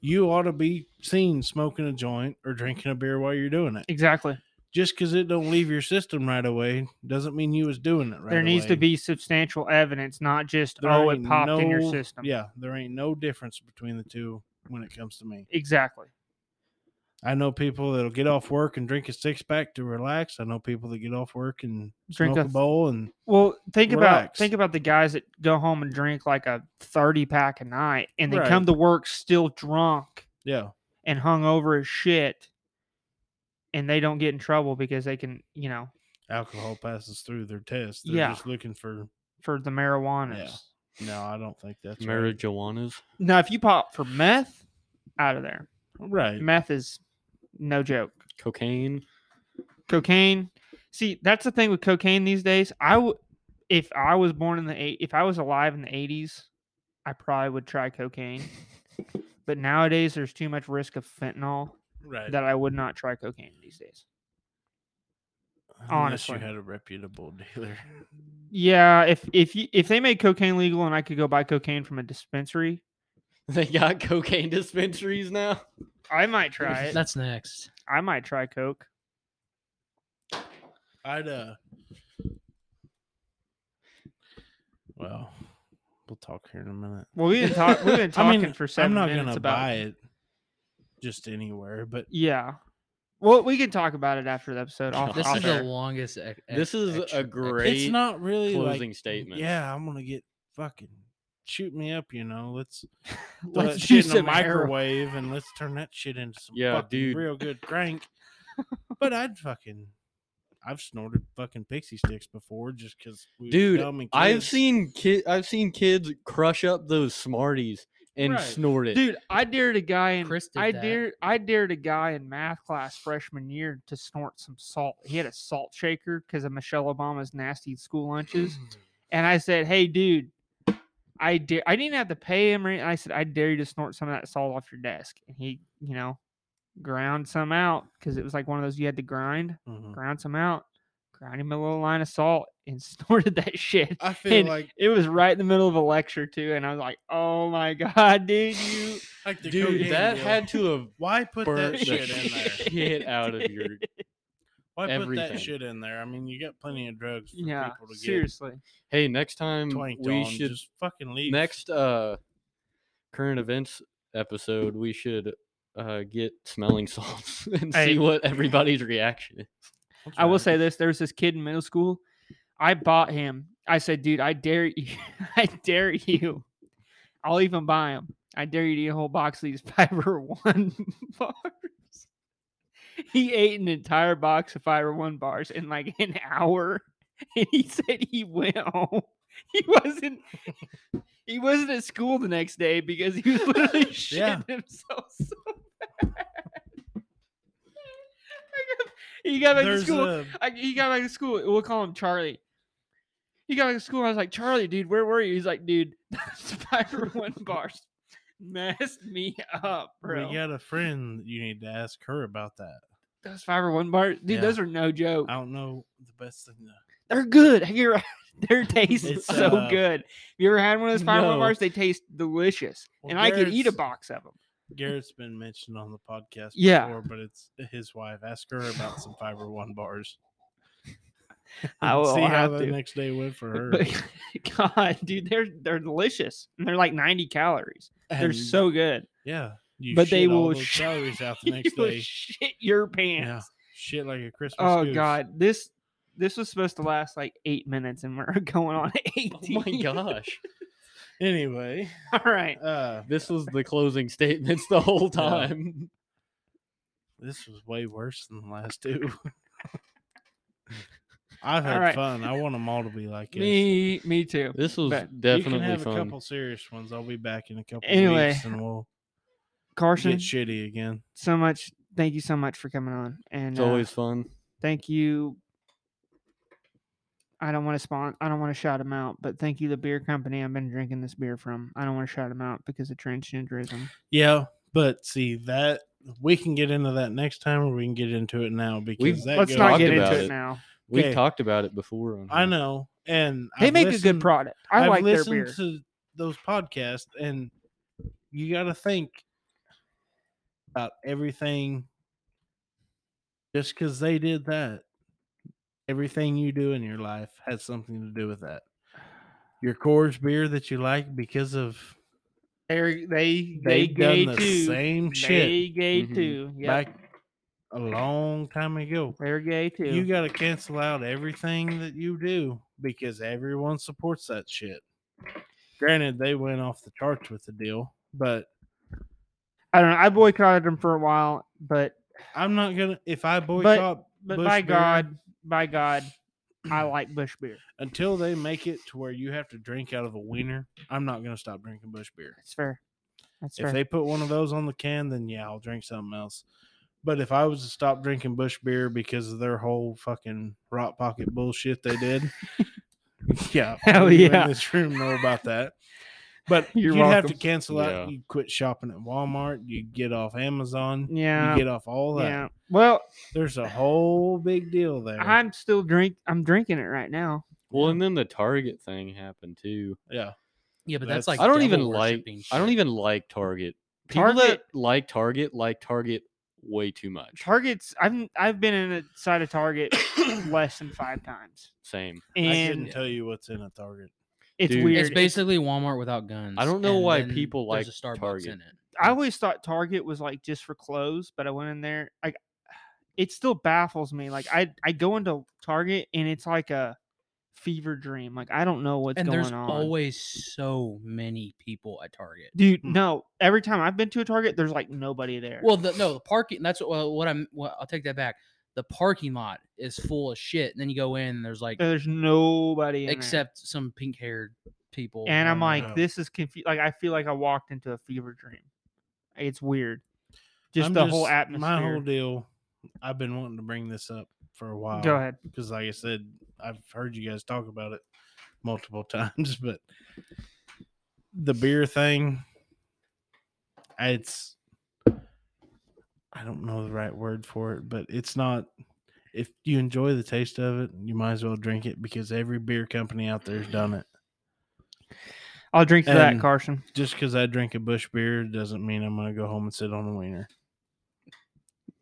Speaker 2: You ought to be seen smoking a joint or drinking a beer while you're doing it.
Speaker 1: exactly.
Speaker 2: Just because it don't leave your system right away doesn't mean you was doing it right
Speaker 1: there needs to
Speaker 2: away.
Speaker 1: be substantial evidence, not just
Speaker 2: There
Speaker 1: oh it
Speaker 2: ain't
Speaker 1: popped in your
Speaker 2: no-
Speaker 1: system.
Speaker 2: Yeah, there ain't no difference between the two when it comes to me.
Speaker 1: Exactly.
Speaker 2: I know people that'll get off work and drink a six pack to relax. I know people that get off work and
Speaker 1: Drink
Speaker 2: smoke
Speaker 1: a-
Speaker 2: a bowl and
Speaker 1: Well, think about
Speaker 2: Relax.
Speaker 1: think about the guys that go home and drink like a thirty pack a night, and they
Speaker 2: Right.
Speaker 1: come to work still drunk
Speaker 2: yeah,
Speaker 1: and hungover as shit, and they don't get in trouble because they can, you know,
Speaker 2: alcohol passes through their test. They're
Speaker 1: Yeah.
Speaker 2: just looking for
Speaker 1: for the marijuanas.
Speaker 2: no. I don't think that's right.
Speaker 3: marijuanas.
Speaker 1: Now, if you pop for meth, out of there.
Speaker 2: right.
Speaker 1: Meth is no joke.
Speaker 3: Cocaine.
Speaker 1: Cocaine. See, that's the thing with cocaine these days. I w- if I was born in the eight, if I was alive in the eighties, I probably would try cocaine. But nowadays, there's too much risk of fentanyl
Speaker 2: Right.
Speaker 1: that I would not try cocaine these days.
Speaker 2: Unless
Speaker 1: honestly.
Speaker 2: you had a reputable dealer.
Speaker 1: Yeah, if if you, if they made cocaine legal and I could go buy cocaine from a dispensary,
Speaker 3: They got cocaine dispensaries now.
Speaker 1: I might try it.
Speaker 4: That's next.
Speaker 1: I might try coke.
Speaker 2: I'd uh. Well, we'll talk here in a minute.
Speaker 1: Well, we didn't talk. We've been
Speaker 2: I
Speaker 1: talking
Speaker 2: mean,
Speaker 1: for seven
Speaker 2: I'm not
Speaker 1: minutes
Speaker 2: gonna
Speaker 1: about
Speaker 2: buy it just anywhere, but
Speaker 1: Yeah. Well, we can talk about it after the episode. Off,
Speaker 4: This
Speaker 1: off
Speaker 4: is
Speaker 1: air.
Speaker 4: the longest. ex-
Speaker 3: This
Speaker 4: ex-
Speaker 3: is a
Speaker 4: extra- ex-
Speaker 3: great-
Speaker 2: it's not really like
Speaker 3: Closing statement.
Speaker 2: Yeah, I'm gonna get fucking shoot me up, you know. Let's throw
Speaker 1: Let's
Speaker 2: that shit
Speaker 1: use
Speaker 2: in a
Speaker 1: some arrow.
Speaker 2: microwave and let's turn that shit into some
Speaker 3: Yeah,
Speaker 2: fucking
Speaker 3: dude.
Speaker 2: real good crank. but I'd fucking I've snorted fucking pixie sticks before just because we were
Speaker 3: Dude,
Speaker 2: dumb and
Speaker 3: I've
Speaker 2: kids.
Speaker 3: seen kid. I've seen kids crush up those Smarties and
Speaker 2: Right.
Speaker 3: snort it.
Speaker 1: Dude, I dared a guy in
Speaker 4: Chris did
Speaker 1: I
Speaker 4: that.
Speaker 1: dared I dared a guy in math class freshman year to snort some salt. He had a salt shaker because of Michelle Obama's nasty school lunches, and I said, "Hey, dude." I dare I didn't have to pay him or anything. I said, I dare you to snort some of that salt off your desk. And he, you know, ground some out because it was like one of those you had to grind.
Speaker 4: Mm.
Speaker 2: Mhm.
Speaker 1: ground some out, ground him a little line of salt, and snorted that shit.
Speaker 2: I feel
Speaker 1: And
Speaker 2: like
Speaker 1: It was right in the middle of a lecture too, and I was like, "Oh my god, dude, you
Speaker 2: like the
Speaker 3: Dude,
Speaker 2: cocaine
Speaker 3: that
Speaker 2: deal.
Speaker 3: had to have
Speaker 2: why put that
Speaker 3: burnt the
Speaker 2: shit in there?
Speaker 3: shit out of your.
Speaker 2: Why put
Speaker 3: Everything.
Speaker 2: that shit in there? I mean, you got plenty of drugs for
Speaker 1: yeah,
Speaker 2: people to get
Speaker 1: seriously."
Speaker 3: Hey, next time
Speaker 2: twanked
Speaker 3: we
Speaker 2: on.
Speaker 3: should
Speaker 2: just fucking leave.
Speaker 3: next uh current events episode we should uh get smelling salts and
Speaker 1: Hey.
Speaker 3: see what everybody's reaction is.
Speaker 2: That's
Speaker 1: I will
Speaker 2: right.
Speaker 1: say this: there was this kid in middle school. I bought him. I said, "Dude, I dare you! I dare you! I'll even buy him. I dare you to eat a whole box of these Fiber One bars." He ate an entire box of Fiber One bars in like an hour, and he said he went home. He wasn't. He wasn't at school the next day because he was literally shitting
Speaker 2: Yeah.
Speaker 1: himself so bad. I got- he got back
Speaker 2: There's
Speaker 1: to school.
Speaker 2: a-
Speaker 1: I, he got back to school. We'll call him Charlie. He got back to school. I was like, Charlie, dude, where were you? He's like, dude, Spider One bars messed me up, bro.
Speaker 2: we got a friend that you need to ask her about that.
Speaker 1: Those Fiber One bars, dude,
Speaker 2: Yeah. Uh,
Speaker 1: those are no joke.
Speaker 2: I don't know the best thing though.
Speaker 1: They're good. Have you ever? Their taste is
Speaker 2: It's,
Speaker 1: so
Speaker 2: uh,
Speaker 1: good. Have you ever had one of those Fiber One
Speaker 2: no.
Speaker 1: bars? They taste delicious,
Speaker 2: Well,
Speaker 1: and I could eat a
Speaker 2: Garrett's-
Speaker 1: box of them.
Speaker 2: Garrett's been mentioned on the podcast
Speaker 1: Yeah.
Speaker 2: before, but it's his wife. Ask her about some fiber one bars.
Speaker 1: I will
Speaker 2: See how
Speaker 1: have
Speaker 2: the
Speaker 1: to.
Speaker 2: next day went for her.
Speaker 1: But God, dude, they're they're delicious, and they're like ninety calories. They're
Speaker 2: And,
Speaker 1: so good.
Speaker 2: yeah. You
Speaker 1: but they
Speaker 2: shit all
Speaker 1: will
Speaker 2: those
Speaker 1: sh-
Speaker 2: calories out the
Speaker 1: You
Speaker 2: next
Speaker 1: will
Speaker 2: day.
Speaker 1: shit your pants.
Speaker 2: Yeah, shit like a Christmas.
Speaker 1: Oh
Speaker 2: goose.
Speaker 1: God, this this was supposed to last like eight minutes, and we're going on
Speaker 3: Oh
Speaker 1: eighteen.
Speaker 3: my gosh.
Speaker 2: Anyway,
Speaker 1: All right,
Speaker 2: uh,
Speaker 3: This was the closing statements the whole time.
Speaker 2: this was way worse than the last two. I've had
Speaker 1: right.
Speaker 2: fun. I want them all to be like this.
Speaker 1: me me too.
Speaker 3: This was
Speaker 1: But you
Speaker 3: definitely
Speaker 2: you can have
Speaker 3: fun.
Speaker 2: a couple serious ones. I'll be back in a couple
Speaker 1: Anyway,
Speaker 2: weeks, and we'll
Speaker 1: Carson,
Speaker 2: get shitty again.
Speaker 1: so much. Thank you so much for coming on, and
Speaker 3: It's
Speaker 1: uh,
Speaker 3: always fun.
Speaker 1: thank you. I don't want to spawn. I don't want to shout them out, but thank you, the beer company I've been drinking this beer from. I don't want to shout them out because of transgenderism.
Speaker 2: Yeah, but see that we can get into that next time, or we can get into it now because that
Speaker 1: Let's
Speaker 2: goes-
Speaker 1: not
Speaker 3: Talked
Speaker 1: get
Speaker 3: about
Speaker 1: into it,
Speaker 3: it.
Speaker 1: now.
Speaker 3: We
Speaker 2: Okay.
Speaker 3: talked about it before. On
Speaker 2: I
Speaker 3: here.
Speaker 2: know, and
Speaker 1: They
Speaker 2: I've
Speaker 1: make a good
Speaker 2: listened-
Speaker 1: product. I
Speaker 2: I've
Speaker 1: like their
Speaker 2: listened
Speaker 1: beer.
Speaker 2: to those podcasts, and you got to think about everything. Just because they did that, everything you do in your life has something to do with that. Your Coors beer that you like because of
Speaker 1: They're, they they
Speaker 2: they've
Speaker 1: gay
Speaker 2: done the
Speaker 1: too.
Speaker 2: same shit
Speaker 1: They gay
Speaker 3: Mhm.
Speaker 1: too. Yeah,
Speaker 2: back a long time ago.
Speaker 1: they're gay too.
Speaker 2: You got to cancel out everything that you do because everyone supports that shit. Granted, they went off the charts with the deal, but
Speaker 1: I don't know. I boycotted them for a while, but
Speaker 2: I'm not gonna. If I boycott,
Speaker 1: but
Speaker 2: Bush
Speaker 1: by
Speaker 2: beer
Speaker 1: God, by God, I like Bush beer.
Speaker 2: until they make it to where you have to drink out of a wiener, I'm not gonna stop drinking Bush beer.
Speaker 1: That's fair. That's
Speaker 2: If
Speaker 1: fair.
Speaker 2: they put one of those on the can, then yeah, I'll drink something else. But if I was to stop drinking Bush beer because of their whole fucking rot pocket bullshit they did, yeah,
Speaker 1: Hell
Speaker 2: people in
Speaker 1: yeah.
Speaker 2: this room know about that. But
Speaker 1: You're
Speaker 2: you would have to
Speaker 1: welcome.
Speaker 2: cancel out.
Speaker 3: Yeah.
Speaker 2: You quit shopping at Walmart. You get off Amazon.
Speaker 1: yeah.
Speaker 2: You get off all that.
Speaker 1: yeah. Well,
Speaker 2: There's a whole big deal there.
Speaker 1: I'm still drink. I'm drinking it right now.
Speaker 3: Well, and then the Target thing happened too.
Speaker 2: yeah.
Speaker 4: Yeah, but that's,
Speaker 2: That's-
Speaker 4: like
Speaker 3: I don't even
Speaker 4: devil
Speaker 3: like.
Speaker 4: worshipping
Speaker 3: I don't
Speaker 4: shit.
Speaker 3: even like Target. People
Speaker 1: Target-
Speaker 3: that like Target like Target way too much.
Speaker 1: Targets. I've I've been in a side of Target less than five times,
Speaker 3: Same.
Speaker 2: I couldn't
Speaker 1: and
Speaker 2: tell you what's in a Target.
Speaker 1: it's
Speaker 3: Dude.
Speaker 1: weird.
Speaker 4: It's basically Walmart without guns.
Speaker 3: I don't know
Speaker 4: and
Speaker 3: why
Speaker 4: then
Speaker 3: people
Speaker 4: there's
Speaker 3: like Target.
Speaker 4: in it.
Speaker 1: I always thought Target was like just for clothes, but I went in there. I it still baffles me. Like I I go into Target and it's like a fever dream. Like I don't know what's
Speaker 4: and
Speaker 1: going
Speaker 4: there's
Speaker 1: on.
Speaker 4: always so many people at Target.
Speaker 1: Dude,
Speaker 2: Hmm.
Speaker 1: no. Every time I've been to a Target, there's like nobody there.
Speaker 4: Well, the, no, the parking. That's what, well, what I'm. Well, I'll take that back. The parking lot is full of shit, and then you go in, and there's like
Speaker 1: there's nobody in there.
Speaker 4: except some pink-haired people.
Speaker 1: And I'm
Speaker 4: running around.
Speaker 1: like,
Speaker 2: know.
Speaker 1: this is confused. Like I feel like I walked into a fever dream. It's weird. Just
Speaker 2: I'm
Speaker 1: the whole
Speaker 2: just-
Speaker 1: atmosphere.
Speaker 2: My whole deal. I've been wanting to bring this up for a while.
Speaker 1: Go ahead.
Speaker 2: Because, like I said, I've heard you guys talk about it multiple times, but the beer thing, it's, I don't know the right word for it, but it's not, if you enjoy the taste of it, you might as well drink it because every beer company out there's done it.
Speaker 1: I'll drink to that,
Speaker 2: And-
Speaker 1: Carson.
Speaker 2: Just because I drink a bush beer doesn't mean I'm going to go home and sit on a wiener.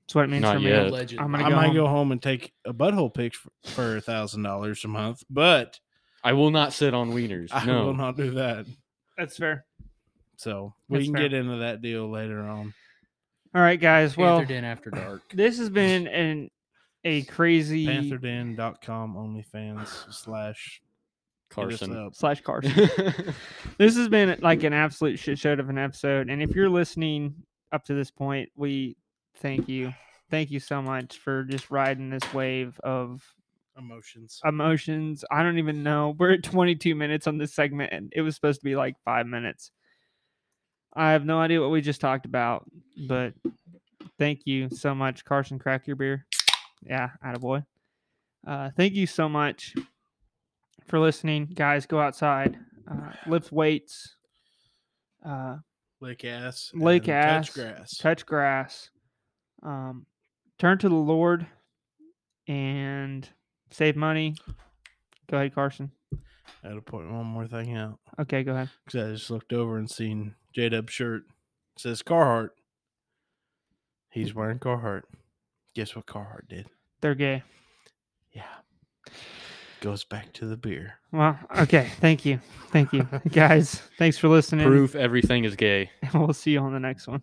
Speaker 1: That's what it means
Speaker 3: Not
Speaker 1: for me.
Speaker 3: yet.
Speaker 4: Legend.
Speaker 1: I'm gonna
Speaker 2: I
Speaker 1: go
Speaker 2: might
Speaker 1: home.
Speaker 2: go home and take a butthole pic f- for a thousand dollars a month, but
Speaker 3: I will not sit on wieners.
Speaker 2: I
Speaker 3: no.
Speaker 2: will not do that.
Speaker 1: That's fair.
Speaker 2: So we
Speaker 1: That's
Speaker 2: can
Speaker 1: fair.
Speaker 2: get into that deal later on.
Speaker 1: All right, guys.
Speaker 4: Panther
Speaker 1: Well,
Speaker 4: Den after dark.
Speaker 1: this has been an a crazy
Speaker 2: Pantherden.com OnlyFans slash hit us
Speaker 3: Carson.
Speaker 2: up.
Speaker 1: slash Carson. this has been like an absolute shit show of an episode. And if you're listening up to this point, we thank you. Thank you so much for just riding this wave of
Speaker 2: emotions.
Speaker 1: Uh, emotions. I don't even know. We're at 22 minutes on this segment, and it was supposed to be like five minutes. I have no idea what we just talked about, but thank you so much, Carson Crack Your Beer. Yeah, attaboy. Uh, thank you so much for listening. Guys, go outside, uh, lift weights, uh,
Speaker 2: Lick ass.
Speaker 1: Lick
Speaker 2: and
Speaker 1: ass,
Speaker 2: Touch grass.
Speaker 1: touch grass, um, turn to the Lord, and save money. Go ahead, Carson.
Speaker 2: I had to point one more thing out
Speaker 1: Okay, go ahead.
Speaker 2: because I just looked over and seen J Dub's shirt It says Carhartt. He's wearing Carhartt. Guess what Carhartt did?
Speaker 1: They're gay.
Speaker 2: Yeah. Goes back to the beer.
Speaker 1: Well, okay. Thank you. Thank you, guys. Thanks for listening.
Speaker 3: Proof everything is gay.
Speaker 1: We'll see you on the next one.